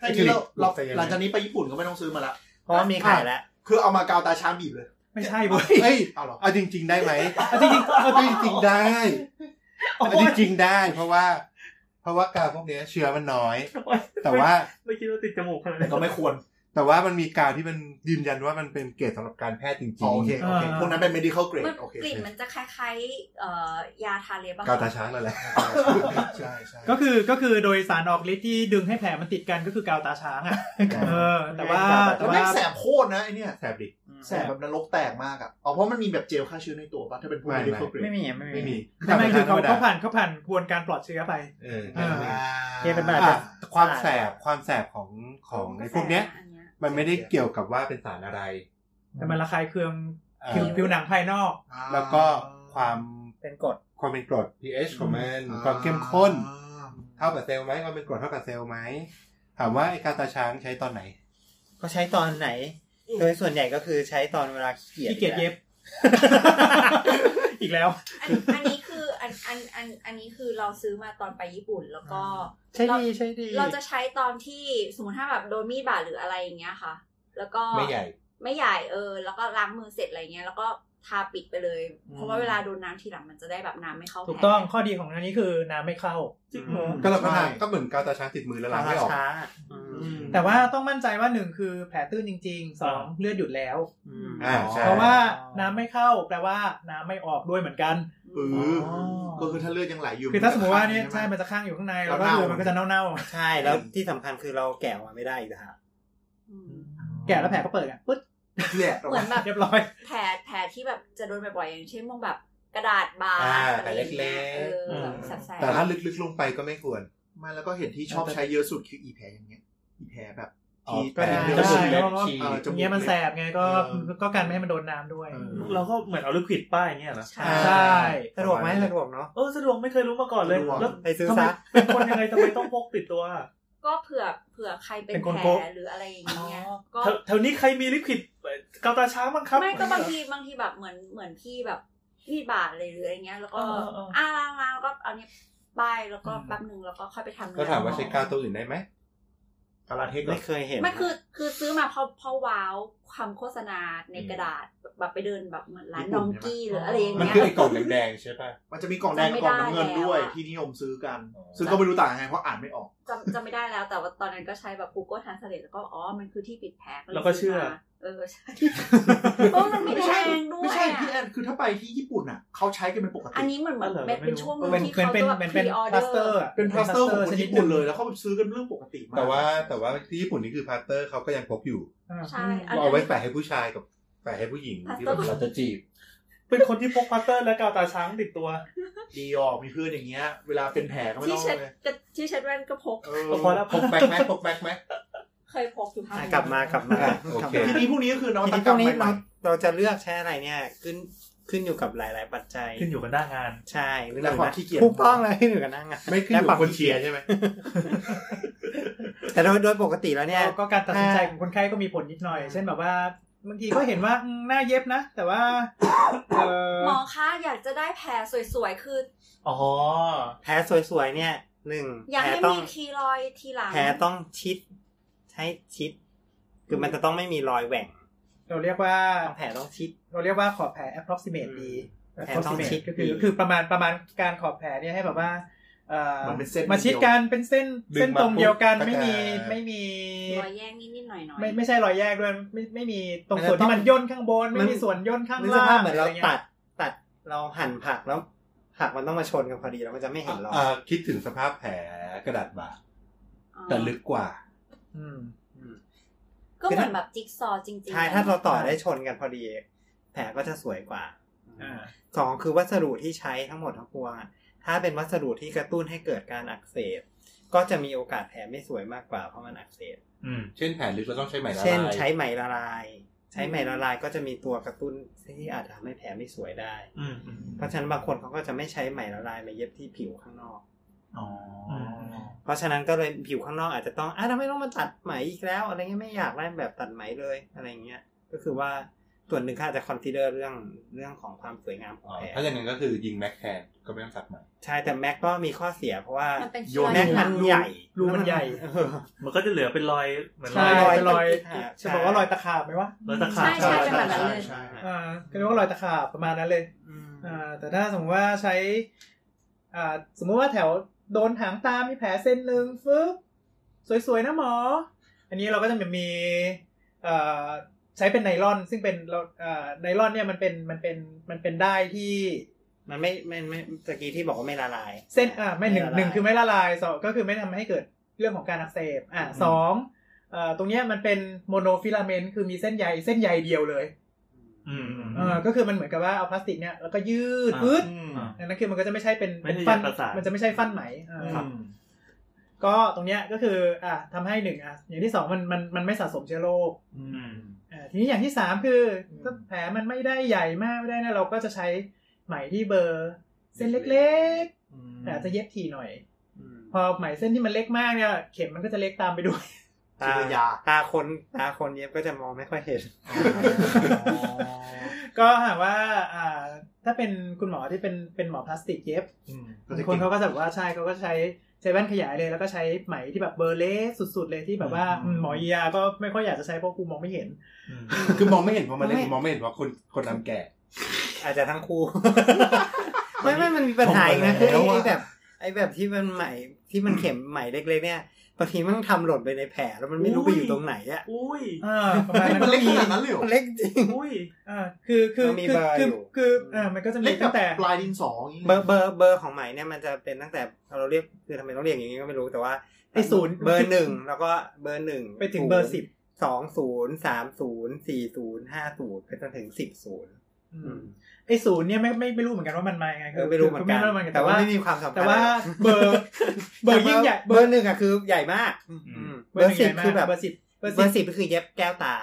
S5: ถ้าอย่างนี้เราเรา
S8: ไซยาไนด์
S5: หลังจากนี้ไปญี่ปุ่นก็ไม่ต้องซื้อมาละ
S4: เพราะว่ามีขายแล้ว
S5: คือเอามากาวตาช้างบีบเลย
S6: ไม่ใช่
S8: <laughs>
S6: เว้ย
S8: เอ้ย
S5: เอาเหรอ
S8: เอาจริง ๆ ได้ไหม
S6: เอาจริงๆเอา
S8: เอา
S6: จริ
S8: จ
S6: ง
S8: ริง ๆ ได้เอาจริงๆได้ เพราะว่า เพราะว่ากาวพวกเนี้ยเชื้อมันน้อย แต่ว่า
S3: ไม่คิดว่าติดจมูกขนาด
S5: แต่
S3: นั้น
S5: ก็ไม่ควร
S8: แต่ว่ามันมีกาวที่มันยืนยันว่ามันเป็นเกรดสำหรับการแพทย์จริง
S5: อ๋อโอเค
S8: ๆ
S5: โอเคพวกนั้นเป็น medical
S2: มัน
S5: grade โอเค
S2: กลิ่นมันจะคล้ายๆเอ่อยาทาเล็บอะ
S8: กาวตาช้างนั่นแหละ
S5: ใช่ใช่
S6: ๆก็คือก็คือโดยสารออกฤทธิ์ที่ดึงให้แผลมันติดกันก็คือกาวตาช้างอ่ะเออ แต่ว่าแต่
S5: แต่
S6: ว่า
S5: แม่งแสบโคตรนะไอเนี่ย
S8: แสบดิ
S5: แสบแบบนรกแตกมากอ่ะอ๋อเพราะมันมีแบบเจลฆ่าเชื้อในตัวปะถ้าเป็นพวก
S8: ไม่
S5: medical
S4: ไม่
S5: grade
S4: มีไม่
S8: ไม่
S4: มี
S8: มี
S6: ไม่ไม่คือเขาเขาผ่านเขาผ่านกระบวนการปลอดเชื้อไป
S8: เออ
S6: อ่า
S4: เทปเป็นแบบ
S8: อ่ะความแสบความแสบของของในพวกเนี้ย
S2: อันเนี้ย
S8: มันไม่ได้เกี่ยวกับว่าเป็นสารอะไร
S6: แต่มันระคายเคือง
S8: เอ่อ
S6: ผิวผิวหนังภายนอก
S5: อ่า
S8: แล้วก็ความ
S4: เป็นกรด
S8: ความเป็นกรด pH ของมัน
S5: อ่
S8: ความเข้มข้น เท่ากับเซลล์ไหมความเป็นกรดเท่ากับเซลล์ไหมถามว่าไอ้กาตาช้างใช้ตอนไหน
S4: ก็ใช้ตอนไหน โดยส่วนใหญ่ก็คือใช้ตอนเวลาขี้เกียจ
S6: ที่เกียจเย็บ
S8: <laughs>
S6: อีกแล้ว
S2: อันอันนี้คืออันอันอันอันนี้คือเราซื้อมาตอนไปญี่ปุ่นแล้วก็
S4: ใช่ดีใช่ดี
S2: เราจะใช้ตอนที่สมมติถ้าแบบโดนมีดบาดหรืออะไรอย่างเงี้ยค่ะ แล้วก็
S8: ไม่ใหญ่
S2: ไม่ใหญ่เออ แล้วก็ล้างมือเสร็จอะไรเงี้ย แล้วก็ทาปิดไปเลย
S4: อืม
S2: เพราะว่าเวลาโดนน้ำทีหลังมันจะได้แบบน้ำไม่เข้าแผล
S6: ถูกต้องข้อดีของอันนี้คือน้ำไม่เข้า
S3: จริงเหรอ
S8: ก็เราก็ทำก็เหมือนกาตาช้างติดมือแล้วล้างไม่ออก
S4: ช้า
S5: อืม
S6: แต่ว่าต้องมั่นใจว่าหนึ่งคือแผลตื้นจริงๆสองเลือดหยุดแล้ว
S8: อ่าใช่
S6: เพราะว่าน้ำไม่เข้าแปลว่าน้ำไม่ออกด้วยเหมือนกัน
S5: เออก็คือถ้าเลือดยังไหลอยู่
S6: คือถ้าสมมติว่าเนี่ย
S5: ช่
S6: ใช่
S5: ไหม
S6: มันจะข้างอยู่ข้างใน
S5: แล้
S6: แล้ว วก็
S5: เน่า
S6: เลือดมันก็จะเน่า
S4: ใช่แล้วที่สำคัญคือเราแกะออกมาไม่ได้อีกนะฮะ
S2: อืม
S6: ๆแกะแล้วแผลก็เปิดอ่ะปึ๊ด
S5: แหละ
S2: เหมือนแบบ
S6: เรียบร้อย
S2: แผลแผลที่แบบจะโดนบ่อยๆอย่างเช่นพวกแบบกระดาษบาด
S8: อ่า
S2: อะไรอย่างเงี้ย
S8: แผลเล็กๆ
S2: เออแบบแสบ
S8: แต่ถ้าลึกๆลงไปก็ไม่ควร
S5: มาแล้วก็เห็นที่ชอบใช้เยอะสุดคืออีแผลอย่างเงี้ยอีแผลแบบ
S8: อ๋อ
S5: ที่
S8: ก็ได้
S5: แผลเย
S6: ได้
S5: อะสุด
S6: เพราะว่า
S5: เออจมูก
S6: เนี้ยมันแสบไงก็
S5: เออ
S6: ก็กันไม่ให้มันโดนน้ำด้วย
S3: เราก็เหมือนเอาลิควิดป้ายอย่างเงี้ยเหรอ
S2: ๆใช่
S8: อ่า
S6: ใช่
S4: สะดวกไหมสะดวกเนาะ
S3: เออสะดวกไม่เคยรู้มาก่อนเลย
S5: สะดวก
S3: แล้ว
S4: ไปซื้อ
S3: ทำไม
S4: ซะ
S3: เป็นคนยังไงทำไมต้องพกติดตัว
S2: ก็เผื่อเผื่อใครเป็น
S3: เป็นคน
S2: แผ
S3: โกะ
S2: ลหรืออะไรอย่างเงี้ยก็
S3: แถวแถวนี้ใครมีลิควิดเอ่อกาวตาช้างบ้างครับ
S2: ไม่ก็บางทีบางทีแบบเหมือนเหมือนพี่แบบพี่บาดเลยหรืออะไรเงี้ย แล้วก็
S3: เออเออเอออ่
S2: อ่าล้างล้างแล้วก็เอาเนี้ยป้ายแล้วก็
S3: อืม
S2: แป๊บหนึ่งแล้วก็ค่อยไปทำงน
S8: ก็ถามว่าใช้กาวตัวอื่นได้ไหม
S5: กาลาเทคเหร
S4: ไม่
S5: อ
S4: เคยเห็น
S1: ไม่คือคือซื้อมาเพราะเพราะว้าวคำโฆษณาในกระดาษแบบไปเดินแบบเหมือนร้านดองกี้หรืออะไรอย่าง
S7: มัน
S1: เงี้ย
S7: คือไอ้กล่องแดงๆใช่ป่ะ
S5: มันจะมีกล่องแดง
S1: จำไม่
S5: กล่องน้ำเงิน
S1: ได้แล้ว
S5: ด้วย
S1: อะ
S5: ที่นิยมซื้อกัน
S7: อ๋อ
S5: ซึ่งก็ไม่รู้ต่างยังไงเพราะอ่านไม่ออก
S1: จำจำไม่ได้แล้ว แต่ว่าตอนนั้นก็ใช้แบบ Google Translate แล้วก็อ๋อ มันคือที่ปิดแพ็คย
S3: แล้วก็เชื่อ
S1: ซื้มาเออใช่เพราะมันไม่
S5: ไม่
S1: แพ
S5: ใช่
S1: งด้วย
S5: ไม่ใช่
S1: อะ
S5: พี่แอนคือถ้าไปที่ญี่ปุ่นอ่ะเขาใช้กันเป็นปก
S1: อัน
S5: ติ
S1: นี้เหมือนเหมือน
S3: เออ
S1: เป็น
S3: ไม่รู้
S1: เป็นช่วงหนึง
S6: เป็น
S1: ที่
S6: เป็น
S1: เขา
S6: เป็น
S1: จะแบบพรีออเด
S6: เป็นเป็นพ
S1: อ
S6: ลาสเตอร์
S1: ร์
S6: อะ
S5: เป็นพลาสเตอร์ของคนญี่ปุ่น
S6: หง
S5: เลยแล้วเขาซื้อกันเรื่องปกติมาก
S7: แต่ว่าแต่ว่าที่ญี่ปุ่นนี่คือพลาสเตอร์เขาก็ยังพกอยู่
S6: อ่า
S1: ใช่อัน
S7: เอาไว้
S1: นี้
S7: แปะให้ผู้ชายกับแปะให้ผู้หญิง
S1: พลาส
S7: ที่
S1: เตอร์
S7: แบบเราจะจีบ
S3: เป็นคนที่พกพัตเตอร์และกาวตาช้างติดตัว
S5: ดีออกมีเพื่อนอย่างเงี้ย เวลาเป็นแผลก็ไม่
S1: ที่
S5: ต้อง
S1: เช็ด
S5: เลย
S1: กระที่เช็ดแว่นก็พก
S5: เ
S3: พอแล้ว
S7: พกแบกไหมพกแบกไหม
S1: เคยพกอยู่ค่ะ
S4: อ่ะกลับมากลับมา
S7: อ่ะโอเค
S5: ทีนี้พวกนี้ก็คือนวั
S4: ที
S5: ต
S4: นี้
S5: ก
S4: ตรงนี้
S5: รรมให
S4: เรา
S5: ม่
S4: เราจะเลือกใช้อะไรเนี่ยขึ้นขึ้นอยู่กับหลาย ๆ ปัจจัย
S3: ขึ้นอยู่กันหน้างาน
S4: ใช่หรือ
S5: และความ
S4: นะ
S5: ขี้เกียจ
S4: ถูกต้องเลยขึ้นอยู่กับหนั่งงาน
S5: ไม่ขึ้นอยู่กับคนเชียร์ใช่ไหม
S4: แต่โดยโดยปกติแล้วเนี่ย
S6: ก็การตัดสินใจของคนไข้ก็มีผลนิดหน่อย เช่นแบบว่าบางทีก็เห็นว่าอืมหน้าเย็บนะ แต่ว่าเออ
S1: หมอคะอยากจะได้แผลสวยๆ คือ
S3: อ๋อ
S4: แผลสวยๆเนี่ยหนึ่ง
S1: อยาก
S4: แผล
S1: ให้
S4: ต้อ
S1: มี
S4: ง
S1: คีรอยทีหลัง
S4: แผลต้องชิดใช้ชิด คือมันจะต้องไม่มีรอยแหว่ง
S6: เราเรียกว่า
S4: ต้องแผลต้องชิด
S6: เราเรียกว่าขอบแผล approximate ดี
S4: แผลต้องชิด
S6: approximate ก็คือคือประมาณประมาณการขอบแผลเนี่ยให้แบบว่าเอ่อ
S5: มันเป็นเส้น
S6: มาชิดกันเป็นเส้น
S7: ดึง
S6: เส้นตรงเดียวกัน
S7: มาปุ๊บ
S6: ไม่มี
S7: ก็
S6: ไม่มี
S7: จะ
S1: รอยแยกนิดๆหน่อยๆ
S6: ไม่ไม่ใช่รอยแยกด้วยไม่ไม่มีตรงส่วน
S4: มันจะต้อง
S6: ที่มันย่นข้างบน
S4: มั
S6: ไม่
S4: น
S6: มีส่วนย่นข้าง
S4: นึกส
S6: ล่า
S4: ภา
S6: ง
S4: พเหมือนเรา
S6: ะไงี้ย
S4: ตัดตัดเราหั่นผักแล้วผักมันต้องมาชนกันพอดีแล้วมันจะไม่เห็นรอย
S7: เอ่อคิดถึงสภาพแผลกระดาษบาด
S1: อ๋อ
S7: แต่ลึกกว่า
S6: อืม
S1: ก็เหมือนแบบจิ๊กซอว์จริงๆ
S4: ใช่ถ้าเราต่อได้ชนกันพอดี แผลก็จะสวยกว่า
S6: อ่า
S4: สองคือวัสดุที่ใช้ทั้งหมดทั้งปวงอะถ้าเป็นวัสดุที่กระตุ้นให้เกิดการอักเสบ ก็จะมีโอกาสแผลไม่สวยมากกว่าเพราะมันอักเสบ
S3: อืม
S7: เช่นแผลลึกเราต้องใช้ไหมละลาย
S4: เช่นใช้ไหมละลาย ใช้ไหมละลายก็จะมีตัวกระตุ้นที่อาจทำให้แผลไม่สวยได้
S3: อืมอืม
S4: เพราะฉะนั้นบางคนเขาก็จะไม่ใช้ไหมละลายมาเย็บที่ผิวข้างนอก
S5: อ๋อ
S4: เพราะฉะนั้นก็เลยผิวข้างนอกอาจจะต้องอ่ะทำไมต้องมาตัดไหมอีกแล้วอะไรเงี้ยไม่อยากได้แบบตัดไหมเลยอะไรเงี้ยก็คือว่าส่วนหนึ่งค่าจจะคอนซีเดอร์เรื่องเรื่องของความสวยงามของ
S7: อ๋อ
S4: แผล
S7: ถ้าอย่างนั้นก็คือยิงแม็กแทนก็ไม่ต้องสักไหม
S4: ใช่แต่แม็กก็มีข้อเสีย เพราะว่า
S1: มันเป็นคี
S5: โย
S1: รอย
S4: แม็ก
S1: ทีห
S4: มั
S1: ลั
S4: น
S1: ง
S4: ใหญ่
S6: รูมันใหญ่
S4: เออ
S3: มันก็จะเหลือเป็นรอยเหมือนร
S6: ใช่
S3: อ
S4: รอย
S3: ย
S6: เป็นรอย
S4: อ่าใช่
S6: จะบอกว่ารอยตะขาบไหมวะ
S3: รอยตะขาบ
S1: ใช่ใช่เป็นแบบนั้นเลย
S5: ใช่ใช่
S6: อ่าก็เรียกว่ารอยตะขาบประมาณนั้นเลย
S4: อืม
S6: อ่าแต่ถ้าสมมติว่าใช้อ่าสมมติว่าแถวโดนหางตามีแผลเส้นหนึ่งฟึบสวยๆนะหมอ อันนี้เราก็จะมีเอ่อใช้เป็นไนลอน ซึ่งเป็นเราเอ่อไนลอนเนี่ยมันเป็นมันเป็นมันเป็นได้ายที่
S4: มันไม่ไม่ไม่ตะกี้ที่บอกว่าไม่ละลาย
S6: เส้นอ่าไม่หนึ่ง
S4: ละลาย
S6: หนึ่งคือไม่ละลายสองก็คือไม่ทำให้เกิดเรื่องของการอักเสบอ่า
S4: อืม
S6: สองเอ่อตรงเนี้ยมันเป็นโมโนฟิลาเมนต์คือมีเส้นใยเส้นใยเดียวเลย
S3: อืมอืม
S6: เออก็คือมันเหมือนกับว่าเอาพลาสติกเนี่ยแล้วก็ยืดฟึด
S3: อ่า
S6: อันนั้นคือมันก็จะไม่ใช่เป็น
S3: ไม่ใช่
S6: ฟัน
S3: ยางประสาท
S6: มันจะไม่ใช่ฟันไหมเออ
S3: ครับ
S6: ก็ตรงเนี้ยก็คืออ่ะทำให้หนึ่งอ่ะอย่างที่สองมันมันมันไม่สะสมเชื้อโรค
S3: อืม
S6: อ่ะทีนี้อย่างที่สามคือ
S5: อืม
S6: ถ้าแผลมันไม่ได้ใหญ่มากไม่ได้นะเราก็จะใช้ไหมที่เบอร์เส้นเล็กๆแต่อาจจะเย็บถี่หน่อย
S4: อืม
S6: พอไหมเส้นที่มันเล็กมากเนี่ยเข็มมันก็จะเล็กตามไปด้วย
S4: ตา
S5: จิตวิทยา
S4: ตาคนตาคนเย็บก็จะมองไม่ค่อยเห็น
S6: ก็หากว่าอ่าถ้าเป็นคุณหมอที่เป็นเป็นหมอพลาสติกเย็บ
S5: ก็จะ
S6: คน
S5: เก่ง
S6: เขาก็จะแบบว่าใช่เขาก็ใช้ใช้แว่นขยายเลยแล้วก็ใช้ไหมที่แบบเบอร์เล็กสุดๆเลยที่แบบว่า
S5: อืม
S6: หมอเยียก็ไม่ค่อยอยากจะใช้เพราะกูมองไม่เห็น
S7: คือมองไม่เห็นเพราะมันเล็ก
S4: ไม่
S7: มองไม่เห็นเพราะคนคนทำแก่
S4: อาจจะทั้งคู่ ไม่ไม่มันมีปัญหาอีกนะ
S7: ชมมาแล้ว
S4: คือไอ้
S7: อะ
S4: ไอ้แบบไอ้แบบที่มันใหม่ที่มันเข็มใหม่เล็กๆเนี่ยบางทีมันทำหล่นไปในแผลแล้วมันไม่รู้
S3: อุ้
S4: ไป
S3: ย
S4: อยู่ตรงไหนอะ
S3: อุ้ย
S6: อ่าประมาณ
S5: เฮ้ย
S6: นั้น
S5: มันเล็ก
S6: ก็
S5: ข
S6: มี
S5: นาดนั้นเลยเหรอ
S4: มันเล็กจริง
S3: อุ้ย
S6: อ่าคือคือ
S4: มันมี
S6: คือ
S4: เบอร์
S6: คือ
S4: อยู่
S6: คืออ่ามันก็จะมี
S5: เล็กกั
S6: ตั้
S5: บ
S6: งแต่
S5: ปลายดินสออย่างงี้
S4: เบอร์เบอร์เบอร์ของใหม่เนี่ยมันจะเป็นตั้งแต่เราเรียกคือทำไมต้องเรียกอย่างนี้ก็ไม่รู้แต่ว่า
S6: ไอ้ศูนย์
S4: เบอร์หนึ่งแล้วก็เบอร์หนึ่ง
S6: ไปถึงเบอร์สิบ
S4: สองศูนย์สามศูนย์สี่ศูนย์ห้าศูนย์ไปจนถึงสิบศูนย์
S6: ไอ้ศูนย์เนี่ยไม่ไม่ไม่รู้เหมือนกันว่ามันมายังไง
S4: เออไม่รู้เหมือนกัน
S6: ไรู้เหมือนกัน
S4: แต่
S6: แต่
S4: ว่า
S6: ว่า
S4: ไม่มีความสำคัญ
S6: แต่ว่าเบอ
S4: <laughs>
S6: ร์เบอร์ยิ่งใหญ่
S4: เบอร์หนึ่งอะคือใหญ่มาก
S3: อืม
S4: เบอร์สิบคือแบบ
S6: เบอร์สิบ
S4: เบ
S6: เบ
S4: อ
S6: อร์สิบ
S4: ร์สิบคือเย็บแก้วตา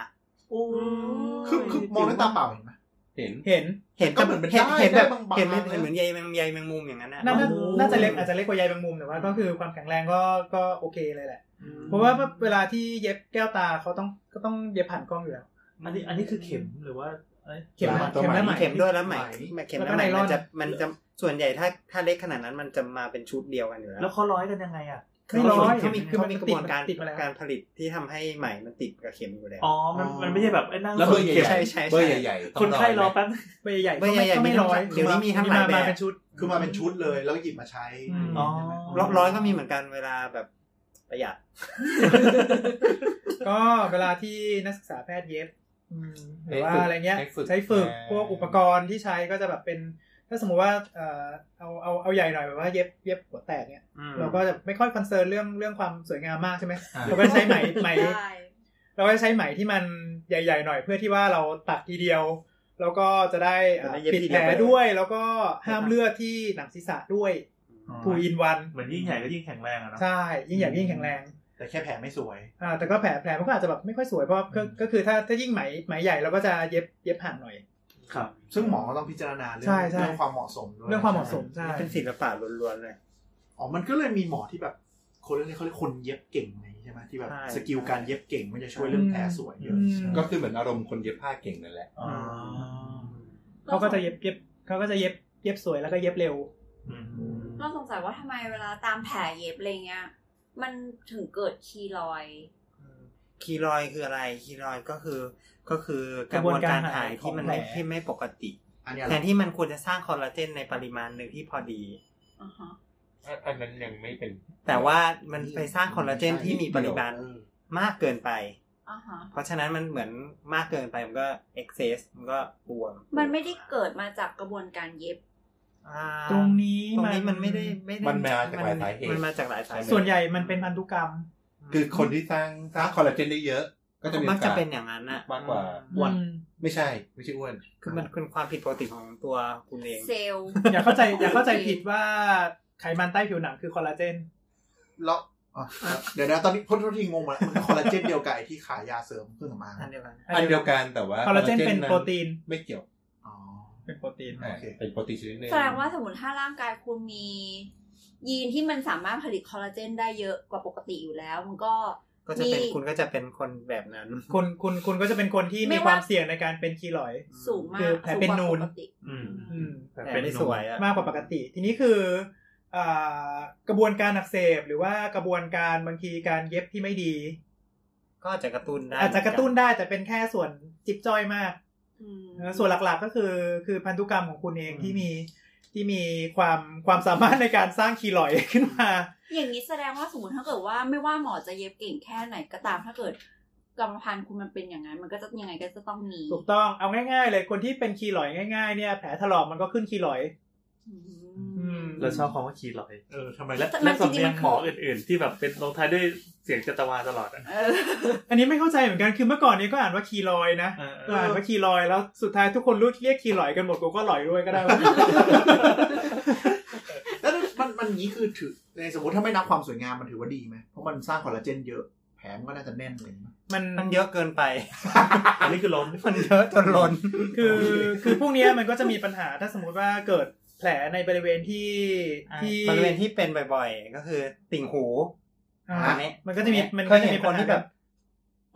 S5: คือคือมองด้วยตาเปล่าเห็นไหม
S7: เห็น
S6: เห็น
S4: เห็น
S5: ก็เหมือนเป็น
S4: เห็น
S5: ได้
S4: เห็นแบบ
S5: ได้บางๆ
S4: เห็นเป็น
S5: นะ
S4: เห็นเหมือนใยแมงใยแมงมุมอย่างนั้นอะ
S6: น่าน่า
S3: โอ้โห
S6: น่าจะเล็กอาจจะเล็กกว่าใยบางมุมแต่ว่าก็คือความแข็งแรงก็ก็โอเคเลยแหละ
S3: อืม
S6: เพราะว่าเวลาที่เย็บแก้วตาเขาต้องก็ต้องเย็บผ่านกล้องอยู่แล้ว
S3: อันนี้อันนี้คือเข็มหรือว่าอะไร
S6: เข็ม
S7: ห
S6: ละ
S7: ตัว
S6: เข็ม
S7: ไหม
S6: ละไหม
S4: เข็มด้วยแล้วไหม
S5: ไหม
S4: เข็ม
S6: แล้วก็
S4: แล้วไหม
S6: ไนล
S4: มั
S6: อน น
S4: จะมันจะส่วนใหญ่ถ้าถ้าเล็กขนาดนั้นมันจะมาเป็นชุดเดียวกันอยู่แล้ว
S3: แล้วเขาร้อยกันยังไงอ่ะ
S6: ไม่น้อย
S4: เขามี
S6: คือมัน
S4: กระบวนการ
S6: ติดมาแล้ว
S4: การผลิตที่ทำให้ไหมมันติดกับเข็มอยู่แล้ว
S3: อ๋อ มันมันไม่ใช่แบบไอ้นั่ง
S5: แล้วเบอร์ใหญ่
S4: ใช่ใช่ใช่
S5: เบอร์ใหญ่ๆต้อง
S3: คนไข้รอ
S5: ไหม
S3: แป๊บ
S6: ใบใหญ่ๆ
S4: ใบใหญ่ๆ
S6: ก็ไม่
S4: มีทั้ง
S6: ร้อย
S4: เดี๋ยวนี้มีทั้งหลายแบบ
S6: มเป็นชุด
S5: คือมาเป็นชุดเลยแล้วก็หยิบมาใช้
S6: อืม
S3: อ๋อ
S4: ร้อยร้อยก็มีเหมือนกันเวลาแบบประหยัด
S6: ก็เวลาที่นักศึกษาแพทย์เย็บหรือว่า
S8: ให้ฝึก
S6: อะไรเงี้ย
S8: ให้ฝึก
S6: ใช้ฝึก
S8: อ่า
S6: พวกอุปกรณ์ที่ใช้ก็จะแบบเป็น ถ้าสมมุติว่าเอ่อเอาเอาเอาใหญ่หน่อยแบบว่าเย็บเย็บหัวแตกเนี่ยเราก็จะไม่ค่อยคอนเซิร์นเรื่องเรื่องความสวยงามมากใช่ไหม
S8: อ่า
S6: เราก็จะใช้ไหมไหม
S1: ใช่
S6: เราก็จะใช้ไหมที่มันใหญ่ๆหน่อยเพื่อที่ว่าเราตัดทีเดียว แล้วก็จะได้อ่า
S4: จะได้เย็บ
S6: ปิด
S4: ทีเดี
S6: แผล
S4: ยวไปเลย
S6: ด้วย แล้วก็ห้ามเลือดที่หนังศีรษะด้วยทูอินวัน
S3: เหมือนยิ่งใหญ่ก็ยิ่งแข็งแรงอะเนาะ
S6: ใช่ยิ่งใหญ่ยิ่งแข็งแรง
S5: แต่แค่แผลไม่สวย
S6: อ่าแต่ก็แผลแผลมันก็อาจจะแบบไม่ค่อยสวยเพราะก็ก็คือถ้าถ้ายิ่งไหมไหมใหญ่เราก็จะเย็บเย็บห่างหน่อย
S3: ครับ
S5: ซึ่งหมอก็ต้องพิจารณาเรื่
S6: ใช่ใช่
S5: เรื่องความเหมาะสมด้วย
S6: เรื่องความเหมาะสมใช่
S4: นี่เป็นศิลปะล้วนๆเลย
S5: อ๋อมันก็เลยมีหมอที่แบบคนเรียกเขาเรียกคนเย็บเก่งอะไรอย่างนี้ใช่ไหมที่แบบ
S4: ใช่
S5: สกิลการเย็บเก่งมันจะช่วยเรื่องแผลสวยเยอะ
S8: ก็คือเหมือนอารมณ์คนเย็บผ้าเก่งนั่นแหละ
S5: อ๋อ
S6: เขาก็จะเย็บเย็บเขาก็จะเย็บเย็บสวยแล้วก็เย็บเร็ว
S3: อืม
S1: เราสงสัยว่าทำไมเวลาตามแผลเย็บอะไรเงี้ยมันถึงเกิดคีรอย
S4: คีรอยคืออะไร คีรอยก็คือก็คือก
S6: ก
S4: ระ
S6: ระ
S4: บบ ว
S6: วน น
S4: กา
S6: การ ร
S4: หาย
S6: หาย
S4: ที่มัน
S6: ของแผล
S4: ไม่ที่ไม่ปกติ
S5: อันเนี้ย
S4: แทนที่มันควรจะสร้างคอลลาเจนในปริมาณหนึ่งที่พอดี
S1: อ่าฮะ
S8: อันนั้นยังไม่เป็น
S4: แต่ว่ามันไปสร้างคอลลาเจนที่มีปริมาณ
S5: เออ
S4: มากเกินไป
S1: อ่าฮะ
S4: เพราะฉะนั้นมันเหมือนมากเกินไปมันก็เอ็กเซสมันก็บวม
S1: มันไม่ได้เกิดมาจากกระบวนการเย็บ
S4: อ่า
S6: ตรงนี้
S4: ตรงนี้มันไม่ได้ไม่ได้
S8: มันมาจากหลายสาเหตุ
S4: มันมาจากหลายสาเหตุ
S6: ส่วนใหญ่มันเป็นพันธุกรรม
S8: คือคนที่สร้างสร้างคอลลาเจนได้เยอะ ก็จะมีโอ
S4: มั
S8: ส
S4: กจะเป็นอย่างนั้นน่ะ
S8: มากกว่า
S6: อ้วน
S8: ไม่ใช่ ไม่ใช่อ้วน
S4: คือมันคือความผิดปกติของตัวคุณเอง
S1: เซลล์
S6: อย่าเข้าใจอย่าเข้าใจผิดว่าไขมันใต้ผิวหนังคือคอลลาเจน
S5: แล้วอ๋อเดี๋ยวนะตอนนี้พ้นทุกทีงงหมาแล้วมันคอลลาเจนเดียวกับไอ้ที่ขายยาเสริมเครื่องสำอาง
S4: อันเดียวกัน
S8: อันเดียวกันแต่ว่า
S6: คอลลาเจนเป็นโปรตีน
S8: ไม่เกี่ยว
S5: อ๋อ
S6: เป็นโปรตีน
S8: อ่ะ
S5: โอเค
S8: เป็นโปรตีนชนิดหนึง
S1: แสดงว่าสมมติถ้าร่างกายคุณมี ยีนที่มันสามารถผลิตคอลลาเจนได้เยอะกว่าปกติอยู่แล้ว มันก็
S4: ก็จะเป็น
S1: มี
S4: คุณก็จะเป็นคนแบบนั้น
S6: คุณคุณคุณก็จะเป็นคนที่
S1: ไม่
S6: มี
S1: ว่า
S6: ความเสี่ยงในการเป็นคีลอยด์
S1: สูงมา
S6: คื
S1: ก
S6: อแผลเป็นนูน
S1: สูงกว่าปกติ
S3: อืม
S6: อืม
S3: แต่
S4: แต่
S3: เป็น
S4: ไม่สวยอะ
S6: มากกว่าปกติ ทีนี้คืออ่ากระบวนการอักเสบหรือว่ากระบวนการบางทีการเย็บที่ไม่ดี
S4: ก็อาจจะกระตุ้นได้
S6: อาจจะกระตุ้นได้แต่เป็นแค่ส่วนจิบจ้อยมาก
S1: อืม
S6: ส่วนหลักๆก็คือคือพันธุกรรมของคุณเองที่มีที่มีความความสามารถในการสร้างคีลอยด์ขึ้นมา
S1: อย่างนี้แสดงว่าสมมติถ้าเกิดว่าไม่ว่าหมอจะเย็บเก่งแค่ไหนก็ตามถ้าเกิดกรรมพันธุ์คุณมันเป็นอย่างนั้น มันก็จะยังไงก็จะต้องมี
S6: ถูกต้องเอาง่ายๆเลยคนที่เป็นคีลอยด์ง่ายๆเนี่ยแผลถลอกมันก็ขึ้นคีลอยด์
S1: อื
S6: อื
S1: ม
S6: ม
S3: เราชอบคำว่าคีลอย
S5: เออทำไม
S3: และ
S1: แต่มั
S3: และ
S1: นจริ
S3: สำ
S1: งๆ
S3: เนีย
S1: มั
S3: ง
S1: นคือ
S3: หมออื่น ๆ ที่แบบเป็นลงท้ายด้วยเสียงจัตวาตลอดอ่ะ
S1: เออ
S6: อันนี้ไม่เข้าใจเหมือนกัน คือเมื่อก่อนนี้ก็อ่านว่าคีลอยด์นะ
S3: เออเอ
S6: ก็
S3: อ
S6: อ่านว่าคีลอยด์แล้วสุดท้ายทุกคนรู้เรียกคีลอยด์กันหมดกูก็ลอยด้วยก็ได้วะ
S5: แล้วมันมันอย่างนี้คือถือในสมมติถ้าไม่นับความสวยงามมันถือว่าดีไหมเพราะมันสร้างคอลลาเจนเยอะแผลมันก็น่าจะแน่นเลยนะ
S6: มัน
S4: มันเยอะเกินไป <laughs>
S3: อันนี้คือล้ม
S4: มันเยอะจนล้น
S6: คือคือพวกเนี้ยมันก็จะมีปัญหาถ้าสมมุติว่าเกิดแผลในบริเวณที่ที่
S4: บริเวณที่เป็นบ่อยๆ ก็คือติ่งหู
S6: อ่า
S4: อันนี้
S6: มันก็จะมีมัน
S4: เค
S6: ก็
S4: ย
S6: จะ
S4: เห็
S6: มี
S4: นค
S6: ปัญ
S4: น
S6: หา
S4: ที่แบบ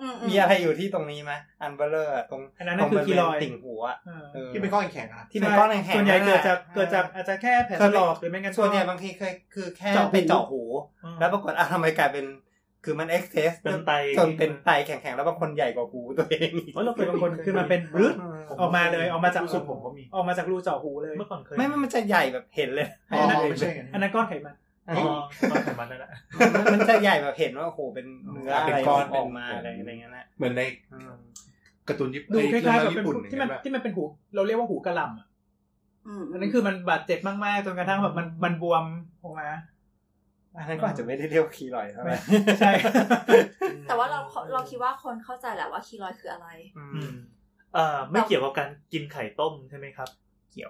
S1: อืม
S4: มีอะไรอยู่ที่ตรงนี้ไหมอันเบลเลอร์ตรง
S6: อันนั้น
S4: ต
S6: น่ะ
S4: รง
S6: คื
S4: บ
S6: อ
S4: ริเวณ
S6: คีลอยด์
S4: ติ่งหูอะ
S6: อ่า
S4: เออ
S5: ที่เป็นก้อนแข็งๆอะนะ
S4: ที่เป็นก้อนแข็งๆ
S6: ส่วนใหญ่เกิด
S4: อะ
S6: จากเกิดจากอาจจะแค่แผลถลอกหรือไม่งั้นก็
S4: ส่วนใหญ่บางทีเคยคือแค่
S6: เจาะหู
S4: ไปเจาะหู
S6: อ่า
S4: แล้วปรากฏอ่ะทำไมกลายเป็น คือมันเอ็กเซส
S3: เป็นไต
S4: จนเป็นไตแข็งๆ แล้วบางคนใหญ่กว่าหูตัวเอง
S3: เฮ้ยเราเค
S6: คื
S3: ย
S6: อบางคนคือมันเป็นรืดออกมาเลยออกมาจาก
S5: รู้สึกผมก็มี
S6: ออกมาจากรูเจาะหูเลย
S3: เมื่อก่อนเคย
S4: ไม่ไม่มันจะใหญ่แบบเห็นเลย
S5: อ๋อไม่ใช่
S6: อันนั้นก้อนไขมัน
S3: อ๋อตอนไขมันนั่นแหละ
S4: มันจะใหญ่แบบเห็นว่าโอ้โหเป็นเนื้ออะไร
S8: เป็นก้อน
S4: ออกมาอะไรอะไรเงี้ยนะ
S8: เหมือนในการ์ตูนญี่ปุ่น
S6: ดูคล้ายๆกับ
S8: เรื่
S6: เป็น
S8: องรวญี่ปุ่น
S6: ที่มัน
S8: เห็นปะ
S6: ที่มันเป็นหูเราเรียกว่าหูกระหล่ำอะ
S1: อืม
S6: อันนั้นคือมันบาดเจ็บมากๆจนกระทั่งแบบมันมันบวมออกมา
S4: อันนั้นก็อาจจะไม่ได้เรียกว่าคีลอยด์เท่าไหร่
S6: ใช่
S1: แต่ว่าเราเราคิดว่าคนเข้าใจแหละว่าคีรอยคืออะไร
S3: อืมเอ่อไม่เกี่ยวกับการกินไข่ต้มใช่ไหมครับ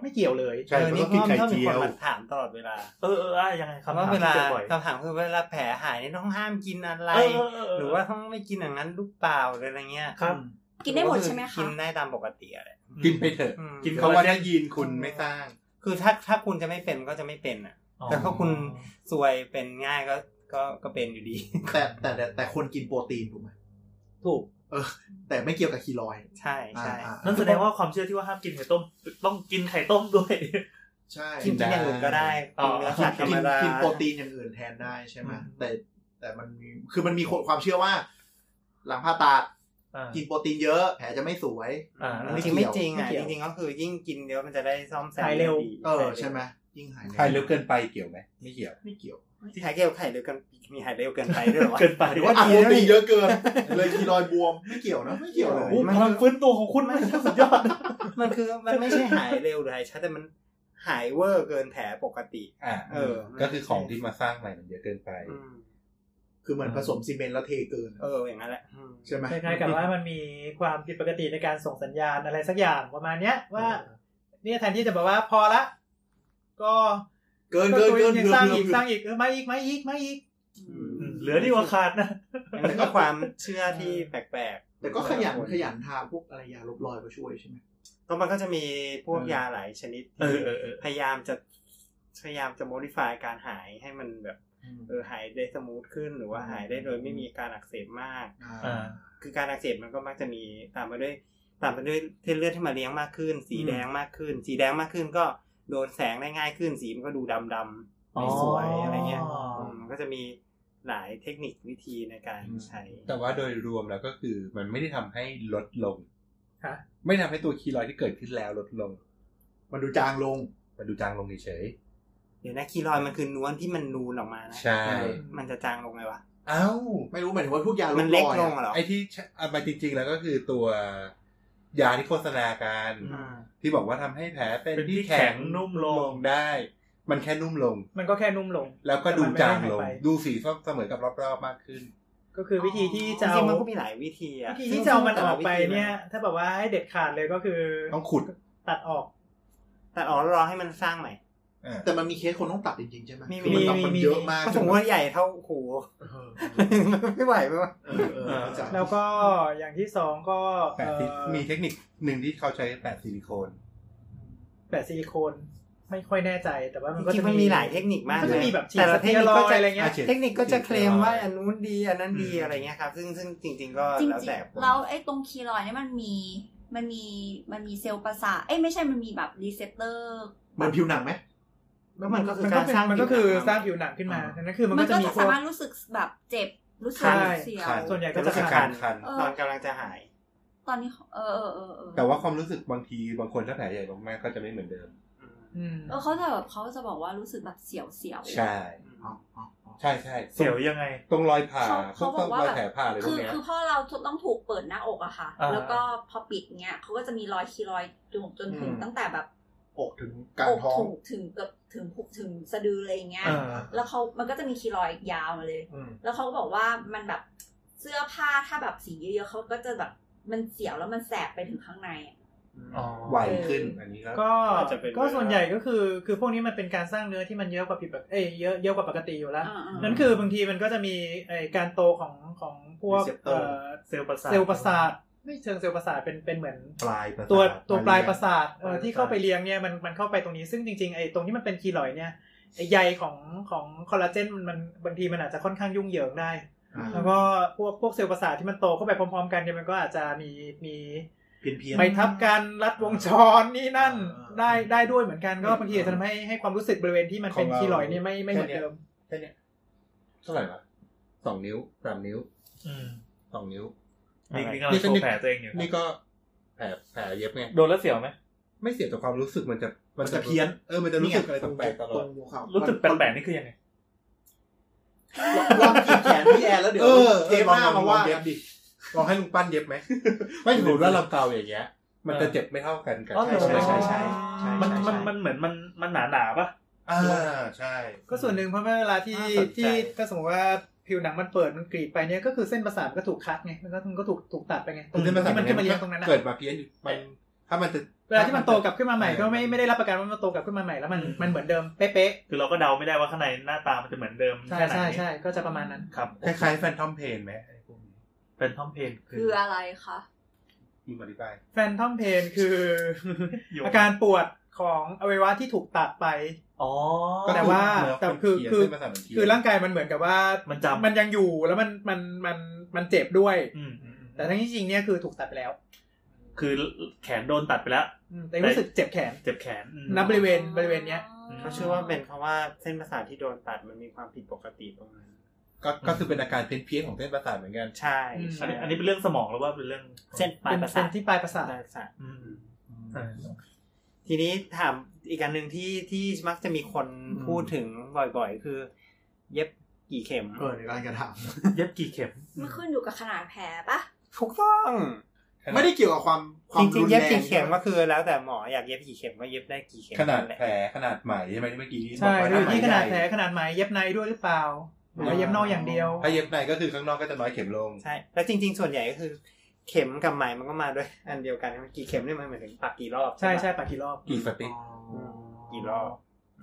S6: ไม่เกี่ยวเลย
S8: ใช่
S4: เออ
S8: มัน
S4: นี่
S8: ก็กินไข่
S4: ก็มี
S8: เจี
S4: ค
S8: ย
S4: น
S8: ว
S4: มาถามตลอดเวลา
S3: เออเอออ่ะยังไงคำ
S4: ว่า
S3: ถาม
S4: เว
S3: ที่
S4: ลา
S3: เจอบ่อย
S4: คำถามคือเวลาแผลหายนี่ต้องห้ามกินอะไร
S3: เออเเเห
S4: รือว่าต้องไม่กินอย่างนั้นหรูปเปล่าหรืออะไรเงี้ย
S3: ครับ
S1: กินได้หมดใช่ไหม
S4: กิ
S1: คะ
S4: นได้ตามปกติอะไร
S8: กินไปเถอะ
S4: อืม
S3: กิน
S8: เพราะว่าถ้ายีนคุณไม่สร้าง
S4: คือถ้าถ้าคุณจะไม่เป็นก็จะไม่เป็นอ่ะ
S3: อ๋อ
S4: แต่ถ้าคุณซวยเป็นง่ายก็ก็ก็เป็นอยู่ดี <laughs>
S5: แต่แต่แต่แต่คนกินโปรตีนถูกไหม
S6: ถูก
S5: เออ แต่ไม่เกี่ยวกับคีลอยด์
S4: ใช่
S5: อ่า
S4: ใช่
S5: อ่า
S3: นั่นแสดงว่าความเชื่อที่ว่าห้ามกินไข่ต้ม ต้องกินไข่ต้มด้วย
S5: ใช่
S4: กินกินอย่างอื่นก็ได้
S3: อ๋อ
S4: กินเนื้อสัตว์ธรรม
S5: กิน
S4: ดา
S5: กินโปรตีนอย่างอื่นแทนได้ใช่ไหม
S4: อืม
S5: แต่แต่มันมีคือมันมีความเชื่อว่า หลังผ่าตัด
S3: อ่า
S5: กินโปรตีนเยอะ แผลจะไม่สวย
S3: อ่า
S4: จริงๆไม่จริงอ่ะ
S6: ไม่เกี่
S4: จ
S6: ยว
S4: ริงๆก็คือยิ่งกินเยอะมันจะได้ซ่อมแซม
S6: หายเร็ว
S4: ดี
S5: เออใช่ไหมยิ่งหาย
S8: ใครเร็วเกินไปเกี่ยวไหมไม่เกี่ยว
S5: ไม่เกี่ยว
S4: หายเร็วหายเร็วกันมีหายเร็วเกินไปด้วยเหรอวะ
S3: เกินไป
S5: หรือว่าอ่ะโปรตีนเยอะเกิน เลยคีรอยด์บวมไม่เกี่ยวนะไม่เกี่ยวเลย
S3: โอ้โหพลังฟื้นตัวของคุณมันสุดยอด
S4: มันคือมันไม่ใช่หายเร็วหรือหายช้าแต่มันหายเวอร์เกินแผลปกติ
S8: อ่า
S4: เออ
S8: ก็คือของที่มาสร้างใหม่มันเยอะเกินไป
S4: อืม
S5: คือเหมือนผสมซีเมนต์แล้วเทเกิน
S4: เอออย่างนั้นแหละอืม
S5: ใช่ไหม
S6: คล้ายๆกับว่ามันมีความผิดปกติในการส่งสัญญาณอะไรสักอย่างประมาณเนี้ยว่าเนี่ยแทนที่จะบอกว่าพอละ ก็
S5: เกินเกินเกิน
S6: ยัง
S5: เกิน
S6: สร้าง
S5: เกิ
S6: อี
S5: น
S6: กสร้างอีกเออมาอีกมาอีกมาอีก
S3: เหลือดีกว่าขาดนะ
S4: อันนี้ก็ความเชื่อที่แปลกๆ
S5: แต่ก็ขยันขยันทาพวกอะไรยาลบรอยก็ช่วยใช่ไหม
S4: ก็มันก็จะมีพวกยาหลายชนิด
S3: เอ
S4: ที่
S3: อเออเออ
S4: พยายามจะพยายามจะ modify การหายให้มันแบบเออหายได้สมูทขึ้นหรือว่าหายได้โดยไม่มีการอักเสบมาก
S5: อ่า
S3: อ่า
S4: คือการอักเสบมันก็มักจะมีตามมาด้วยตามมาด้วยเส้นเลือดที่มาเลี้ยงมากขึ้น สีแดงมากขึ้น สีแดงมากขึ้นก็โดนแสงได้ง่ายขึ้น สีมันก็ดูดำดำๆไม่สวยอะไรเงี้ย
S6: อ๋ออื
S4: มมันก็จะมีหลายเทคนิควิธีในการใช้
S8: แต่ว่าโดยรวมแล้วก็คือมันไม่ได้ทำให้ลดลง
S6: ฮะ
S8: ไม่ทำให้ตัวคีรอยด์ที่เกิดขึ้นแล้วลดลง
S5: มันดูจางลง
S8: มันดูจางลงเฉย
S4: เดี๋ยวนะคีรอยด์มันคือนวลที่มันนูนออกมานะ
S8: ใช่
S4: มันจะจางลงไงวะ
S8: ๆเอ้า
S5: ไม่รู้หมายถึงว่าพวกยาล
S4: มัน
S5: บร
S4: เล็ก
S5: อย
S4: ลงเหรอ
S8: ไอ้ที่ชเอาไปจริง ๆ แล้วก็คือตัวยาที่โฆษณาการ
S4: อืม
S8: ที่บอกว่าทำให้แผลเป็น
S3: เป็นที่
S8: ที่
S3: แข็
S8: แข็
S3: ง
S8: ง
S3: นุ่มลง
S8: ได้ มันแค่นุ่มลง
S6: มันก็แค่นุ่มลง
S8: แล้วก็ดูจา
S6: แต่
S8: งลง
S6: มันไม่ได้หยไป
S8: ดูสีเสมอกับรอบๆมากขึ้น
S6: ก็คือวิธีที่
S4: จ
S6: จะ
S4: ริ
S6: เอา
S4: งๆมันก็มีหลายวิธีอะ
S6: วิธีที่จะเอามันออกไปเนี่ย ถ้าแบบว่าให้เด็ดขาดเลยก็คือ
S8: ต้องขุด
S6: ตัดออก
S4: แต่อ๋อรอให้มันสร้างใหม่
S8: อ่า
S5: แต่มันมีเคสคนต้องตัดจริงๆใช่ไหม
S4: มี
S5: คือมันตัด
S6: มี
S5: มัน
S6: มี
S5: เยอะมาก
S4: ก็สมมติว่าใหญ่เท่าโอ้โห
S5: เออ
S4: <laughs> ไม่ไหวไหมวะ
S5: เออเออเข้าใจ
S6: แล้วก็อย่างที่สองก็
S8: แปะซิ
S6: เอ่อ
S8: มีเทคนิคหนึ่งที่เขาใช้แปะซิลิโคน
S6: แปะซิลิโคนไม่ค่อยแน่ใจแต่ว่ามันก็
S4: จริ
S6: จะ
S4: งๆมันมีหลายเทคนิคมาก
S6: น
S4: เล
S6: จะ
S4: ย
S6: มีแบบฉีด
S4: แต่ละ
S6: ส
S4: เท
S6: เท
S4: ค
S6: ค
S4: นิ
S6: นิ
S4: ค
S6: ค
S4: ก็จะ
S6: อะไรเงี้ย
S8: ฉีด
S4: เทคนิคก็จะเคลมว่าอันนู้นดีอันนั้นดีอะไรเงี้ยครับซึ่งซึ่งจริง ๆ ก็
S2: จริง
S4: แล้วแต่ค
S2: ๆ
S4: น
S2: แล้วไอ้ตรงคีรอยด์เนี่ยมันมีมันมีมันมีเซลล์ประสาทเอ้ยไม่ใช่มันมีแบบรีเซพเตอร์
S5: เหมือนผิวหนังไหม
S4: แล้วมันก็คือ
S6: มัน
S4: กา
S6: ก็
S4: ร
S6: เป็น
S4: สร้าง
S6: มันก็คือสร้าง
S4: ผิ
S6: ผิ
S4: ว
S6: ว
S4: ห
S6: ห
S4: นัง
S6: นังขึ้นมาดังนั้นคือมัน
S2: มัน
S6: ก็
S2: ก็
S6: จะมี
S2: จะ
S6: พว
S2: สาก มารถรู้สึกแบบเจ็บรู้สึก
S4: คัน
S2: เสียว
S8: คัน
S6: ส่วนใหญ่ก็จะ
S4: แต่รู้สึก
S6: คั
S4: คั
S6: น
S4: น
S8: คัน
S2: เออ
S4: ตอนกำลังจะหาย
S2: ตอนนี้เออเออเออเออ
S8: แต่ว่าความรู้สึกบางทีบางคนถ้าแผลใหญ่มากๆก็จะไม่เหมือนเดิม
S6: อืม
S2: เออเขาจะแบบเขาจะบอกว่ารู้สึกแบบเสียวเสียวๆ
S8: ใช่ ใช่ใช่
S3: เสียวยังไง
S8: ตรงรอยผ่า
S2: เขาเขาบอกว่า
S8: รอยแผลผ่าเลยพ
S2: คื
S8: วก
S2: อ
S8: เนี้ย
S2: คือพ่อเราต้องถูกเปิดหน้าอกอะค่ะ
S3: อ่า
S2: แล้วก็พอปิดเนี้ยเขาก็จะมีรอยคีรอยด์จนจนถึง
S8: อืม
S2: ตั้งแต่แบบ
S5: อกถึงกลางท้อง
S2: กถึถึงเกือบถึงพุกถึงสะดืออะไรอย่างเงี้ย
S3: อ่า
S2: แล้วเขามันก็จะมีคีรอยด์ยาวมาเลย แล้วเขาก็บอกว่ามันแบบเสื้อผ้าถ้าแบบสีเยอะๆเขาก็จะแบบมันเสียวแล้วมันแสบไปถึงข้างในอะ
S3: อ๋อ
S8: ไวขึ้นอันนี้ก็
S6: ก็
S4: อาจจะเป็นไปได้
S6: ก็ส่วนใหญ่ก็คือ คือพวกนี้มันเป็นการสร้างเนื้อที่มันเยอะกว่าผิดปกเอ้ยเยอะเยอะกว่าปกติอยู่แล้ว
S2: อ่าๆ
S6: นั่นคือบางทีมันก็จะมีไอการโตของของพวก
S4: Receptor
S6: เอ่อ
S3: เซลล์ประสาท
S6: เซลล์ประสาทไม่เชิงเซลล์ประสาทเป็นเป็นเหมือน
S8: ปลายประสาท
S6: ตัวตัวปลายประสาทเอ
S3: ปลา
S6: อ
S3: ยประสาท
S6: ที่เข้าไปเลี้ยงเนี่ยมันมันเข้าไปตรงนี้ซึ่งจริงๆไอ้ตรงที่มันเป็นคีลอยด์เนี่ยไอ้ใยของของคอลลาเจนมันมันบางทีมันอาจจะค่อนข้างยุ่งเหยิงได้
S5: อ่า
S6: แล้วก็พวกพวกเซลล์ประสาทที่มันโตเข้าไปพร้อมๆ กันเนี่ยมันก็อาจจะมีมี
S5: เพี้ยนเพี้ยน
S6: ไปทับกันรัดวงจรนี่นั่น
S5: อ่า
S6: ได้ได้ด้วยเหมือนกันก็บางทีอาจจะทำให้ให้ความรู้สึกบริเวณที่มันเป็นคีลอยด์เนี่ยไม่ไม่เหมือนเดิม
S8: แค่เนี้ยเท่าไหร่วะสองนิ้วสามนิ้ว
S3: อืม
S8: สองนิ้ว
S3: นี่นี่กำลังโชว์แผลตัวเองอยู่ครับ
S8: นี่ก็แผลแผลเย็บไง
S3: โดนแล้วเสียวไหม
S8: ไม่เสียแต่ความรู้สึกมันจะ
S5: มันจะเพี้ยน
S8: เออมันจะรู้สึกอะไรแปลกๆตลอ
S5: ตร
S8: ด
S5: งหัวเข่า
S3: รู้
S5: รู้
S3: สึกแปลกๆนี่คือยังไง
S5: ลองกินแขนพี่แอนแล้วเดี๋ยว
S8: เออ
S5: เท
S8: เออ
S5: ป
S8: ลอ
S5: ห
S8: ง
S5: น้า
S8: ลอง
S5: มา
S8: ลอ
S5: ว่าง
S8: เย็บดิลองให้ลุงปั้นเย็บไหมไม่ถือว่าเราเกาอย่างเงี้ย มันจะเจ็บไม่เท่ากันกับ
S3: อ๋อเหรอ
S8: ใช่ใช่ใช่ใช่
S3: มัน
S8: ใช่
S3: มัน
S8: ใช่
S3: มันเหมือนมันมันหนาหนาๆปะ
S8: อ่าใช่
S6: ก็ส่วนหนึ่งเพราะว่าเวลาที่
S8: น่าสนใจ
S6: ที่ถ้าสมมติว่าผิวหนังมันเปิดมันกรีดไปเนี่ยก็คือเส้นประสาทมันก็ถูกคัดไงมันก็มันก็ถูกถูกตัดไปไง
S8: คือเส้นประสาท
S6: ที่มันขึ้นมาเลี้ยงตรงนั้นอะ
S8: เกิดมาเพี้ยนมันถ้ามันจะ
S6: เวลาที่มันโตกลับขึ้นมาใหม่ก็ไม่ไม่ได้รับประกันว่ามันโตกลับขึ้นมาใหม่แล้วมัน
S3: อืม
S6: มันเหมือนเดิมเป๊ะ
S3: คือเราก็เดาไม่ได้ว่าข้างในหน้าตามันจะเหมือนเดิม
S6: ๆใช่
S3: แค่ไหน
S6: ใช่ใช่ก็จะประมาณนั้น
S3: ครับ
S8: คล้ายๆแฟนทอมเพนไหมไอ้พวกนี้
S3: เป็นท่อมเพน
S2: คืออะไรคะ
S8: มึงอธิบาย
S6: แฟนทอมเพนคือ
S3: อยู่
S6: อาการปวดของอวัยวะที่ถูกตัดไป
S3: อ๋อ
S6: แต่ว่า
S8: ก็
S6: แต่คือ
S8: เนื้
S6: คือ
S8: เส้นประสาทมันเพี้ยน
S6: คือร่างกายมันเหมือนกับว่ามัน
S3: จำ
S6: มันยังอยู่แล้วมันมันมันมันเจ็บด้วย
S3: อืมอืมอืม
S6: แต่ทั้งที่จริงเนี่ยคือถูกตัดไปแล้ว
S3: คือแขนโดนตัดไปแล้ว
S6: อืมแต่รู้สึกเจ็บแขน
S3: เจ็บแขนอืม
S6: นับบริเวณบริเวณเนี้ย
S4: เขาเชื่อว่าเป็นเพราะว่าเส้นประสาทที่โดนตัดมันมีความผิดปกติตรงนั้น
S8: ก็ก็คือเป็นอาการเพี้ยนๆของเส้นประสาทเหมือนกัน
S4: ใช่
S6: อืม
S3: อั
S4: ใช่
S3: นนี้อันนี้เป็นเรื่องสมองหรือว่าเป็นเรื่อง
S4: เส้นปลาย
S6: เป็น
S4: ประสา
S6: เส้น
S4: ท
S6: ที่ปลายประสาท
S4: ปลายประสาท
S3: อืม
S4: ทีนี้ถามอีกอันหนึ่งที่ที่มักจะมีคนพูดถึงบ่อยๆ คือ เย็บกี่เข็ม
S5: เออในร้านกระถาง
S3: เย็บกี่เข็ม
S2: มันขึ้นอยู่กับขนาดแผลปะ
S4: ถูกต้อง
S5: ไม่ได้เกี่ยวกับความควา
S4: จ
S5: ม
S4: ริงๆ
S5: นแ
S4: เย็บกี่เข็มก็คือแล้วแต่หมออยากเย็บกี่เข็มก็เย็บได้กี่เข็ม
S8: ขนาด
S4: แหละ
S8: แผลขนาดใหม่ใช่ไหมที่เมื่อกี้บอ
S6: ใช่
S8: ก
S6: ห
S8: ว่าห
S6: รือ
S8: น้าใหม่
S6: ที่ขนาด
S8: ให
S6: แผล
S8: ญ่
S6: ขนาดไหมเย็บในด้วยหรือเปล่าหรือว่าเย็บนอกอย่างเดียว
S8: ถ้าเย็บในก็คือข้างนอกก็จะน้อยเข็มลง
S4: ใช่ แล้วจริง ๆ ส่วนใหญ่ก็คือ เข็มกับไหมมันก็มาด้วย อันเดียวกันครับกี่เข็มเนี่ยมันหมายถึงปักกี่รอบ
S6: ใช่ใช่
S4: ปะ
S6: ปากกี่รอบ
S8: กี่สติก
S4: กี่รอบ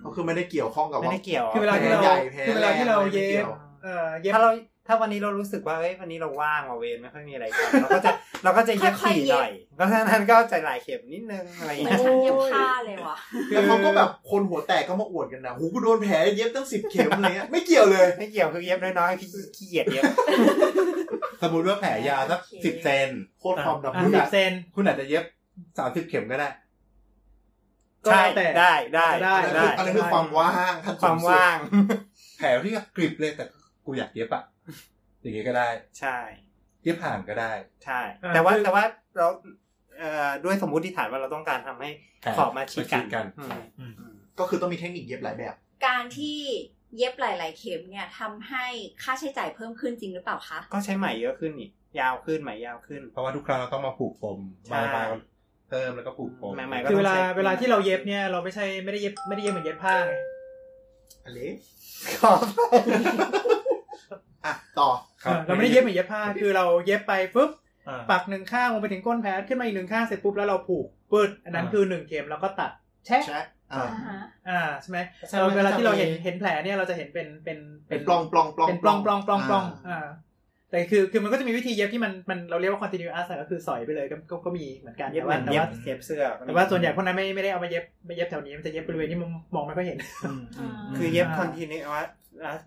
S5: ก็คือไม่ได้เกี่ยวข้องกับ
S4: ไม่
S5: ว่า
S4: ได้เกี่ยว
S6: คือเวลาที่เรา
S5: แผลใหญ่แผล
S6: คือเวลาที่เรา
S5: แรงอะไรไม่
S6: เย็
S5: เกี่
S6: บ
S5: ยว
S6: เอ่อเย็บ
S4: ถ้าเราถ้าวันนี้เรารู้สึกว่าเฮ้ยวันนี้เราว่างว่าเวรไม่ค่อยมีอะไรทำเราก็จะเราก็จะเย็บถี่หน่อยเพราะฉะนั้นก็จะหลายเข็มนิดนึงอะไรอย่าง
S2: เหมือนฉัน
S4: เงี้ย
S2: เย็บผ้าเลยว่ะ
S5: แล้วเขาก็แบบคนหัวแตกก็มาอวดกันนะหูกูโดนแผลเย็บตั้งสิบเข็มอะไรเงี้ยไม่เกี่ยวเลย
S4: ไม่เกี่ยวคือเย็บน้อยๆขี้ขี้เกียจเย็บ
S8: สมมติว่าแผลยาวสัก
S1: โอเค
S8: สิบเซน
S5: โคตรความดับ
S6: อ่ะ
S5: รู้
S6: สิ
S5: จั
S6: บ
S5: ก
S6: เซน
S8: คุณอาจจะเย็บสามสิบเข็มก็ได้
S6: ก็
S4: ใช่
S6: แล้วแต่
S4: ได้ได้
S6: ได้
S5: อันนั้นคืออันนั้นคือความว่างขั้น
S4: ค
S5: สู
S4: วาง ม
S5: สุด
S4: ว่าง
S8: แผลที่กริบเลยแต่กูอยากเย็บอะอย่างงี้ก็ได้
S4: ใช่
S8: เย็บห่างก็ได้
S4: ใช่
S6: อ่า
S4: แต่ว่า
S6: คือ
S4: แต่ว่าเราเอ่อด้วยสมมุติฐานว่าเราต้องการทำให้
S8: แผล
S4: ขอบมาชิดกัน
S8: กัน
S4: อืม
S5: ก็คือต้องมีเทคนิคเย็บหลายแบบ
S2: การที่เย็บหลาย ๆ เข็มเนี่ยทำให้ค่าใช้จ่ายเพิ่มขึ้นจริงหรือเปล่าคะ
S4: ก็ใช้ไหมเยอะขึ้นนี่ยาวขึ้นไหมยาวขึ้น
S8: เพราะว่าทุกครั้งเราต้องมาผูกปม
S4: ใช่
S8: มามาเพิ่มแล้วก็ผูกปม
S4: ใหม่ๆก็
S6: คือ
S4: ต้
S6: เวลา
S4: องใช้
S6: เวลาที่เราเย็บเนี่ยเราไม่ใช่ไม่ได้เย็บไม่ได้เย็บเหมือนเย็บผ้าไง
S5: อะไร
S4: ขอบ
S5: <laughs> อ่ะต่อ
S8: คบ
S6: เออเราไม่ได้เย็บเหมือนเย็บผ้า คือเราเย็บไปปุ๊บ
S3: อ่า
S6: ปักหนึ่งข้างลงไปถึงก้นแผลขึ้นมาอีกหนึ่งข้างเสร็จปุ๊บแล้วเราผูกเปิดอันนั้นคือหนึ่งเข็มแล้วก็ตัดแชะ
S5: ใช่อ่า
S6: อ่าใช่ไหม
S4: ใช่
S6: เราเวลาที่เราเห็น
S4: มันก็จะมี
S6: เห็นแผลเนี่ยเราจะเห็นเป็นเป็น
S5: เป็นปลองปลองปลอง
S6: เป็นปลองปลองปลองปลองอ่าแต่คือคือมันก็จะมีวิธีเย็บที่มันมันเราเรียกว่า continuous อะก็คือสอยไปเลยก็ก็ก็มีเหมือนกัน
S4: เย็บ
S6: แต่
S4: เหมื
S6: ว่า
S4: อน
S6: แต่
S4: เย็บ
S6: ว่า
S4: เย็บเสื้อ
S6: แต่ว่าส่วนใหญ่พวกนั้นไม่ไม่ได้เอามาเย็บไม่เย็บแถวนี้มันจะเย็บบริเวณที่มองมองไม่ค่อยเห็น
S4: คือเย็บ
S6: อ่า
S4: คอนทิเนียว่า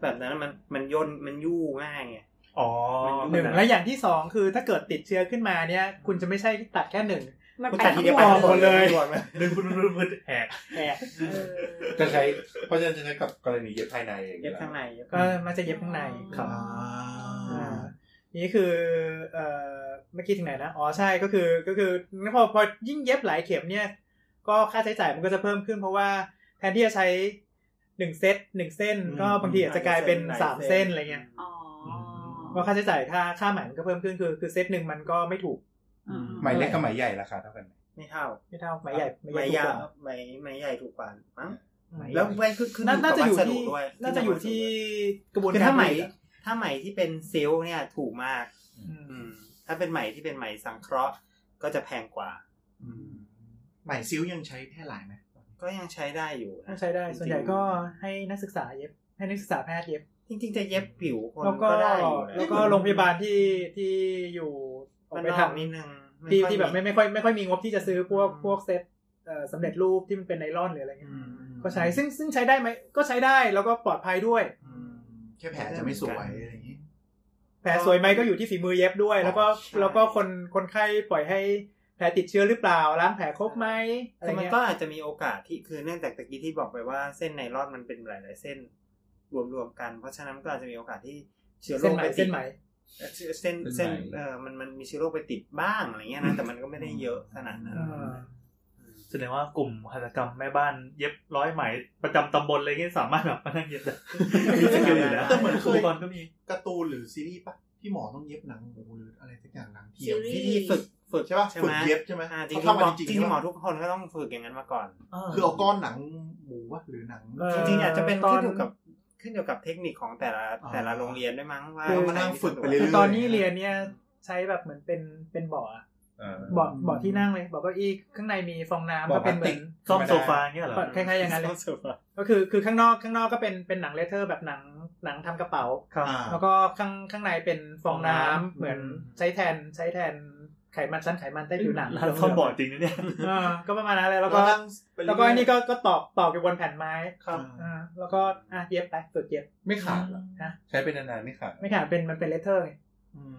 S4: แบบนั้นมันมันย่นมันยู่ง่ายไง
S3: อ๋อ
S6: หนึ่งและอย่างที่สองคือถ้าเกิดติดเชื้อขึ้นมาเนี่ย คุณจะไม่ใช่ตัดแค่หนึ่ง
S2: มัน
S4: คุณ
S2: ไป
S4: ตัดทีเดียวไป
S6: ออกหมดเลย
S4: รวมเลย
S3: ดึงพื้นพื้นพื้นแหก
S6: แอบ
S8: จะใช้เพราะฉะนั้นจะใช้กับกรณีเย็บภายในอย่าง
S4: เย็
S8: เงี้
S4: บ
S8: ย
S4: ข้างในเย็บ
S6: ก็มันจะเย็บข้างใน
S5: ครับ
S6: อ่านี่คือเอ่อเมื่อกี้ถึงไหนนะอ๋อใช่ก็คือก็คือพอพอยิ่งเย็บหลายเข็มเนี่ย ก็ค่าใช้จ่ายมันก็จะเพิ่มขึ้น เพราะว่าแทนที่จะใช้หนึ่งเซตหนึ่งเส้น ก็บางทีอาจจะกลายเป็นสามเส้นอะไรเงี้ย
S2: อ๋อ
S6: ก็ค่าใช้จ่ายค่าค่าไหมมันก็เพิ่มขึ้นคือคือเซตหนึ่งมันก็ไม่ถูก
S2: อืม
S8: ไหมเล็กกับไหมใหญ่ราคาเท่ากันไหม
S4: ไม่เท่า
S6: ไม่เท่าไหมใหญ่
S4: ไหม
S6: ถูกก
S4: ยาว
S6: ว่า
S4: ไหมไหมใหญ่ถูกกว่ามั้ง
S6: อืม
S4: แล้วไม่คือคือ
S6: น่าน่าจะอยู่ที่
S4: วัสดุด้วย
S6: น่าจะอยู่ที่กระบวนการ
S4: คือถ้าไหม
S6: ผลิตอะ
S4: ถ้าไหมที่เป็นซิลค์เนี่ยถูกมาก
S6: อืม
S4: อืม ถ้าเป็นไหมที่เป็นไหมสังเคราะห์ก็จะแพงกว่า
S5: ใหม่ซิ้วยังใช้แพร่หลายไหม
S4: ก็ยังใช้ได้อยู่
S6: น่า
S4: นะ
S6: ใช้ได้ส่วนใหญ่ก็ให้นักศึกษาเย็บ ให้นักศึกษาแพทย์เย็บ
S4: จริงๆจะเย็บผิวคน
S6: แล้วก็
S4: ก็ได้อยู่นะ
S6: แล้วก็โรงพยาบาลที่ที่อยู่ออก
S4: มัน
S6: ไป
S4: ทำ
S6: ทำ
S4: นิดนึงมัน
S6: ที่
S4: ค่อย
S6: ที่แบบไม่ไม่ค่อยไม่ค่อยมีงบที่จะซื้อพวกพวกเซตเอ่อสำเร็จรูปที่มันเป็นไนลอนหรืออะไรเงี้ย
S4: อืม
S6: ก็ใช้ซึ่งซึ่งใช้ได้ไหมก็ใช้ได้แล้วก็ปลอดภัยด้วย
S4: อืม
S5: แค่แผลจะไม่สวยอะไรอย่างนี้
S6: แผลสวยไหมก็อยู่ที่ฝีมือเย็บด้วย แล้วก็
S4: ใช่
S6: แล้วก็คนคนไข้ปล่อยให้แผลติดเชื้อหรือเปล่าล้างแผลครบไหมอะไร
S4: แต่มัน
S6: เงี้ย
S4: ก็อาจจะมีโอกาสที่คือเนื่องจากตะกี้ที่บอกไปว่าเส้นไนลอนมันเป็นหลาย ๆ เส้นรวมๆกัน เพราะฉะนั้นก็อาจจะมีโอกาสที่เชื้อโร
S6: เส้น
S4: ค
S6: ไหม
S4: ไปติ
S6: เส้น
S4: ด
S6: ไหม
S4: เอ่อเส้นเส้นเออมันมันมีเชื้อโรคไปติดบ้างอะไรเงี้ยนะแต่มันก็ไม่ได้เยอะขนาดนั้น
S6: อ่า
S3: แสดงว่ากลุ่มหัตถกรรมแม่บ้านเย็บร้อยไหมประจำตำบลอะไรเงี้ยสามารถแบบมานั่งเย็บได้มีสกิลอยู่แล้ว
S5: แต่เหมือนเคย
S3: ปกรณ์ก็มี
S5: การ์ตูนหรือซีรีส์ปะที่หมอต้องเย็บหนังหมูหรืออะไรสักอย่างหนังเทีย
S2: ซี
S5: ม
S2: รี
S4: ที่
S2: ส์
S4: ที่ฝึกฝึก
S5: ใช่ปะ
S4: ใช่ไห
S5: ฝึ
S4: ม
S5: กเย็บใช่ไหม
S4: อ่าจริง
S5: เขา
S4: ๆหม
S5: ทำกัน
S4: อ
S5: จริง
S4: จ
S5: ๆ
S4: ริงๆหมอ
S5: ใช่ปะ
S4: ทุกคนก็ต้องฝึกอย่างนั้นมาก่อน
S5: คือเอาก้อนหนังหมูวะหรือหนัง
S6: เออ
S4: จริงๆอาจจะเป็น
S6: ตอน
S4: ขึ้นอยู่กับขึ้นอยู่กับเทคนิคของแต่ละ
S5: อ๋อ
S4: แต่ละโรงเรียนด้วยมั้งว่า
S5: คือมานั่งฝึกไปเรื่
S6: คือตอนนี้เรียนเนี่ยใช้แบบเหมือนเป็นเป็นเบาะอะ
S8: เออ
S6: เบาะเบาะที่นั่งเลยเบาะเก้าอี้ข้างในมีฟองน้ำ
S8: เบาะ
S6: ก็เป็นเหมือน
S8: พลาสติ
S3: ซ่อมโซฟาเงี้ยเหรอ
S6: คล้ายๆอย่างนั้นเลยก็คือคือข้างนอกข้างนอกก็เป็นเป็นหนังเลเทอร์แบบหนังหนังทำกระเป๋า
S3: ครับ
S5: อ่า
S6: แล้วก็ข้างข้างในเป็นฟองน้ำ
S3: ฟองน้ำ
S6: เหมือนใช้แทนใช้แทนไขมันชั้นไขมันใต้ผิวหนัง
S3: ร้านซ่อมบอร์ดจริงนะเนี่ย
S6: เออก็ประมาณนั้นเลย
S5: แล้
S6: แล้ว ว
S5: ก็
S6: ก็
S5: นั่งไปเรื่ยๆ
S6: แล้วก็อันนี้ก็ก็ตอกตอกอยู่บนแผ่นไม้
S5: ครับ
S6: อ่าแล้วก็อ่ะเย็บไปฝึกเย็บ
S8: ไม่ขาดหรอก
S6: นะ
S8: ใช้เป็นนานๆไม่ขาดหรอก
S6: ไม่ขาดเป็นมันเป็นเลเทอร์ไง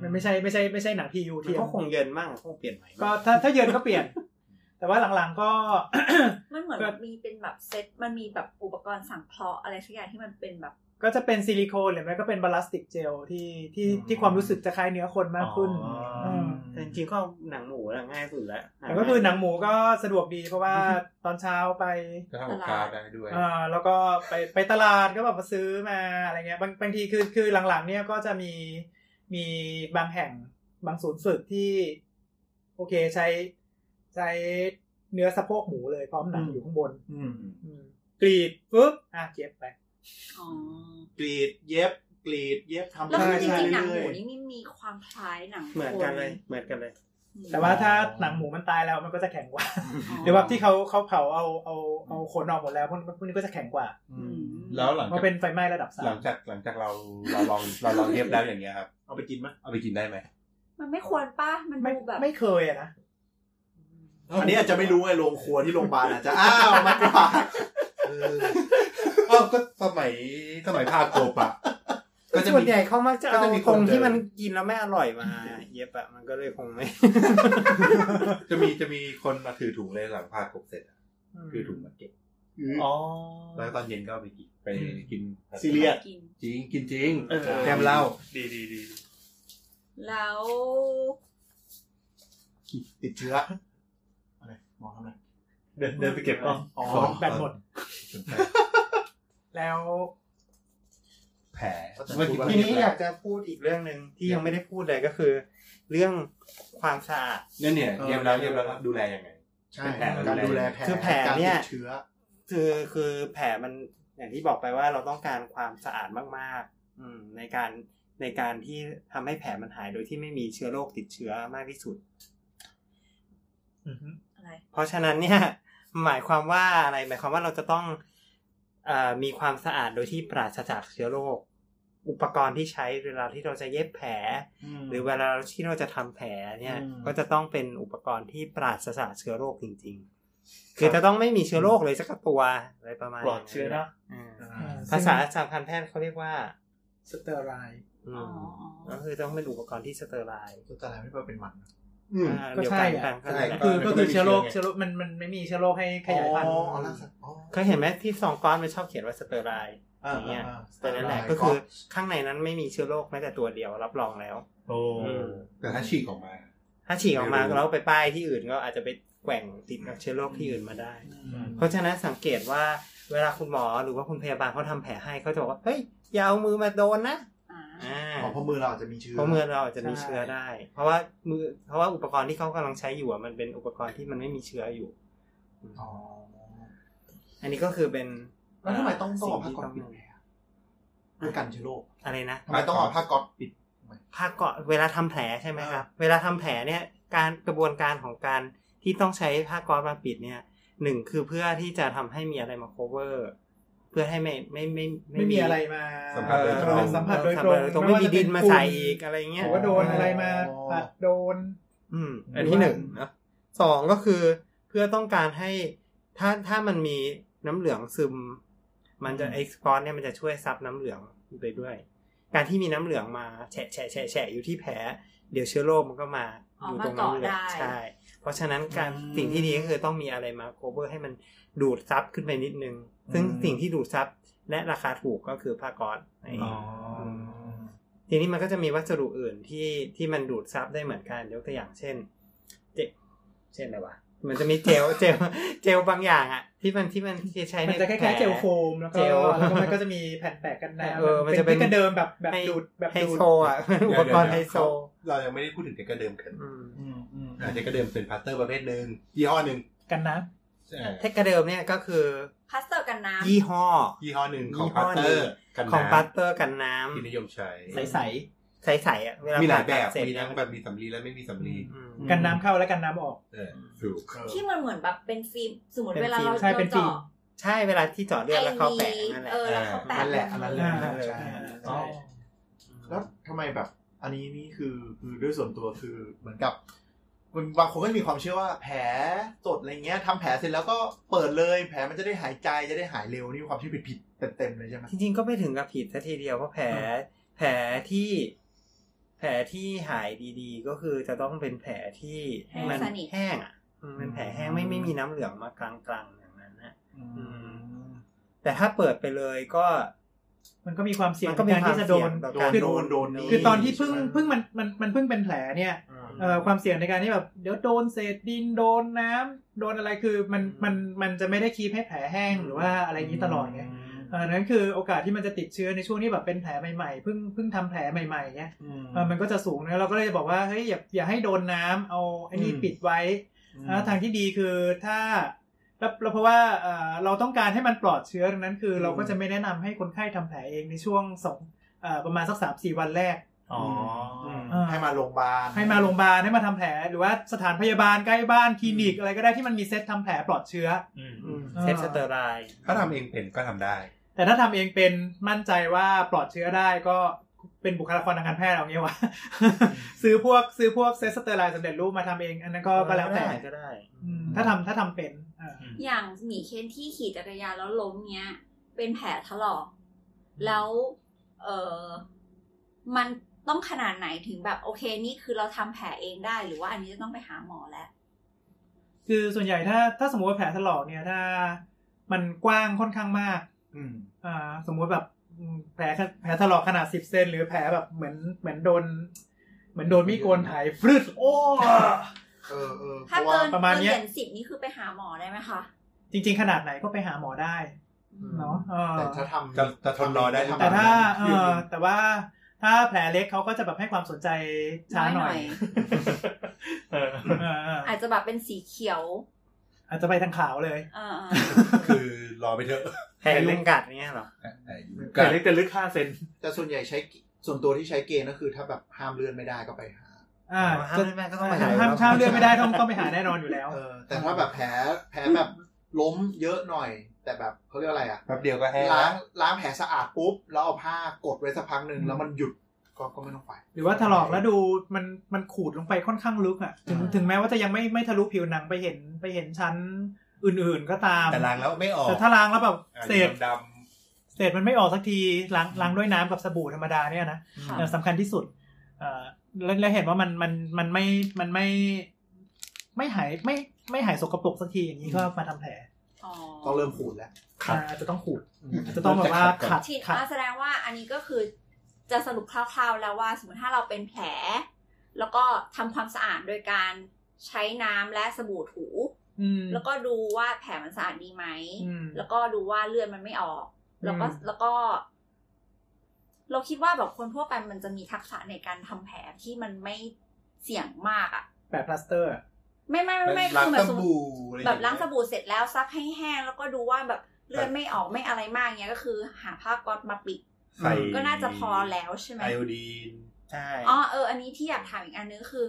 S6: มันไม่ใช่ไม่ใช่ไม่ใช่หนังพียู
S4: มัน
S6: เทียม
S4: ก็คงเย็นมั่งคงเปลี่ยนใหม่
S6: ก็
S4: บ้าง
S6: ถ้าถ้าเยินก็เปลี่ยน แต่ว่าหลังๆก็ <coughs>
S2: มันเหมือน
S6: ก็
S2: แบบมีเป็นแบบเซ็ตมันมีแบบอุปกรณ์สังเคราะห์อะไรสักอย่างที่มันเป็นแบบ
S6: ก็จะเป็นซิลิโคนหรือไม่ก็เป็นบาลาสติกเจลที่ที่ที่ความรู้สึกจะคล้ายเนื้อคนมากขึ้น
S3: อ๋ออื
S6: ม
S4: แต่จริงๆก็เอาหนังหมูละง่ายสุดแล้ว
S6: แต่ก็คือหนังหมูก็สะดวกดีเพราะว่าตอนเช้าไป
S8: ก็ทำกับกาวได้ด้วย
S6: เอ่าแล้วก็ไปไปตลาดก็แบบมาซื้อมาอะไรเงี้ยบางบางทีคือคือหลังๆ เนี่ยก็จะมีมีบางแห่งบางศูนย์ฝึกที่ โอเคใช้ใช้เนื้อสะโพกหมูเลยพร้อมหนังอยู่ข้างบน
S3: อืม
S6: อืมกรีดปุ๊บอ่ะเก็บไป
S2: อ๋อ
S4: กรีดเย็บกรีดเย็บทำ
S2: แล้วคือจ
S4: ใช่
S2: ริงๆหนังห
S4: เรื่
S2: มู
S4: อย
S2: นี่มีมีความคล้ายหนัง
S4: ๆเหมือนกันเลยเหมือนกันเลย
S6: แต่ว่าถ้าหนังหมูมันตายแล้วมันก็จะแข็งกว่า
S2: อ๋อ
S6: หรือว่าที่เขาเขาเผาเอาเอาเอาขนออกหมดแล้วพวกนี้พวกนี้ก็จะแข็งกว่า
S2: อืม
S8: แล้วหลัง
S6: เพ
S8: จาก
S6: ราะเป็นไฟไหม้ระดับสา
S8: หลั
S6: ม
S8: งจากหลังจากเราเราลองเราลองเย็บแล้วอย่างเงี้ยครับ
S3: เอาไปกินไหม
S8: เอาไปกินได้ไหม
S2: มันไม่ควรป้ามัน
S6: ไม่
S2: ดูแบบ
S6: ไม่เคยอะนะ
S5: อันนี้อาจจะไม่รู้ไงโรงครัวที่โรงพยาบาลอาจจะอ้าวมากว่า
S8: เอ้าก็สมัยสมัยพาโกบอะก็จะ
S4: ส่วน
S8: มี
S4: ใหญ่เขามักจะ
S8: ก็
S4: เอา
S8: จะมีคน
S4: ตรง
S8: เดิ
S4: ที่
S8: น
S4: มันกินแล้วไม่อร่อยมา เย็บอะมันก็เลยคงไม่
S8: จะมีจะมีคนมาถือถุงเลยหลังพาโกบเสร็จอะถือถุงมาเก็บ
S3: อ๋อ
S8: แล้วตอนเย็นก็เอาไปกินไปกิน
S5: ซีเรียส
S2: กิน
S8: จริงกินจริง
S3: เออ
S8: แถมเหล้า
S3: ดีดีดี
S2: แล้ว
S5: ติดเชื้ออะไรหมอทำอะไร
S3: เดินเดินไปเก็บกล้อง
S5: อ๋อ
S6: แบตหมด แล้ว
S8: แผล
S5: เมื่อกี้
S4: ทีนี้อยากจะพูดอีกเรื่องหนึ่งที่ยังไม่ได้พูดเลยก็คือ เรื่องความสะอาด
S8: เนี่ยเนี่ยเย็บแล้วเย็บแล้วดูแลยังไง
S5: ใช่
S8: เป็นแผล
S5: การดูแลแผล
S4: คือแผล
S5: การ
S4: เนี่
S5: ติ
S4: ย
S5: ดเชื้อ
S4: คือคือแผลมันอย่างที่บอกไปว่าเราต้องการความสะอาดมากๆ อืมในการในการที่ทำให้แผลมันหายโดยที่ไม่มีเชื้อโรคติดเชื้อมากที่สุด
S6: อือฮึ
S2: อะไร
S4: เพราะฉะนั้นเนี่ย <laughs> หมายความว่าอะไรหมายความว่าเราจะต้องเออมีความสะอาดโดยที่ปราศจากเชื้อโรค อุปกรณ์ที่ใช้เวลาที่เราจะเย็บแผล หรือเวลาที่เราจะทำแผลเนี่ย
S3: อืม
S4: ก็จะต้องเป็นอุปกรณ์ที่ปราศจากเชื้อโรคจริง ๆ คือจะต้องไม่มีเชื้อโรคเลยสักตัวอะไรประมาณ
S3: ปลอดเชื้อนะ
S4: อืม
S3: อ่า
S6: อ่
S4: ภาษาทางการแพทย์เขาเรียกว่า
S6: สเตอร์ไรด์
S4: อื
S2: อ๋อ
S4: ม
S2: อ๋อ
S4: ก็คือต้องเป็นอุปกรณ์ที่สเตอร์ไลน์
S5: ตัวอะไรไม่ว่าเป็นหมัน
S8: อืม
S4: อ่า
S6: ก็
S4: เดียว
S6: ใช่
S4: กัน
S6: อ่ะ
S4: ต่างกัน
S8: ใช่
S6: ก็คือ
S8: มันก็
S6: ก็คือเชื้อโรค
S8: ไม่มีเชื้
S6: เชื้อโร
S8: อ
S6: ค
S8: ไง
S6: มันมันมันไม่มีเชื้อโรคให้ขยายพันธุ์
S5: อ๋ออ๋อล่าสัตว์อ๋อ
S4: เคยเห็นไหมที่สองก้อนมันชอบเขียนว่าสเตอร์ไลน์
S5: า
S4: อย่างเงี้ย
S5: อ่า
S4: แต่นั่นแหละก็คือข้างในนั้นไม่มีเชื้อโรคแม้แต่ตัวเดียวรับรองแล้ว
S3: โอ้
S8: แต่ถ้าฉีกออกมา
S4: ถ้าฉีกออกมา
S8: ไม่รู้
S4: แล้วไปป้ายที่อื่นก็อาจจะไปแกว่งติดกับเชื้อโรคที่อื่นมาได้
S3: อืม
S4: เพราะฉะนั้นสังเกตว่าเวลาคุณหมอหรือว่าคุณพยาบาลเขาทำแผลให้เขาจะบอกว่าเฮ้ยอย่าเอามือมาโดนนะ
S2: อ่า
S4: อ่า
S5: อ๋อเพราะมือเราอาจจะมีเชื้อ
S4: เพราะมือเราอาจจะมีเชื้อได้ เพราะว่ามือเพราะว่าอุปกรณ์ที่เขากำลังใช้อยู่อะมันเป็นอุปกรณ์ที่มันไม่มีเชื้ออยู่
S5: อ๋อ
S4: อันนี้ก็คือเป็น
S5: แล้วทำไมต้องต้อง
S4: สิ่
S5: เอาผ้า
S4: ที่
S5: ก๊อต
S4: ต้ง
S5: ปิดแผลเพื่อกันเชื้อโรค
S4: อะไรนะ
S5: ทำไมต้องเอาผ้าก๊อตปิด
S4: ผ้าเกาะเวลาทำแผลใช่ไหมครับ เวลาทำแผลเนี่ยการกระบวนการของการที่ต้องใช้ผ้าก๊อซมาปิดเนี่ยหนึ่งคือเพื่อที่จะทำให้มีอะไรมา cover เพื่อให้ไม่ไม่ไม่
S6: ไม่มีอะไรมา
S8: สัมผัสโดยตรง
S6: เออสัมผัสโดยตรง
S4: สัมผัสโดยตรงไม่มี
S6: ว่าจะเป็
S4: ดินมาใส่อีกอะไร
S6: ฝุ่น
S4: เงี้ย
S6: หรือว่าโดนอะไรมา
S5: อ๋อ
S6: ปัดโดน
S4: อืมอันที่หนึ่งนะสองก็คือเพื่อต้องการให้ถ้าถ้ามันมีน้ำเหลืองซึม มันจะไอ้ก๊อซเนี่ยมันจะช่วยซับน้ำเหลืองไปด้วย การที่มีน้ำเหลืองมาแฉะแฉะแฉะแฉะอยู่ที่แผล เดี๋ยวเชื้อโรคมันก็มา
S2: อ๋อ
S4: อยู่
S2: มา
S4: ตรง
S2: เกาะ
S4: นั้นเลย
S2: ได้
S4: ใช่ เพราะฉะนั้นการสิ่งที่ดีก็คือต้องมีอะไรมา cover ให้มันดูดซับขึ้นไปนิดนึง ซึ่ง
S3: อืม
S4: สิ่งที่ดูดซับและราคาถูกก็คือผ้าก๊อซไอ้
S3: อ๋อ
S4: ทีนี้มันก็จะมีวัสดุอื่นที่ที่มันดูดซับได้เหมือนกันยกตัวอย่างเช่น เจลเช่นอะไรวะมันจะมีเจลเจลเจลบางอย่างอะที่มันที่มันที่ใช้
S6: มันจะค
S4: แผล
S6: ล้ายๆเจลโฟมแล้วก็
S4: เจล
S6: แล้วก็มันก็จะมีแผ่นแปะกันน้ำ
S4: เออมันจะเป็น
S6: ที่กระเดิมแบบแบบดูดแบบ
S4: ไฮ
S6: ดูด
S4: โซอะอุปกรณ์ไฮโซ
S8: เรายังไม่ได้พูดถึงเด็กกระเดิมกัน
S4: อืม
S5: อืมอืม
S8: อ่ะเด็กกระเดิมเป็นพลาสเตอร์ประเภทหนึ่งยี่ห้อหนึ่ง
S6: กันน้
S8: อ่า
S4: เทคกระเดิมเนี่ยก็คือ
S2: พลาสเตอร์กันน้ำ
S4: ยี่ห้อ
S8: ยี่ห้อหนึ่งของ
S4: ยี่
S8: พ
S4: ห้อ
S8: ลาส
S4: หนึ่ง
S8: เตอร์กัน
S4: ของ
S8: น้ำ
S4: ปาสเตอร์กันน้
S8: ที่นิยมใช้
S6: ำใส
S4: ำใสๆอ่ะเวลา
S8: มี
S4: มี
S8: หลายแบบ
S4: เสร็จ
S8: มีทั้งแบบมีสำลีและไม่มีสำลี
S4: อืม
S6: ๆกันน้ำเข้าและกันน้ำออก
S8: เออถูก
S2: ที่มันเหมือนแบบเป็นฟิล์มสมมติ
S4: เป็น
S2: เวลา
S4: ฟิล์ม
S2: เรา
S6: ใช่เป็นฟิล์
S2: เจาะ
S6: ม
S4: ใช่เวลาที่เจาะเลือดแล้วเขาแปะนั่นแหละ
S2: เออแล้วเขาแปะ
S5: นั่นแหละอันนั้นแหละ
S6: อ่า
S5: ใช่
S6: อ๋อ
S5: ใช่ แล้วทำไมแบบ อันนี้นี่คือคือด้วยส่วนตัวคือเหมือนกับมันบางคนก็มีความเชื่อว่าแผลสดอะไรเงี้ยทำแผลเสร็จแล้วก็เปิดเลย แผลมันจะได้หายใจจะได้หายเร็วนี่ความเชื่อผิดๆเต็มๆเลยใช่ไหม
S4: จริงๆก็ไม่ถึงกับผิดซะทีเดียวเพราะแผล แผลที่ แผลที่หายดีๆ ก็คือจะต้องเป็นแผลที่
S1: แห้ง
S4: มั
S1: สนิท
S4: แห้งอ่ะอืมเป็นแผลแห้งไม่ไม่มีน้ำเหลืองมากลางๆอย่างนั้นนะอืมแต่ถ้าเปิดไปเลยก็
S6: มันก็มีความเสี่ยง
S4: มันก็มี
S6: ในกาว
S4: คาร ม
S6: ที่จะ
S4: เสี่
S6: โด
S4: ยง
S6: น
S4: ต่อ
S5: โด
S4: การ
S5: น
S4: โด
S5: โด
S4: น
S5: น
S4: โด
S5: โด
S4: น
S5: น
S4: นี้
S6: คือตอนที่เพิ่งเพิ่งมันมันมันเพิ่งเป็นแผลเนี่ย
S4: อืม
S6: เอ่อความเสี่ยงในการที่แบบเดี๋ยวโดนเศษดินโดนน้ำโดนอะไรคือมันมันมันจะไม่ได้คีบให้แผลแห้งหรือว่าอะไรอย่างนี้ตลอดไงเออนั้นคือโอกาสที่มันจะติดเชื้อในช่วงที่แบบเป็นแผลใหม่ๆเพิ่งเพิ่งทำแผลใหม่ๆเนี้ยเออมันก็จะสูงนะเราก็เลยบอกว่าเฮ้ยอย่าอย่าให้โดนน้ำเอาไอ้นี่
S5: อืม
S6: ปิดไว้แล้วทางที่ดีคือถ้าแล้วแล้วเพราะว่าเอ่อเราต้องการให้มันปลอดเชื้อดังนั้นคืออเราก็จะไม่แนะนำให้คนไข้ทำแผลเองในช่วงสองเอ่อประมาณสักสามสี่วันแรก
S3: อ๋อ
S6: เออ
S5: ให้มาโรงพยาบาล
S6: ให้มาโรงพยาบาลให้มาทำแผลหรือว่าสถานพยาบาลใกล้บ้านคลินิกอะไรก็ได้ที่มันมีเซตทำแผลปลอดเชื้อ
S3: อืม
S4: อืมเซตสเตอร์ไลน์
S8: ถ้าทำเองเป็นก็ทำได้
S6: แต่ถ้าทำเองเป็นมั่นใจว่าปลอดเชื้อได้ก็เป็นบุคลากรทางการแพทย์เอาเงี้ยวะ <laughs> ซื้อพวกซื้อพวกเซตสเตอร์ไลน์สำเร็จรูปมาทำเอง อันนั้นก็ก็แล้วแต่
S4: ได้ก็ได้
S6: อืมถ้าทำถ้าทำเป็นเออ
S2: อย่างหมีเคนที่ขี่จักรยานแล้วล้มเนี้ย เป็นแผลถลอก แล้วเออมันต้องขนาดไหนถึงแบบโอเคนี่คือเราทำแผลเองได้หรือว่าอันนี้จะต้องไปหาหมอแล้ว
S6: คือส่วนใหญ่ถ้าถ้าสมมติว่าแผลถลอกเนี่ยถ้ามันกว้างค่อนข้างมาก
S5: อืม
S6: อ่าสมมุติแบบอืมแผลขะแผลถลอกขนาดสิบเซนหรือแผลแบบเหมือนเหมือนโดน เหมือนโดนมีดโกนไถฟรึดโอ้
S5: เออเออเพ
S2: ถ้า
S5: ราะว่า
S2: เกิน
S6: ประมาณ
S2: เกิน
S6: เนี้
S2: เห
S6: ย
S2: รียญสิบนี่คือไปหาหมอได้ไหมคะ
S6: จริง ๆ ขนาดไหนก็ไปหาหมอได้เนาะเออ
S5: แต่ถ้าทำ
S8: จะจะทนรอได้
S5: ทำ
S6: แต่ถ้าเอ
S5: หยุด
S6: อ
S5: หนึ่ง
S6: แต่ว่าถ้าแผลเล็กเขาก็จะแบบให้ความสนใจช้าหน่อย
S3: เออ
S6: เออเออ
S2: อาจจะแบบเป็นสีเขียว
S6: อาจจะไปทางขาวเลย
S2: เออ
S8: คือรอไปเถอะ
S4: แผลยุงกัดเนี้ยเหรอ
S8: กั
S3: แต่เล็กแต่ลึกห้าเซน
S5: แต่ส่วนใหญ่ใช้ส่วนตัวที่ใช้เกณฑ์ก็คือถ้าแบบห้ามเลื่อนไม่ได้ก็ไปหา
S6: อ่า
S4: อ๋อห้ามเลือดไม่ได้ก็ต้องไปหา
S6: ห้ามห้ามเลือดไม่ได้ <laughs> ต้องต้องไปหาแน่นอนอยู่แล้ว
S5: เออ แต่ถ้าแบบแผลแผลแบบล้มเยอะหน่อย แต่แบบเขาเรียกอะไรอ่ะ
S8: แป๊บเดียวก็แห้ง
S5: ล้างล้างแผลสะอาดปุ๊บ แล้วเอาผ้ากดไว้สักพักหนึ่งแล้วมันหยุดก็ก็ไม่ต้องไป
S6: หรือว่าถลอกแล้วดูมันมันขูดลงไปค่อนข้างลึกอ่ะถึง
S5: อ่า
S6: ถึงแม้ว่าจะยังไม่ไม่ทะลุผิวหนังไปเห็นไปเห็นชั้นอื่นๆก็ตาม
S8: แต่ล้างแล้วไม่ออก
S6: แต่ถ้าล้างแล้วแบบ
S8: อ่ะ
S6: เศษ
S8: ด
S6: เศษมันไม่ออกสักทีล้างล้างด้วยน้ำกับสบู่ธรรมดาเนี่ยนะ
S2: ค่ะ
S6: แต่สำคัญที่สุดเอ่อแล้วแล้วเห็นว่ามันมันมันไม่มันไม่ ไม่หายไม่ไม่หายสกปรกสักทีอย่างนี้ก็มาทำแผล
S2: อ๋อ
S5: ต้องเริ่มขูดแล้ว
S6: อ่าอาจจะต้องขูดอาจจะต้องแบบว่าขัด
S2: ฉีด
S6: ขัด
S2: อ่ะแสดงว่าอันนี้ก็คือจะสรุปคร่าวๆแล้วว่า สมมติถ้าเราเป็นแผล แล้วก็ทำความสะอาดโดยการใช้น้ำและสบู่ถู
S6: อืม
S2: แล้วก็ดูว่าแผลมันสะอาดดีไหม
S6: อืม
S2: แล้วก็ดูว่าเลือดมันไม่ออก แล้วก็
S6: อืม
S2: แล้วก็ เราคิดว่าแบบคนทั่วไปมันจะมีทักษะในการทำแผลที่มันไม่เสี่ยงมากอะ
S6: แปะพลาสเตอร์อะ
S2: ไม่ไม่
S8: ำ
S2: ไม่ไม่
S8: ล้าง
S2: คือแบ
S8: ส
S2: บสมมติ
S8: บู่อะไรอย่
S2: แบบ
S8: เย
S2: ล้างสบู่เสร็จแล้วซับให้แห้ง แล้วก็ดูว่าแบบเลือดไม่ออกไม่อะไรมากเงี้ยก็คือ หาผ้าก๊อซมาปิด
S8: ใส่
S2: ก็น่าจะพอแล้วใช่ไหม
S8: ไอโอดีน
S4: ใช่
S2: อ๋อเออ อันนี้ที่อยากถามอีกอันนึงคือ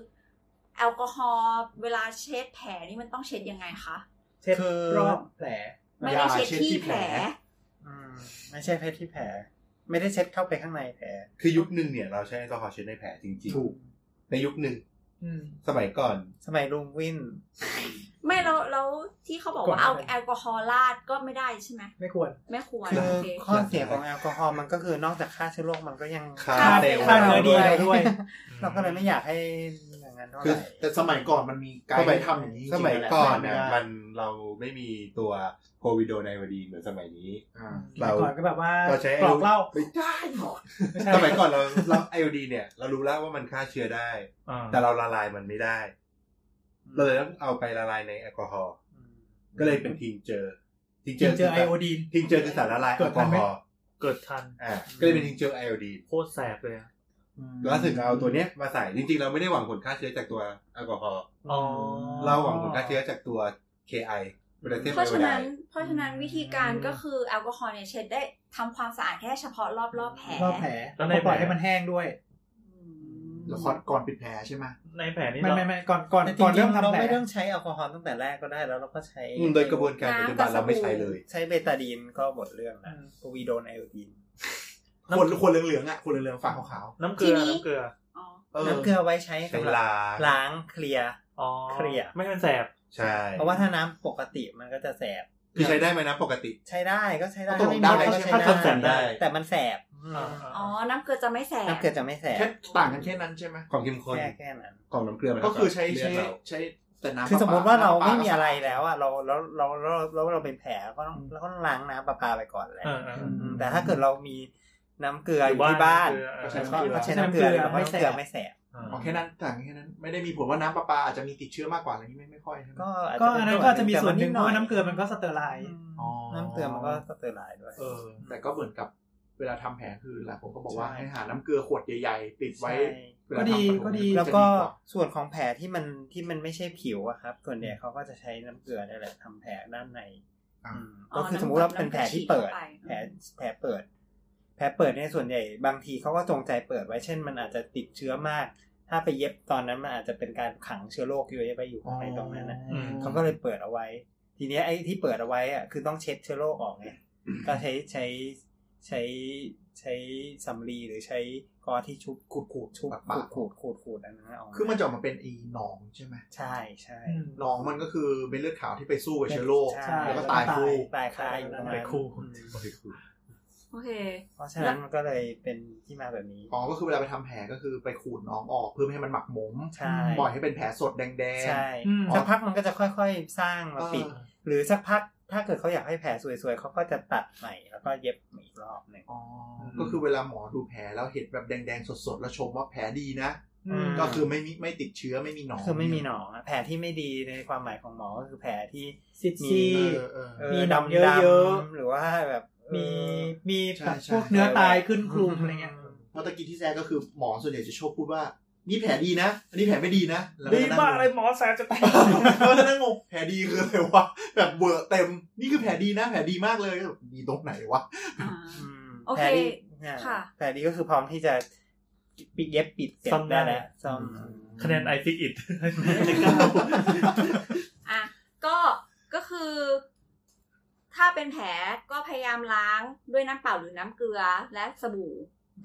S2: แอลกอฮอล์เวลาเช็ดแผลนี่มันต้องเช็ดยังไงคะ
S6: เช็ด
S4: คือ
S6: รอบแผล
S2: ไม่ได้เช็ดที่แผล
S4: อืมไม่ใช่เพชรที่แผล ไม่ได้เช็ดเข้าไปข้างในแผล
S8: คือยุคหนึ่งเนี่ยเราใช้แอลกอฮอล์เช็ดในแผลจริง
S4: ถูก
S8: ๆ ในยุคหนึ่ง
S6: อืม
S8: สมัยก่อน
S4: สมัยลุงวิน
S2: ไม่แล้วแล้วที่เขาบอกว่า
S6: ก่อ
S2: เอา
S6: นอะไร
S2: แอลกอฮอล์ราดก็ไม่ได้ใช่ไหม
S6: ไม่ควร
S2: ไม่ควร
S4: คือ
S2: โอเค
S4: ข้อเสียของแอลกอฮอล์มันก็คือนอกจากฆ่าเชื้อโรคมันก็ยัง
S8: ฆ่า
S2: ฆ่า
S8: เซลล์
S6: ฆ่าเนื้อดี
S8: เรา
S6: เรา
S8: ด้วย
S6: ด้วย
S4: เราก็เลยไม่อยากให้อย่างนั้นเท่าไห
S5: คือ
S4: ร่
S5: แต่สมัยก่อนมันมีไกด์ให้ทำอย่างนี้จริงๆ
S8: สมัยก่อน
S5: นะ
S8: นะ
S5: แหละ
S8: มันเราไม่มีตัวโควิดโดไนวดีนเหมือนสมัยนี้
S5: อ่า
S8: เรา
S6: ก่อนก็แบบว่า
S8: เราใช้
S6: กรอกเหล้า
S8: ไม่ได้หรอก
S6: ไม่ใช่
S8: สมัยก่อนเราเราไอโอดีเนี่ย เรารู้แล้วว่ามันฆ่าเชื้อได้
S3: อ่า
S8: แต่เราละลายมันไม่ได้ เราเลยต้องเอาไปละลายในแอลกอฮอล์ก็เลยเป็นทิงเจอร์ทิงเจ
S6: กิ
S8: อน ร์
S6: เจอไอโอดีน
S8: ทิงเจอร์คือสารละลายแอลกอฮอล์
S3: เกิดทัน
S8: อ่าก็เลยเป็นทิงเจอร์ไอโอดี
S3: โคตรแสบเลยอะ
S8: แล้วถึงเอาตัวเนี้ยมาใส่จริงๆ เราไม่ได้หวังผลฆ่าเชื้อจากตัวแอลกอฮอล์
S3: อ๋อ
S8: เราหวังผลฆ่าเชื้อจากตัว KI บริเทน
S2: เพราะฉะนั้น
S8: ไ
S2: เพราะฉะนั้นวิธีการก็คือแอลกอฮอล์เนี่ยเช็ดได้ทำความสะอาดแค่เฉพาะรอบรอบๆแผล
S6: รอบแผลแล้วก็ปล่อยให้มันแห้งด้วย
S2: อืม
S5: แล้วก่อนก่อนปิดแผลใช่ไหม
S3: ในแผลนี่
S6: ไม่
S3: เรา
S6: ไม่ไม่ก่อนก่อน
S4: แต่จ
S6: ก่อน
S4: ริ
S6: เริ่
S4: ง
S6: ม
S4: ๆ
S6: ทำ
S4: เรา
S6: แผล
S4: ไม่ต้องใช้แอลกอฮอล์ตั้งแต่แรกก็ได้แล้วเราก็ใช้
S8: ด้อืมโดยกระบวนการปัจจุบันเราไม่ใช้เลย
S4: ใช้เบตาดีนก็หมดเรื่องนะกวีโดนไอโอดีน
S5: คนคนเหลืองๆอ่ะคนเหลืองๆฝาขาว
S3: น้ำเกลือน้ำเกลือ
S2: อ๋อ
S5: ๆเออ
S4: น้ำเกลือไว้ใช้
S8: ใช้
S4: สำหรับ
S8: ล้าง
S4: ล้างเคลียร์
S3: อ๋อ
S4: เคลียร์
S3: ไม่ให้มันแสบ
S8: ใช่
S4: เพราะว่าถ้าน้ำปกติมันก็จะแสบ
S8: คือใช้ได้ไหมนะปกติ
S4: ใช้ได้ก็ใช้ได้
S5: ตกลง
S4: ถ้า
S5: ได้
S4: ม่มี
S5: ใช่
S4: ก็
S5: ไหม
S3: ถ้าทำแสบได้
S4: แต่มันแสบ
S2: อ๋อ น้ำเกลือจะไม่แสบ
S4: น้ำเกลือจะไม่แสบ
S5: แค่ต่างกันแค่นั้นใช่ไหม
S8: ความเข้มข้น
S4: แค่แค่นั้น
S8: ของน้ำเกลือมัน
S5: ก็คือใช้
S8: เลื
S5: ใช้
S8: ดเรา
S5: ใช้แต่น้ำ
S4: คือ
S5: ป
S4: ส
S5: ล
S4: มมติว่าเรา
S5: ปล
S4: ไม่มีอะไรแล้วอะเราเราเราเราเราเราเป็นแผลก็ต้องเราก็ต้องล้างน้ำประปาไปก่อนแหละ
S3: เออเออ
S4: มแต่ถ้าเกิดเรามีน้ำเกลืออยู่ที่บ้าน
S3: อยู่บ้าน
S4: ก็ใช้น้ำเกลือแล้วก็น้ำเกลือไม่แสบ
S5: อ๋อแค่นั้นต่างกันแค่นั้น ไม่ได้มีผลว่าน้ำประปาอาจจะมีติดเชื้อมากกว่าอะไรนี้ไม่ไม่ค่อยใช่ไหม
S4: ก็าจ
S6: ก็
S4: เป็
S6: อันนั้นก็จะมีส่วนหนึ่งเพ
S4: แต่
S6: ราะว่า
S4: ด
S6: น้ำเกลือมันก็สเตอร์ไลน์
S5: อ๋อ
S4: น้ำเกลือมันก็สเตอร์ไลน์ด้วย
S5: เออ แต่ก็เหมือนกับเวลาทำแผลคือหลายคนก็บอกว่า
S4: ใช่
S5: ให้หาน้ำเกลือขวดใหญ่ๆ ติดไว้เวลา
S6: ก็
S5: ทำ
S6: ดี
S5: ปฐม
S6: ก็ดี
S4: แล้วก็ส่วนของแผลที่มันที่มันไม่ใช่ผิวอะครับ ส่วนใหญ่เขาก็จะใช้น้ำเกลือนี่แหละทำแผลด้านในอืมก็คือสมมุติว่าเป็นแผลที่เปิด แผลแผลเปิด แผลเปิดในยส่วนใหญ่บางทีเขาก็จงใจเปิดไว้ เช่น มันอาจจะติดเชื้อมาก ถ้าไปเย็บตอนนั้นมันอาจจะเป็นการขังเชื้อโรคเยอะแยะไปอยู่
S5: อ๋อ
S4: ข้างในตรงนั้นนะ
S3: อืม
S4: เขาก็เลยเปิดเอาไว้ ทีเนี้ยไอ้ที่เปิดเอาไว้อะคือต้องเช็ดเชื้อโรคออกไงก็ใช้ใช้ใช้ใช้สำลีหรือใช้กอที่ชุบขูดขูดชุบ
S5: ปา
S4: ขู
S5: ก
S4: ด
S5: ๆ
S4: ขูดขูดขูดอันนั้นนะออก
S5: คือมันจะออกมาเป็นไอีหนองใช่ไหม
S4: ใช่ใช่
S5: หนองมันก็คือเป็นเลือดขาวที่ไปสู้กับเชื้อโรค
S4: ใช่
S5: แล้วก็ตายคู่
S4: ตายคาอยู่ตรงนั้น
S3: ตายคู่
S2: โอเค
S4: เพราะฉะนั้นมันก็เลยเป็นที่มาแบบนี้
S5: อ๋อก็คือเวลาไปทำแผลก็คือไปขูดหนองออกเพื่อไม่ให้มันหมักหมม
S4: ใช่
S5: ปล่อยให้เป็นแผลสดแดง
S4: ใช่
S6: อืม
S4: สักพักมันก็จะค่อยๆ สร้างมาปิด
S5: เออ
S4: หรือสักพักถ้าเกิดเขาอยากให้แผลสวยๆเขาก็จะตัดใหม่แล้วก็เย็บใหม่อีกรอบหนึ่ง
S5: ๆอ๋อก็คือเวลาหมอดูแผลแล้วเห็นแบบแดงๆสดๆ แล้วชมว่าแผลดีนะ
S4: ม
S5: ก็คือไม่มีไม่ติดเชื้อไม่มีหนอง
S4: คือไม่มีหนองอะแผลที่ไม่ดีในความหมายของหมอก็คือแผลที่
S6: ซิด
S4: มี
S6: ซี่
S5: เออเออ
S4: เออ
S6: มีหนองเย
S4: ดำๆ
S6: อะๆ
S4: หรือว่าแบบเออ
S6: มีมี
S5: ใช่
S6: แบบ
S5: ใช่
S6: พวกเนื้อตายขึ้นคลุมอะไรเงี้ย
S5: เมื่อตะกี้ที่แซกก็คือหมอส่วนใหญ่จะชอบพูดว่า นี่แผลดีนะ อันนี้แผลไม่ดีนะแล้ว
S3: ดี
S5: นั่ง
S3: มากเลยหมอแสบจะตาย
S5: ก็นั่งงงแผลดีคืออะไรวะแบบเวอร์เต็มนี่คือแผลดีนะ แผลดีมากเลยแบบดีตรงไหนวะ
S4: อืม
S2: โอเค
S4: แผลดีเนี่ย
S2: ค่ะ
S4: แผลดีก็คือพร้อมที่จะปิดเย็บปิดเจ็บได้แล้วซ่อม
S3: คะแนนไอฟิกอิด
S2: อ่ะก็ก็คือ ถ้าเป็นแผลก็พยายามล้างด้วยน้ำเปล่าหรือน้ำเกลือและสบู่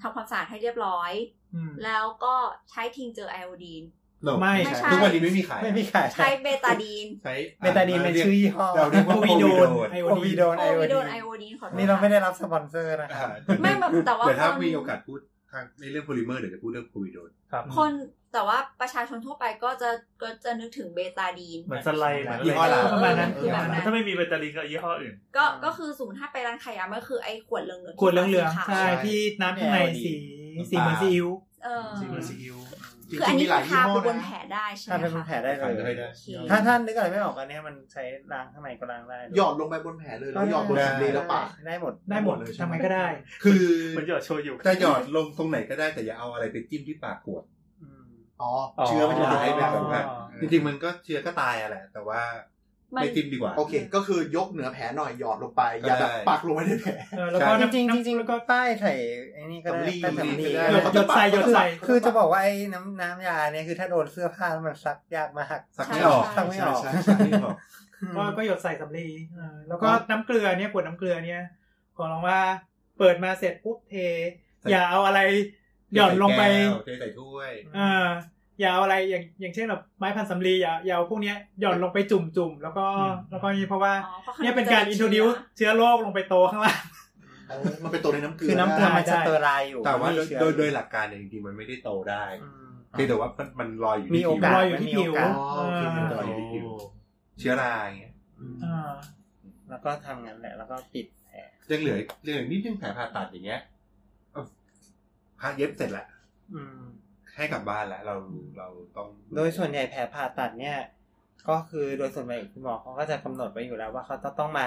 S2: ทำความสะอาดให้เรียบร้อย
S6: อืม
S2: แล้วก็ใช้ทิงเจอไอโอดีน
S6: <laughs> ไม่
S2: ไม่ใช่
S8: ทุกวันนี้ไม่มีขาย
S4: ไม่มีขาย
S2: ใช้เบตาดีน
S8: ใช้
S4: เบตาดีนเป็นชื่อยี่ห้อ
S8: เราเรียกว่า
S6: โคว
S8: โค
S6: ิ
S8: วิ
S6: ด
S8: ด
S6: โด
S8: โด
S6: น
S8: น
S6: ไอโอดี
S4: โอวิ
S6: น
S4: โดนไอ
S2: โอ้ไม่โดนไอ
S4: โอดี
S2: โอดีนขอโทษ
S4: นี่เราไม่
S2: ค่ะ
S4: ได้รับสปอนเซอร์นะครับ
S2: ไม่แบบแต่ว่า
S8: เดี๋ยวถ้า
S2: คน
S8: มีโอกาสพูดทางในเรื่องโพลิเมอร์เดี๋ยวจะพูดเรื่องโควิดโดน
S3: ครับ
S2: คนแต่ว่าประชาชนทั่วไปก็จะก็จะนึกถึงเบตาดีน
S3: เหมือนสไลด์เหมือน
S8: ยี่ห้อหลัง
S3: ประมาณนั้น
S2: คือแบบนั้น
S3: ถ้าไม่มีเบตาลินก็ยี่ห้ออื่น
S2: ก็ก็คือสมมติถ้าไปร้านขายยามันก็คือไอ้ขวดเหลืองๆ
S6: ขวดเหลือง
S2: ที่
S6: ๆ
S2: ขา
S6: ใช่
S2: ว
S6: ที่น้ำข้างใน
S4: แอลดี
S6: สีสีเหมือนซีอิ๊ว
S2: เออ
S5: ซีเมอร์ซีอิวจริ
S2: คืออัน
S5: งๆมี
S2: นี้
S5: หลาย
S2: คือ
S5: ยี่
S2: ทา
S5: ห้อบ
S2: น
S5: นะ
S2: แผลได้ใช่
S4: ทา
S2: ไหม
S4: เป็น
S2: คะ
S4: แผลได้เล
S8: ขาย
S4: ย
S8: ได้ไหม
S2: โอเค
S4: ถ้าท่านนึกอะไรไม่ออกอันเนี้ยมันใช้ล้างข้างในก็ล้างได้
S5: หยอดลงไปบนแผลเลยแล้วหยอดบนสำลีแล้วปาด
S4: ได้หมด
S6: ได้หมดทำไงก็ได้
S8: คือ
S3: เห <laughs> มือนหยอดโชยุ
S8: จะหยอดลงตรงไหนก็ได้แต่อย่าเอาอะไรไปจิ้มที่ปากขวด
S4: อืม
S5: อ๋อ
S3: อ๋อ
S5: เชื้อมันจะหายไป
S8: แบบว่า จริงๆมันก็เชื้อก็ตายอะแหละ แต่ว่า
S2: มัน
S8: ไม่จิ้มดีกว่า
S5: โอเค ก็คือยกเหนือแผลหน่อยหยอดลงไป อย่าแบบ
S8: ได้
S5: ปักลงไปในแผล
S6: เออแล้วก็
S4: จ
S6: น้ำ
S4: ริงๆจ
S6: น้ำ
S4: ริงๆแล้วก็ป้ายใส่ไอ้นี่ก็ได้
S8: สำลี
S4: แป้งสำลี
S8: ก็ได้
S4: ก็
S6: หยดห
S4: ได้
S6: ยดใส่หยดใส่
S4: คือจะบอกว่าไอ้น้ำน้ำยาเนี่ยคือถ้าโดนเสื้อผ้าแล้วมันซักยากมาก
S8: สักไม่ออก
S4: ซักไม่ออก
S8: ใช่ใช่ไม่ออก
S6: ก็ก็หยดใส่สำลีเออแล้วก็น้ำเกลือเนี่ยขวดน้ำเกลือเนี่ยขอร้องว่าเปิดมาเสร็จปุ๊บเท
S8: ใส่
S6: อย่าเอาอะไรหย่อนลงไป
S8: ใส่แก้วใส่ถ้วย
S6: เอ่าอย่าเอาอะไรอย่างอย่างเช่นแบบไม้พันสำลีอย่าอย่าเอาพวกเนี้ยหย่อนลงไปจุ่มจุ่มๆแล้วก็แล้วก็นี่เพราะว่า
S2: อ๋อพราะขา
S6: เนี่ยเป็นการอินโทรดิวเชื้อโรคลงไปโตข้างล่าง
S5: มันเป็นตัวในน้ำเกลื
S4: คือ
S5: อ
S4: น้ำเกลือ
S5: ได้
S4: มันจะเตอร์ไลน์อยู่
S8: แต่ว่าโดย
S4: ไม่มีเชื้อ
S8: โดยโดยหลักการเนี่ยจริงๆมันไม่ได้โตได้
S4: อืม
S8: เพียงแต่ว่ามันมันลอยอยู่
S4: มี
S8: ที่
S4: โอ
S8: ผิว
S4: กาส
S6: ลอยอยู่ที่ผิว
S4: มันมีโอกาส
S5: อ๋อโอเค
S8: มัน
S5: เดี๋ยวต่
S8: ลอ
S5: อย
S8: อยู่ที่ผิวเชื้อราอย่างเงี้ย
S6: เอ่า
S4: แล้วก็ทำงั้นแหละ แล้วก็ปิดแผล
S8: ยังเหลือเรื่องนิดนึงแผลผ่าตัดอย่างเงี้ยเอาผ่าเย็บเสร็จละ
S4: อืม
S8: ให้กลับบ้านละเราเราต้อง
S4: โดยส่วนใหญ่แผลผ่าตัดเนี่ย ก็คือโดยส่วนใหญ่คุณหมอเขาก็จะกำหนดไว้อยู่แล้วว่าเขาจะต้องมา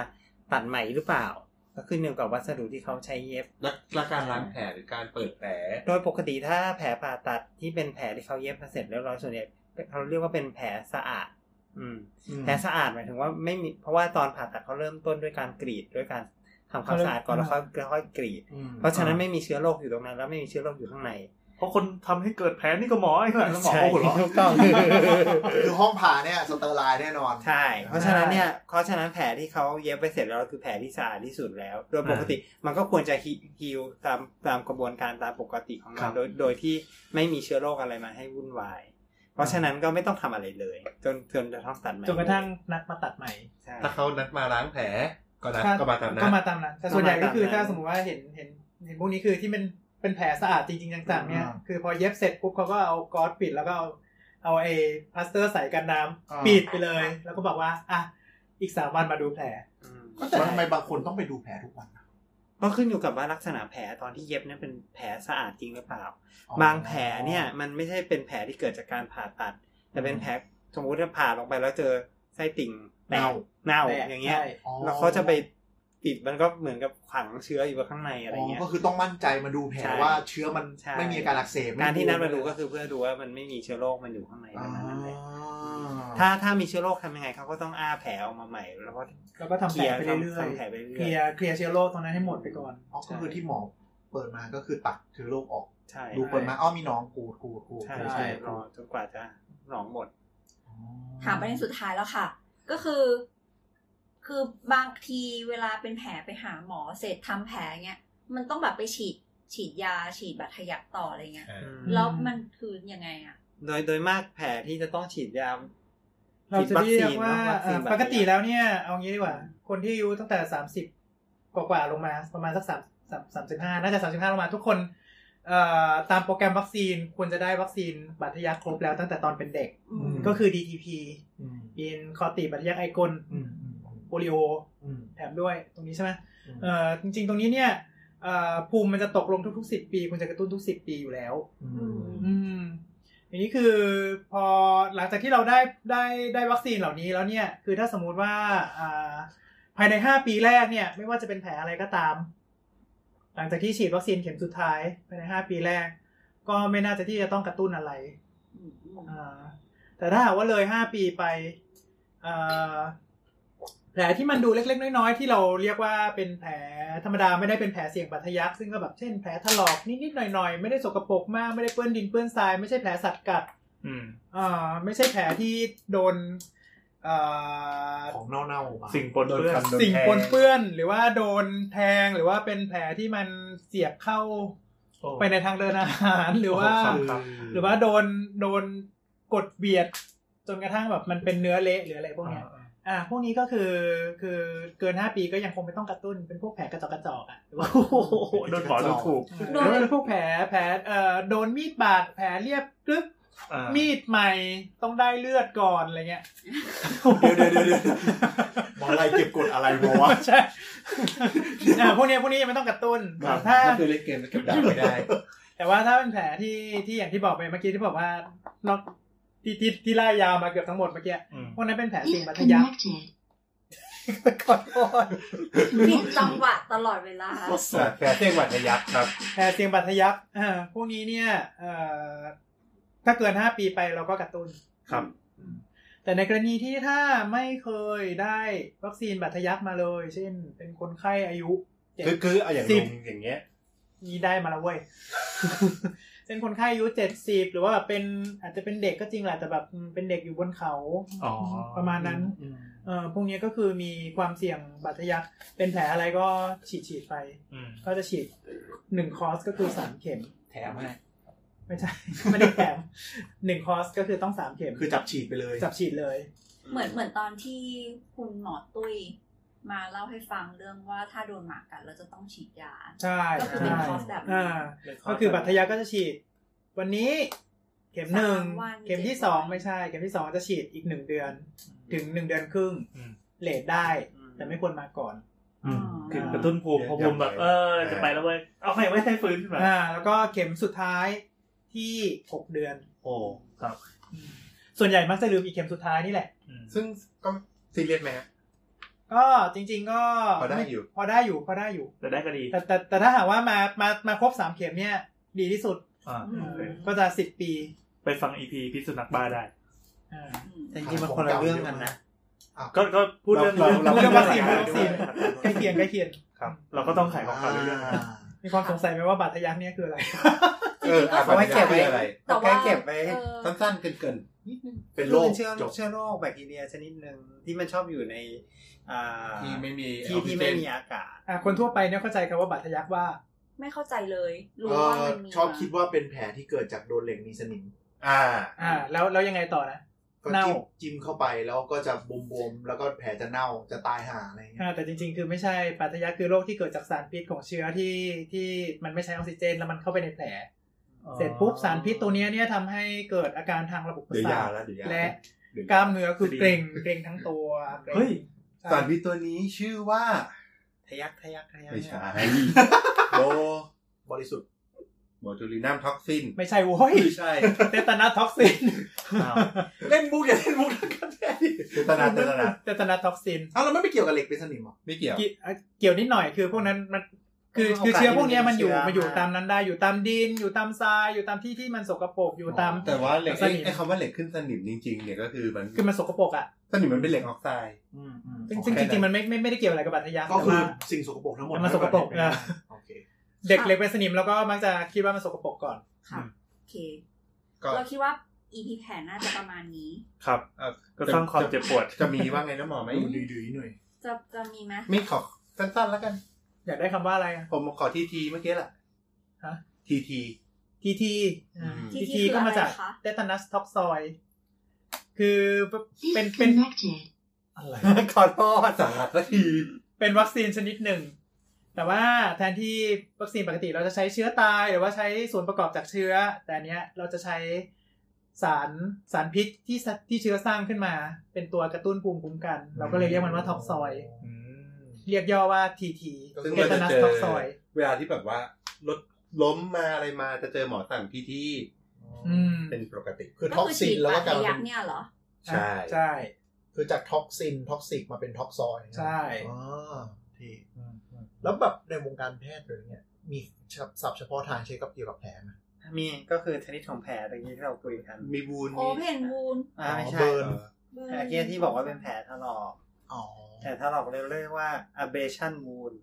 S4: ตัดใหม่หรือเปล่า ก็ขึ้นอยู่กับวัสดุที่เขาใช้เย็บ
S8: แล้วแล้วการล้างแผลหรือการเปิดแผล
S4: โดยปกติถ้าแผลผ่าตัดที่เป็นแผลที่เขาเย็บมาเสร็จเรียบร้อยส่วนใหญ่เขาเรียกว่าเป็นแผลสะอาด อืม แผลสะอาดหมายถึงว่าไม่มีเพราะว่าตอนผ่าตัดเขาเริ่มต้นด้วยการกรีดด้วยการทำความสะอาดก่อนแล้วค่อยค่อยกรีด
S5: อืม
S4: เพราะฉะนั้นไม่มีเชื้อโรคอยู่ตรงนั้น แล้วไม่มีเชื้อโรคอยู่ข้างใน
S3: เพราะคนทำให้เกิดแผลนี่ก็หมอไอ้คนหมอ
S4: ใช่
S3: โอ้โหเหรอ
S4: ถูก <laughs> ต้อง
S5: คือห้องผ่าเนี่ยสเตอร์ไลน์แน่นอน
S4: ใช่ เพราะฉะนั้นเนี่ย เพราะฉะนั้นแผลที่เขาเย็บไปเสร็จแล้วคือแผลที่สะอาดที่สุดแล้ว โดยปกติมันก็ควรจะฮิวตามตามกระบวนการตามปกติของ
S5: ครั
S4: มัน
S5: บ
S4: โดยโดยที่ไม่มีเชื้อโรคอะไรมาให้วุ่นวาย เพราะฉะนั้นก็ไม่ต้องทำอะไรเลย จนจนจะต้องตัดใหม่
S6: จนกระทั่งนัดมาตัดใหม่
S4: ใช่
S8: ถ้าเขานัดมาล้างแผลก็นัดก็มาตามนั
S6: ก็มา
S8: ด
S6: ตามนั้นแต่
S4: ก็
S6: ส่วนใหญ่
S4: มาตาม
S6: ก็คือ
S4: นั้น
S6: ถ้าสมมติว่าเห็นเห็น เห็นพวกนี้คือที่มันเป็นแผลสะอาดจริงๆจังๆเนี่ย
S5: อ่า
S6: คือพอเย็บเสร็จปุ๊บเขาก็เอากอซปิดแล้วก็เอาเอาไอ้พลาสเตอร์ใส่กันน้
S5: อ่า
S6: ำปิดไปเลย แล้วก็บอกว่าอ่ะอีกสามวันมาดูแผล
S5: แต่ทำไมบางคนต้องไปดูแผลทุกวันอะ
S4: ก็ขึ้นอยู่กับว่าลักษณะแผลตอนที่เย็บเนี่ยเป็นแผลสะอาดจริงหรือเปล่า บางแผลเนี่ยมันไม่ใช่เป็นแผลที่เกิดจากการผ่าตัด แต่เป็นแผลสมมติว่าผ่าลงไปแล้วเจอไส้ติ่งแตกเน่า
S6: แตก
S4: อย่างเงี้ย
S6: ใช่
S5: อ๋อ
S4: แล้วเขาจะไปปิดมันก็เหมือนกับขังเชื้ออยู่ข้างในอะไรเงี้ย
S5: ก็คือต้องมั่นใจมาดูแผล
S4: ใช่
S5: ว่าเชื้อมัน
S4: ใช่
S5: ไม่มีอาการอักเสบ
S4: การที่นัดมาดูก็คือเพื่อดูว่ามันไม่มีเชื้อโรคมันอยู่ข้างในป
S5: อ๋อ
S4: ระมาณนั้นแหละถ้าถ้ามีเชื้อโรคทำยังไงเขาก็ต้องอ้าแผลออกมาใหม่ แล้วก็
S6: แล้วก็ทำ
S4: เค
S6: แผล
S4: ลียร์
S6: ไปเรื่อย
S4: ทำแผลไป
S6: ๆเค
S4: เรื่
S6: ลีย
S4: อย
S6: ร์เคลียร์เชื้อโรคตรงนั้นให้หมดไปก่อน
S5: อ๋อก็คือที่หมอเปิดมาก็คือตัดเชื้อโรคออก
S4: ๆใช่
S5: ดูเปิดมาอ้อมีหน้องกูดกูดกูด
S4: ใช่
S5: กูด
S4: ใช่รอจนกว่าจะหนองหมด
S5: อ๋อ
S2: ถามประเด็นสุดท้ายแล้วค่ะ ก็คือ คือบางทีเวลาเป็นแผลไปหาหมอเสร็จทำแผลเงี้ย มันต้องแบบไปฉีด ฉีดยา ฉีดบัตรทะยักต่ออะไรเงี้ย แล้วมันคือยังไงอ่ะ
S4: โดยโดยมากแผลที่จะต้องฉีดยา
S6: เราจะเรียกว่า
S4: ฉีดคซีน
S6: เอ่อ
S4: เนอะ
S6: ปกติแล้วเนี่ยเอางี้ดีกว่า คนที่อายุตั้งแต่สามสิบกว่าๆลงมาประมาณสักสามสามสามสิบห้าน่าจะสามสิบห้าลงมาทุกคนเอ่อตามโปรแกรมวัคซีนควรจะได้วัคซีนบาดทะยักครบแล้วตั้งแต่ตอนเป็นเด็ก
S5: อืม
S6: ก็คือ DTP
S5: อืม
S6: อินคอติบาดทะยักไอกล
S5: อืมอืมอืม
S6: โปลิโอ
S5: อืม
S6: แถมด้วยตรงนี้ใช่ไหม
S5: อืม
S6: เอ่อจริงๆ ตรงนี้เนี่ยเอ่อภูมิมันจะตกลงทุกๆสิบปี คุณจะกระตุ้นทุกสิบปีอยู่แล้ว
S5: อืม
S6: อืมอันนี้คือพอหลังจากที่เราได้ได้ได้วัคซีนเหล่านี้แล้วเนี่ย คือถ้าสมมุติว่าอ่าภายในห้าปีแรกเนี่ย ไม่ว่าจะเป็นแผลอะไรก็ตาม หลังจากที่ฉีดวัคซีนเข็มสุดท้ายภายในห้าปีแรก ก็ไม่น่าจะที่จะต้องกระตุ้นอะไร อ่าแต่ถ้าหากว่าเลยห้าปีไปอ่าแผลที่มันดูเล็กๆ น้อยๆ ที่เราเรียกว่าเป็นแผลธรรมดาไม่ได้เป็นแผลเสี่ยงบาดทะยักซึ่งก็แบบเช่นแผลถลอกนิดๆหน่อยๆ ไม่ได้สกปรกมากไม่ได้เปื้อนดินเปื้อนทรายไม่ใช่แผลสัตว์กัด
S3: อืม
S6: อ่าไม่ใช่แผลที่โดนอ่า
S5: ของเน่าๆมา
S3: สิ่งปนเปื้อน
S6: สิ่งปนเปื้อนหรือว่าโดนแทงหรือว่าเป็นแผลที่มันเสียบเข้าไปในทางเดินอาหารหรือว่า หรือว่าโดนโดนกดเบียดจนกระทั่งแบบมันเป็นเนื้อเละหรืออะไรพวกเนี้ย อ่า พวกนี้ก็คือคือเกินห้าปีก็ยังคงไม่ต้องกระตุ้นเป็นพวกแผลกระจอกกระจอกอ่ะหรือว่า
S3: โอ้โหโดนหมอดูถูก
S6: โดนเป็นพวกแผลแผลเอ่อโดนมีดบาดแผลเรียบกรึบ
S3: อ่า
S6: มีดใหม่ต้องได้เลือดก่อนอะไรเงี้ย <laughs>
S5: เดี๋ยวเดี๋ยวเดี๋ยวเดี๋ยว <laughs> หมออะไรเก็บกดอะไรมาวะ
S6: ใช่อ่าพวกเนี้ยพวกนี้ยังไม่ต้องกระตุ้นแต่ถ้า
S8: ก็คือเล่นเกมแล้วเก็บดาบไม่ได้
S6: แต่ว่าถ้าเป็นแผลที่ที่อย่างที่บอกไปเมื่อกี้ที่บอกว่านอกที่ที่ที่ไล่ยาวมาเกือบทั้งหมดเมื่อกี้
S3: อืม
S6: พวกนั้นเป็นแผลเสิ่ง
S10: If
S6: บาดทะยัก
S10: connected.
S6: ขอโทษ
S2: ผิดจังหวะตลอดเวลา
S7: แผลเส้นหวัดทะยักครับ
S6: แผลเสียงบาดทะยักอ่าพวกนี้เนี่ยเอ่อถ้าเกินห้าปีไปเราก็กระตุ้น
S3: ครับ
S6: อืมแต่ในกรณีที่ถ้าไม่เคยได้วัคซีนบาดทะยักมาเลย เช่น เป็นคนไข้อายุเจ็ด
S8: คือคือเอาอย่าง
S6: สิ
S8: ลุ
S6: บ
S8: งอย่างเงี้ย
S6: นี้ได้มาแล้วเว้ย <laughs> เช่นคนไข้อายุเจ็ดสิบหรือว่าเป็นอาจจะเป็นเด็กก็จริงแหละแต่แบบอืมเป็นเด็กอยู่บนเขา
S3: อ๋อ
S6: ประมาณนั้นเอ่อพวกนี้ก็คือมีความเสี่ยงบาดทะยักเป็นแผลอะไรก็ฉีดฉีดๆไป
S3: อืม
S6: ก็จะฉีดหนึ่งคอร์สก็คือสามเข็ม
S5: แถมให้
S6: ไม่ <laughs> ใช่ ไม่ได้แถมหนึ่งคอร์สก็คือต้องสามเข็ม
S5: คือจับฉีดไปเลย
S6: จับฉีดเลย
S2: เหมือนเหมือนตอนที่คุณหมอตุ้ยมาเล่าให้ฟังเรื่องว่าถ้าโดนหมากัดเราจะต้องฉีดยา
S6: ใช่
S2: ก็คือ
S6: ใช่
S2: เป็นคอร์สแบบ
S6: อ่าก็คือบัตรทะยักก็จะฉีด วันนี้เข็มหนึ่ง
S2: สามวัน
S6: เข็มที่
S2: เจ็ดวัน
S6: สองไม่ใช่ เข็มที่สองจะฉีดอีกหนึ่งเดือน ถึงหนึ่งเดือนครึ่ง
S3: อืม
S6: เลทได้ แต่ไม่ควรมาก่อน
S3: อืมคือกระตุ้นภูมิพอภูมิแบบ เออ จะไปแล้วเว้ย เอาให้ไว้ให้ฟื้นขึ้นมา
S6: อ่าแล้วก็เข็มสุดท้ายที่หกเดือน
S3: โอ้ครับ
S6: ส่วนใหญ่มักจะลืมอีกเข็มสุดท้ายนี่แหละ
S3: อืม
S8: ซึ่งก็ซีเรียสไหมฮะ
S6: ก็จริง ๆ ก็
S8: พอได้อยู่
S6: พอได้อยู่พอได้อยู่
S3: แต่ได้ก็ดี
S6: แต่แต่แต่ถ้าหากว่ามามามาครบสามเข็มเนี่ย ดีที่สุด
S3: อ่าโอเค
S6: ก็จะสิบปี
S3: ไปฟังอีพีพิษสุนัขบ้าได้
S6: อ่า
S4: แต่จริงๆมันคนละเรื่องกันนะ
S3: ก็ก็พูดเรื่อง
S5: เราเรา
S6: เรื่องวัคซีน
S3: เรื่
S6: วัคซีน ใกล้เคียงใกล้เคียง
S3: ครับ เราก็ต้องขายของเขาเรื่องนะ
S6: มีความสงสัยไหมว่าบาดทะยักเนี่ยคืออะไร <laughs>
S8: เออ
S2: ก็
S8: อา
S4: เอาไว้เก็บไว้
S8: คืออะไร
S2: แต่ว่า
S4: แค่เก็บไว้
S2: เออ
S8: สั้นๆเกิน
S5: เป็นโรค
S4: เชื้อ
S5: จบ
S4: เชื้อโรคแบคทีเรียชนิดหนึ่งที่มันชอบอยู่ในอ่า
S8: ๆที่ไม่มี
S4: ที่ที่ไม่มี
S8: อ
S4: อากาศ
S6: อ่าคนทั่วไปเนี่ยเข้าใจคำว่าบาดทะยักว่า
S2: ไม่เข้าใจเลยรู้
S5: เอ่
S2: ว่า
S5: อ
S2: มันมี
S5: ชอบ
S2: มา
S5: คิดว่าเป็นแผลที่เกิดจากโดนเหล็กมีสนิม
S8: อ่า
S6: อ่า แล้วแล้วยังไงต่อนะ
S5: ก็
S6: เน่า
S5: จิ้มจิ้มเข้าไปแล้วก็จะบวมๆแล้วก็แผลจะเน่าจะตายห่าอะไรเงี้ย
S6: อ่าแต่จริงๆ คือไม่ใช่ปาตยะคือโรคที่เกิดจากสารพิษของเชื้อที่ที่มันไม่ใช้ออกซิเจนแล้วมันเข้าไปในแผล เสร็จปุ๊บสารพิษตัวเนี้ยเนี่ยทำให้เกิดอาการทางระบบประ
S8: เดี๋ย
S6: สาว ท
S8: ยาแล้วเดี๋ยวยา
S6: และ
S8: เดี๋ยว
S6: กล้ามเนื้อคือเกร็งเกร็งทั้งตัวกร็ง
S3: เฮ้ย
S6: ใช่
S8: สารพิษตัวนี้ชื่อว่า
S6: ทะยักทะยักทะยัก
S8: ไม่ใช่
S5: โดบริสุทธิ์
S8: โมจูลินัมท็อกซิน
S6: ไม่ใช่โว้ย
S8: ใช่
S6: เตตานาท็อกซิน
S3: อ้าว
S5: เล่นมุกอย่าเล่นมุกทางการแพทย์ดิ
S8: เจตนาเจตนา
S6: เตตานาท็อกซิน
S5: เอ้าแล้วมันไม่เกี่ยวกับเหล็กเป็นสนิมเหรอ
S8: ไม่เกี่ยว
S6: กิเอ่อเกี่ยวนิดหน่อยคือพวกนั้นมันคือ
S4: โอกาส
S6: คือเชื้อพวกเนี้ยมันอยู่
S4: ที่มัน
S6: มันอยู่
S4: เชื้อ
S6: ตามนั้นได้อยู่ตามดินอยู่ตามทรายอยู่ตามที่ที่มันสกปรกอยู่ตาม
S8: แต่ว่าเหล็ก
S6: ส
S8: ไอ้
S6: นิม
S8: ไอ้คำว่าเหล็กขึ้นสนิมจริงๆเนี่ยก็คือมัน
S6: คือมันสกปรกอ่ะ
S8: สนิมมันเป็นเหล็กออกไซด์
S5: อืมอืม
S6: ซึ่ง
S8: โอเค
S6: ซึ่งจริงๆมันไม่ไม่ไม่ได้เกี่ยวอะไรกับบัตรยะ
S5: ก็คื
S6: แต่
S5: อ
S6: ว่า
S5: สิ่งสกปรกทั้งหมด
S6: มันสกปรกอ่ะ
S5: โอเค
S6: เด็กเล็กเป็นสนิมแล้วก็มักจะคิดว่ามันสกปรกก่อน
S2: ค่ะโอเค
S8: ก็
S2: เราคิดว่า EP แผนน่าจะประมาณนี้
S3: ครับ
S8: เอ่อ
S3: ก็สร้างความเจ็บปวด
S8: จะมีว่าไงนะหมอไหม
S5: ดูดื้อๆหน่อย
S2: จะจะมีไหม
S8: ไม่ขอสั้นๆแล้วกัน
S6: อยากได้คำว่าอะไรอะ
S8: ผมขอทีทีเมื่อกี้แหละ
S6: ฮะ
S8: ทีที
S6: ทีที
S8: อืม
S6: ทีทีก็มาจากเตตานัสท็อกซอยด์คือเป็นเป็น อะไร
S8: ขอโทษสาหัสสักที
S6: เป็นวัคซีนชนิดหนึ่ง แต่ว่าแทนที่วัคซีนปกติเราจะใช้เชื้อตาย หรือว่าใช้ส่วนประกอบจากเชื้อ แต่อันเนี้ยเราจะใช้สารสารพิษที่สที่เชื้อสร้างขึ้นมา เป็นตัวกระตุ้นภูมิคุ้มกัน เราก็เลยเรียกมันว่าท็อกซอยด์เรียกย่อว่าทีที
S8: ซึ่ง
S6: เต
S8: เรา
S6: ตา
S8: จะ
S6: นัส
S8: เจอ
S6: ท็อกซอยด์
S8: เวลาที่แบบว่ารถล้มมาอะไรมาจะเจอหมอสั่งทีที
S6: อืม
S8: เป็นปกติ
S5: คือท็อกซินแล้วก็กลาย
S2: ทะยั
S5: มาก เป็น
S2: เนี่ยเหรอ
S8: ใช่
S6: ใช่
S5: คือจากท็อกซินท็อกซิกมาเป็นท็อกซอย
S6: ใช่
S5: อ๋อที่แล้วแบบในวงการแพทย์หรือเนี่ยมีศัพท์เฉพาะทางใช้กับเกี่ยวกับแผลไหม
S4: มีก็คือชนิดของแผลตะกี้ที่เราคุยกัน
S8: มีบูน
S2: โอ
S8: มี
S2: เพนบูน
S4: อ่าไม่ใช่
S5: เบิร์น
S4: แผลเมื่อกี้ที่บอกว่าเป็นแผลถลอก
S5: อ๋อ
S4: แผลถลอกเรียกว่า abrasion wound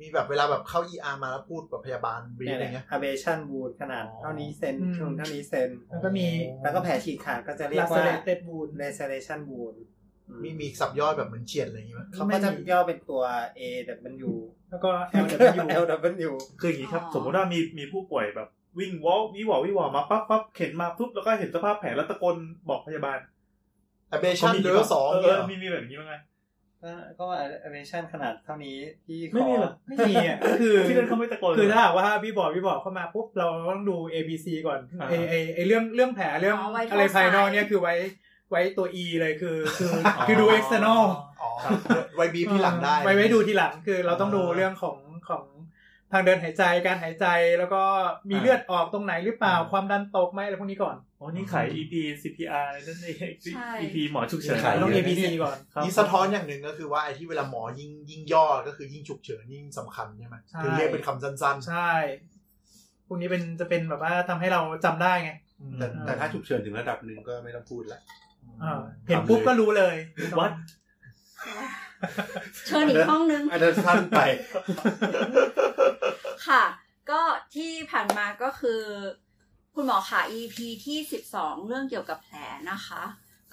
S5: มีแบบเวลาแบบเข้า ER มาแล้วพูดแบบพยาบาลบี
S4: เนี่ย
S5: อะ
S4: แห
S5: ไร
S4: ละ
S5: เงี้ย
S4: abrasion wound ขนาดเท่านี้เซน
S6: อืม
S4: ถึงเท่านี้เซน
S6: แล้วก็มี
S4: แล้วก็แผลฉีกขาดก็จะเรีย
S6: ลาก เซ
S4: ว่า
S6: เลตเต็ดบูน
S4: laceration wound อื
S5: มีมีศัพท์ย่อยแบบเหมือนเฉียดอะไรอย่างเงี้ย
S4: เขาก็จะย่อเป็นตัว A <laughs> W
S6: แล้วก็ <laughs> L W
S4: L W
S3: คืออย่างนี้ครับ สมมติว่ามีมีผู้ป่วยแบบวิ่งวอลวิวอวิวอมาปั๊บปั๊บเข็นมาปุ๊บแล้วก็เห็นสภาพแผลแล้วตะโกนบอกพยาบาล
S5: อเบชั่นเลเวลสอง
S3: เอ
S5: เนี่ย
S3: อ
S5: เหรอ
S3: มีมีแบบนี้บ้างไหม
S4: ก็ก็ abrasion ขนาดเท่านี้ที่คอ
S3: ไม่มีหรอก
S6: ไม่มีอ่ะก็คือ
S3: ที่นั่นเขาไม่ตะโกน
S6: คือถ้าหากว่าพี่บอกพี่บอกเข้ามาปุ๊บเราต้องดู A B C ก่อน
S3: อ่า
S6: ไอไอไอเรื่องเรื่องแผลเรื่อง
S2: อ๋อไว้
S6: อะไรภายนอก
S2: ท้องซ้าย
S6: เนี่ยคือไว้ไว้ตัว E เลยคือคือคือดู external
S5: อ๋อไวบีที่หลังได้
S6: ไว้ไว้ดูทีหลังคือเราต้องดู
S5: อ่า
S6: เรื่องของของทางเดินหายใจการหายใจแล้วก็มีเลือดออกตรงไหนหรือเปล่า
S3: อ่า
S6: ความดันตกไหมอะไรพวกนี้ก่อน
S3: โอ้นี่ขาย EP CPR อะไรนั่นเอง
S2: ใช่
S3: EP หมอฉุกเฉิน
S8: ขาย
S6: ต้อง
S8: เย
S6: A
S8: อะ
S6: B C ก่อน
S3: ครับ
S5: นี่สะท้อนอย่างหนึ่งก็คือว่าไอ้ที่เวลาหมอยิ่งยิ่งย่อก็คือยิ่งฉุกเฉินยิ่งสำคัญใช่ไหมถึงเรียกเป็นคำสั้นๆ
S6: ใช่พวกนี้เป็นจะเป็นแบบว่าทำให้เราจำได้ไง
S8: แต่แต่ถ้าฉุกเฉินถึงระดับหนึ่ง <laughs> ก็ไม่ต้องพูดละ
S6: อ่าเห็นปุ๊บก็รู้เลย
S3: วัด
S2: เชิญอีกห้องนึง
S8: อันนั้นสั้นไป
S2: ค่ะ ก็ที่ผ่านมาก็คือ คุณหมอค่ะ EP ที่ 12 เรื่องเกี่ยวกับแผลนะคะ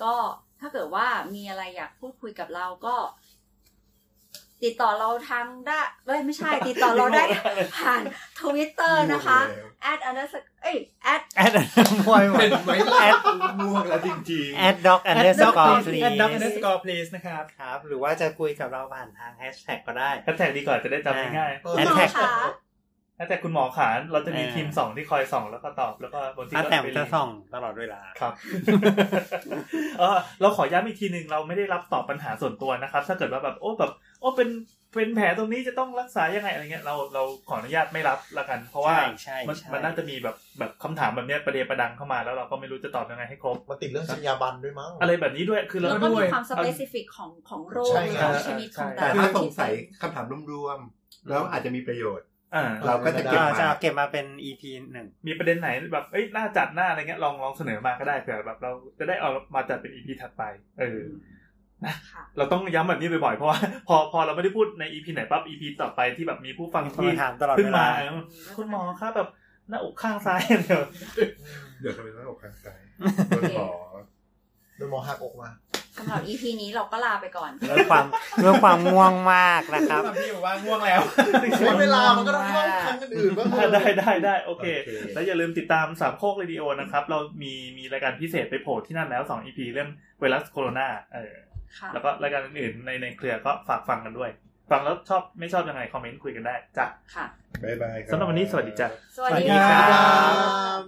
S2: ก็ถ้าเกิดว่ามีอะไรอยากพูดคุยกับเราก็ ติดต่อเราทางได้เอ้ยไม่ใช่ ติดต่อเราได้ ผ่านทวิตเตอร์นะคะ at underscore เอ้ย at
S4: แอด <laughs> มวยหมด
S8: เป็นไหมล่ะง่วงแล้วจริง
S4: แอดด็อกแอนเดอร์สกอร์พลี
S6: แอดด็อกแอนเดอร์
S4: ส
S6: สกอร์ please นะครับ
S4: ครับ หรือว่าจะคุยกับเราผ่านทางแฮชแท็กก็ได้
S3: แฮชแท็กดีกว่าจะได้จำง่าย
S5: เออ
S2: คุณหมอค่ะ
S3: ๆแฮชแท็กคุณหมอขานเราจะมี
S4: เออ
S3: ทีมสองที่คอยส่องแล้วก็ตอบแล้วก็บนที่
S4: ป้า
S3: ก็
S4: แต้ม
S3: ไป
S4: จะ
S3: รี
S4: ส่องตลอดเวลา
S3: ครับ <laughs> เออเราขอย้ำอีกทีหนึ่งเราไม่ได้รับตอบปัญหาส่วนตัวนะครับ ถ้าเกิดว่าแบบโอ้แบบโอ้เป็นเป็นแผลตรงนี้จะต้องรักษายังไงอะไรเงี้ยเราเราขออนุญาตไม่รับละกัน เพราะว่า
S4: ใช่ใช่
S3: มัน
S4: ใช่
S3: มันน่าจะมีแบบแบบคำถามแบบเนี้ยประเดประดังเข้ามาแล้วเราก็ไม่รู้จะตอบยังไงให้ครบ
S5: มันติดเรื่องสัญญาบันด้วยมั้ง
S3: อะไรแบบนี้ด้วยคือเรา
S2: แล้ว
S3: ก็
S2: ก็
S3: ด้
S2: มี
S3: วย
S2: ความ
S3: เอา
S2: specific ของของโรค
S5: ใช่
S2: หรือ
S5: ครับ
S2: ของชนิดของ
S3: ใช่
S8: ๆ
S2: แต่ละ
S8: แต่ถ้าส
S2: ที่
S8: งสัย
S2: เป็น
S8: คำถามรวมๆ แล้วอาจจะมีประโยชน์
S3: อ่า
S8: เราก็จะเก็บ
S4: เราจะ
S8: มา
S4: เอาเก็บมาเป็น EP หนึ่ง
S3: มีประเด็นไหนแบบเอ้ยหน้าจัดหน้าอะไรเงี้ยลองลองเสนอมาก็ได้เผื่อแบบเราจะได้เอามาจัดเป็นอีพีถัดไปเออ
S2: ค่ะ
S3: เราต้องย้ำแบบนี้บ่อยๆ เพราะว่าพอพอเราไม่ได้พูดในอีพีไหนปั๊บอีพีต่อไปที่แบบมีผู้ฟัง
S4: มีคน
S3: ที่
S4: มาถามตลอด
S3: เพิ่ง
S4: เว
S3: มา
S4: ลา
S3: คุณหมอครับแบบหน้าอกข้างซ้ายเดียว
S8: เดี๋ยวทำไมต้องออกข้างซ้ายโดนหมอ
S5: โดนหมอหักอกมา
S2: สำหรับ EP นี้เราก็ลาไปก่อน
S4: ด้วยความด้วยความง่วงมากนะครับ
S6: พี่บอกว่าง่วงแล้ว
S5: ถึงเวลามันก็ต้องเข้าครั้งอื่นๆบ้าง
S3: อ่ะได้ได้ได้โอเค
S8: โอเค
S3: แล้วอย่าลืมติดตามสามโคกเรดิโอนะครับ เรามีมีรายการพิเศษไปโผล่ที่นั่นแล้วสองอีพีเรื่องไวรัสโคโรนาเออ
S2: ค่ะ
S3: แล้วก็รายการอื่นๆในในเครือก็ฝากฟังกันด้วย ฟังแล้วชอบไม่ชอบยังไงคอมเมนต์คุยกันได้จ้ะ
S2: ค่ะ
S8: บ๊ายบายครับ
S3: สำหรับวันนี้สวัสดีจ้ะ
S2: สวัสดี
S3: สวัสดีครั
S2: ค่ะ
S3: บ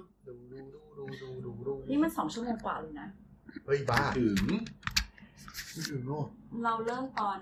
S2: นี่มันสองชั่วโมงกว่าเลยนะ
S5: เฮ้ยบ้า
S8: ถึง
S5: ถึงโน่น
S2: เราเริ่มตอน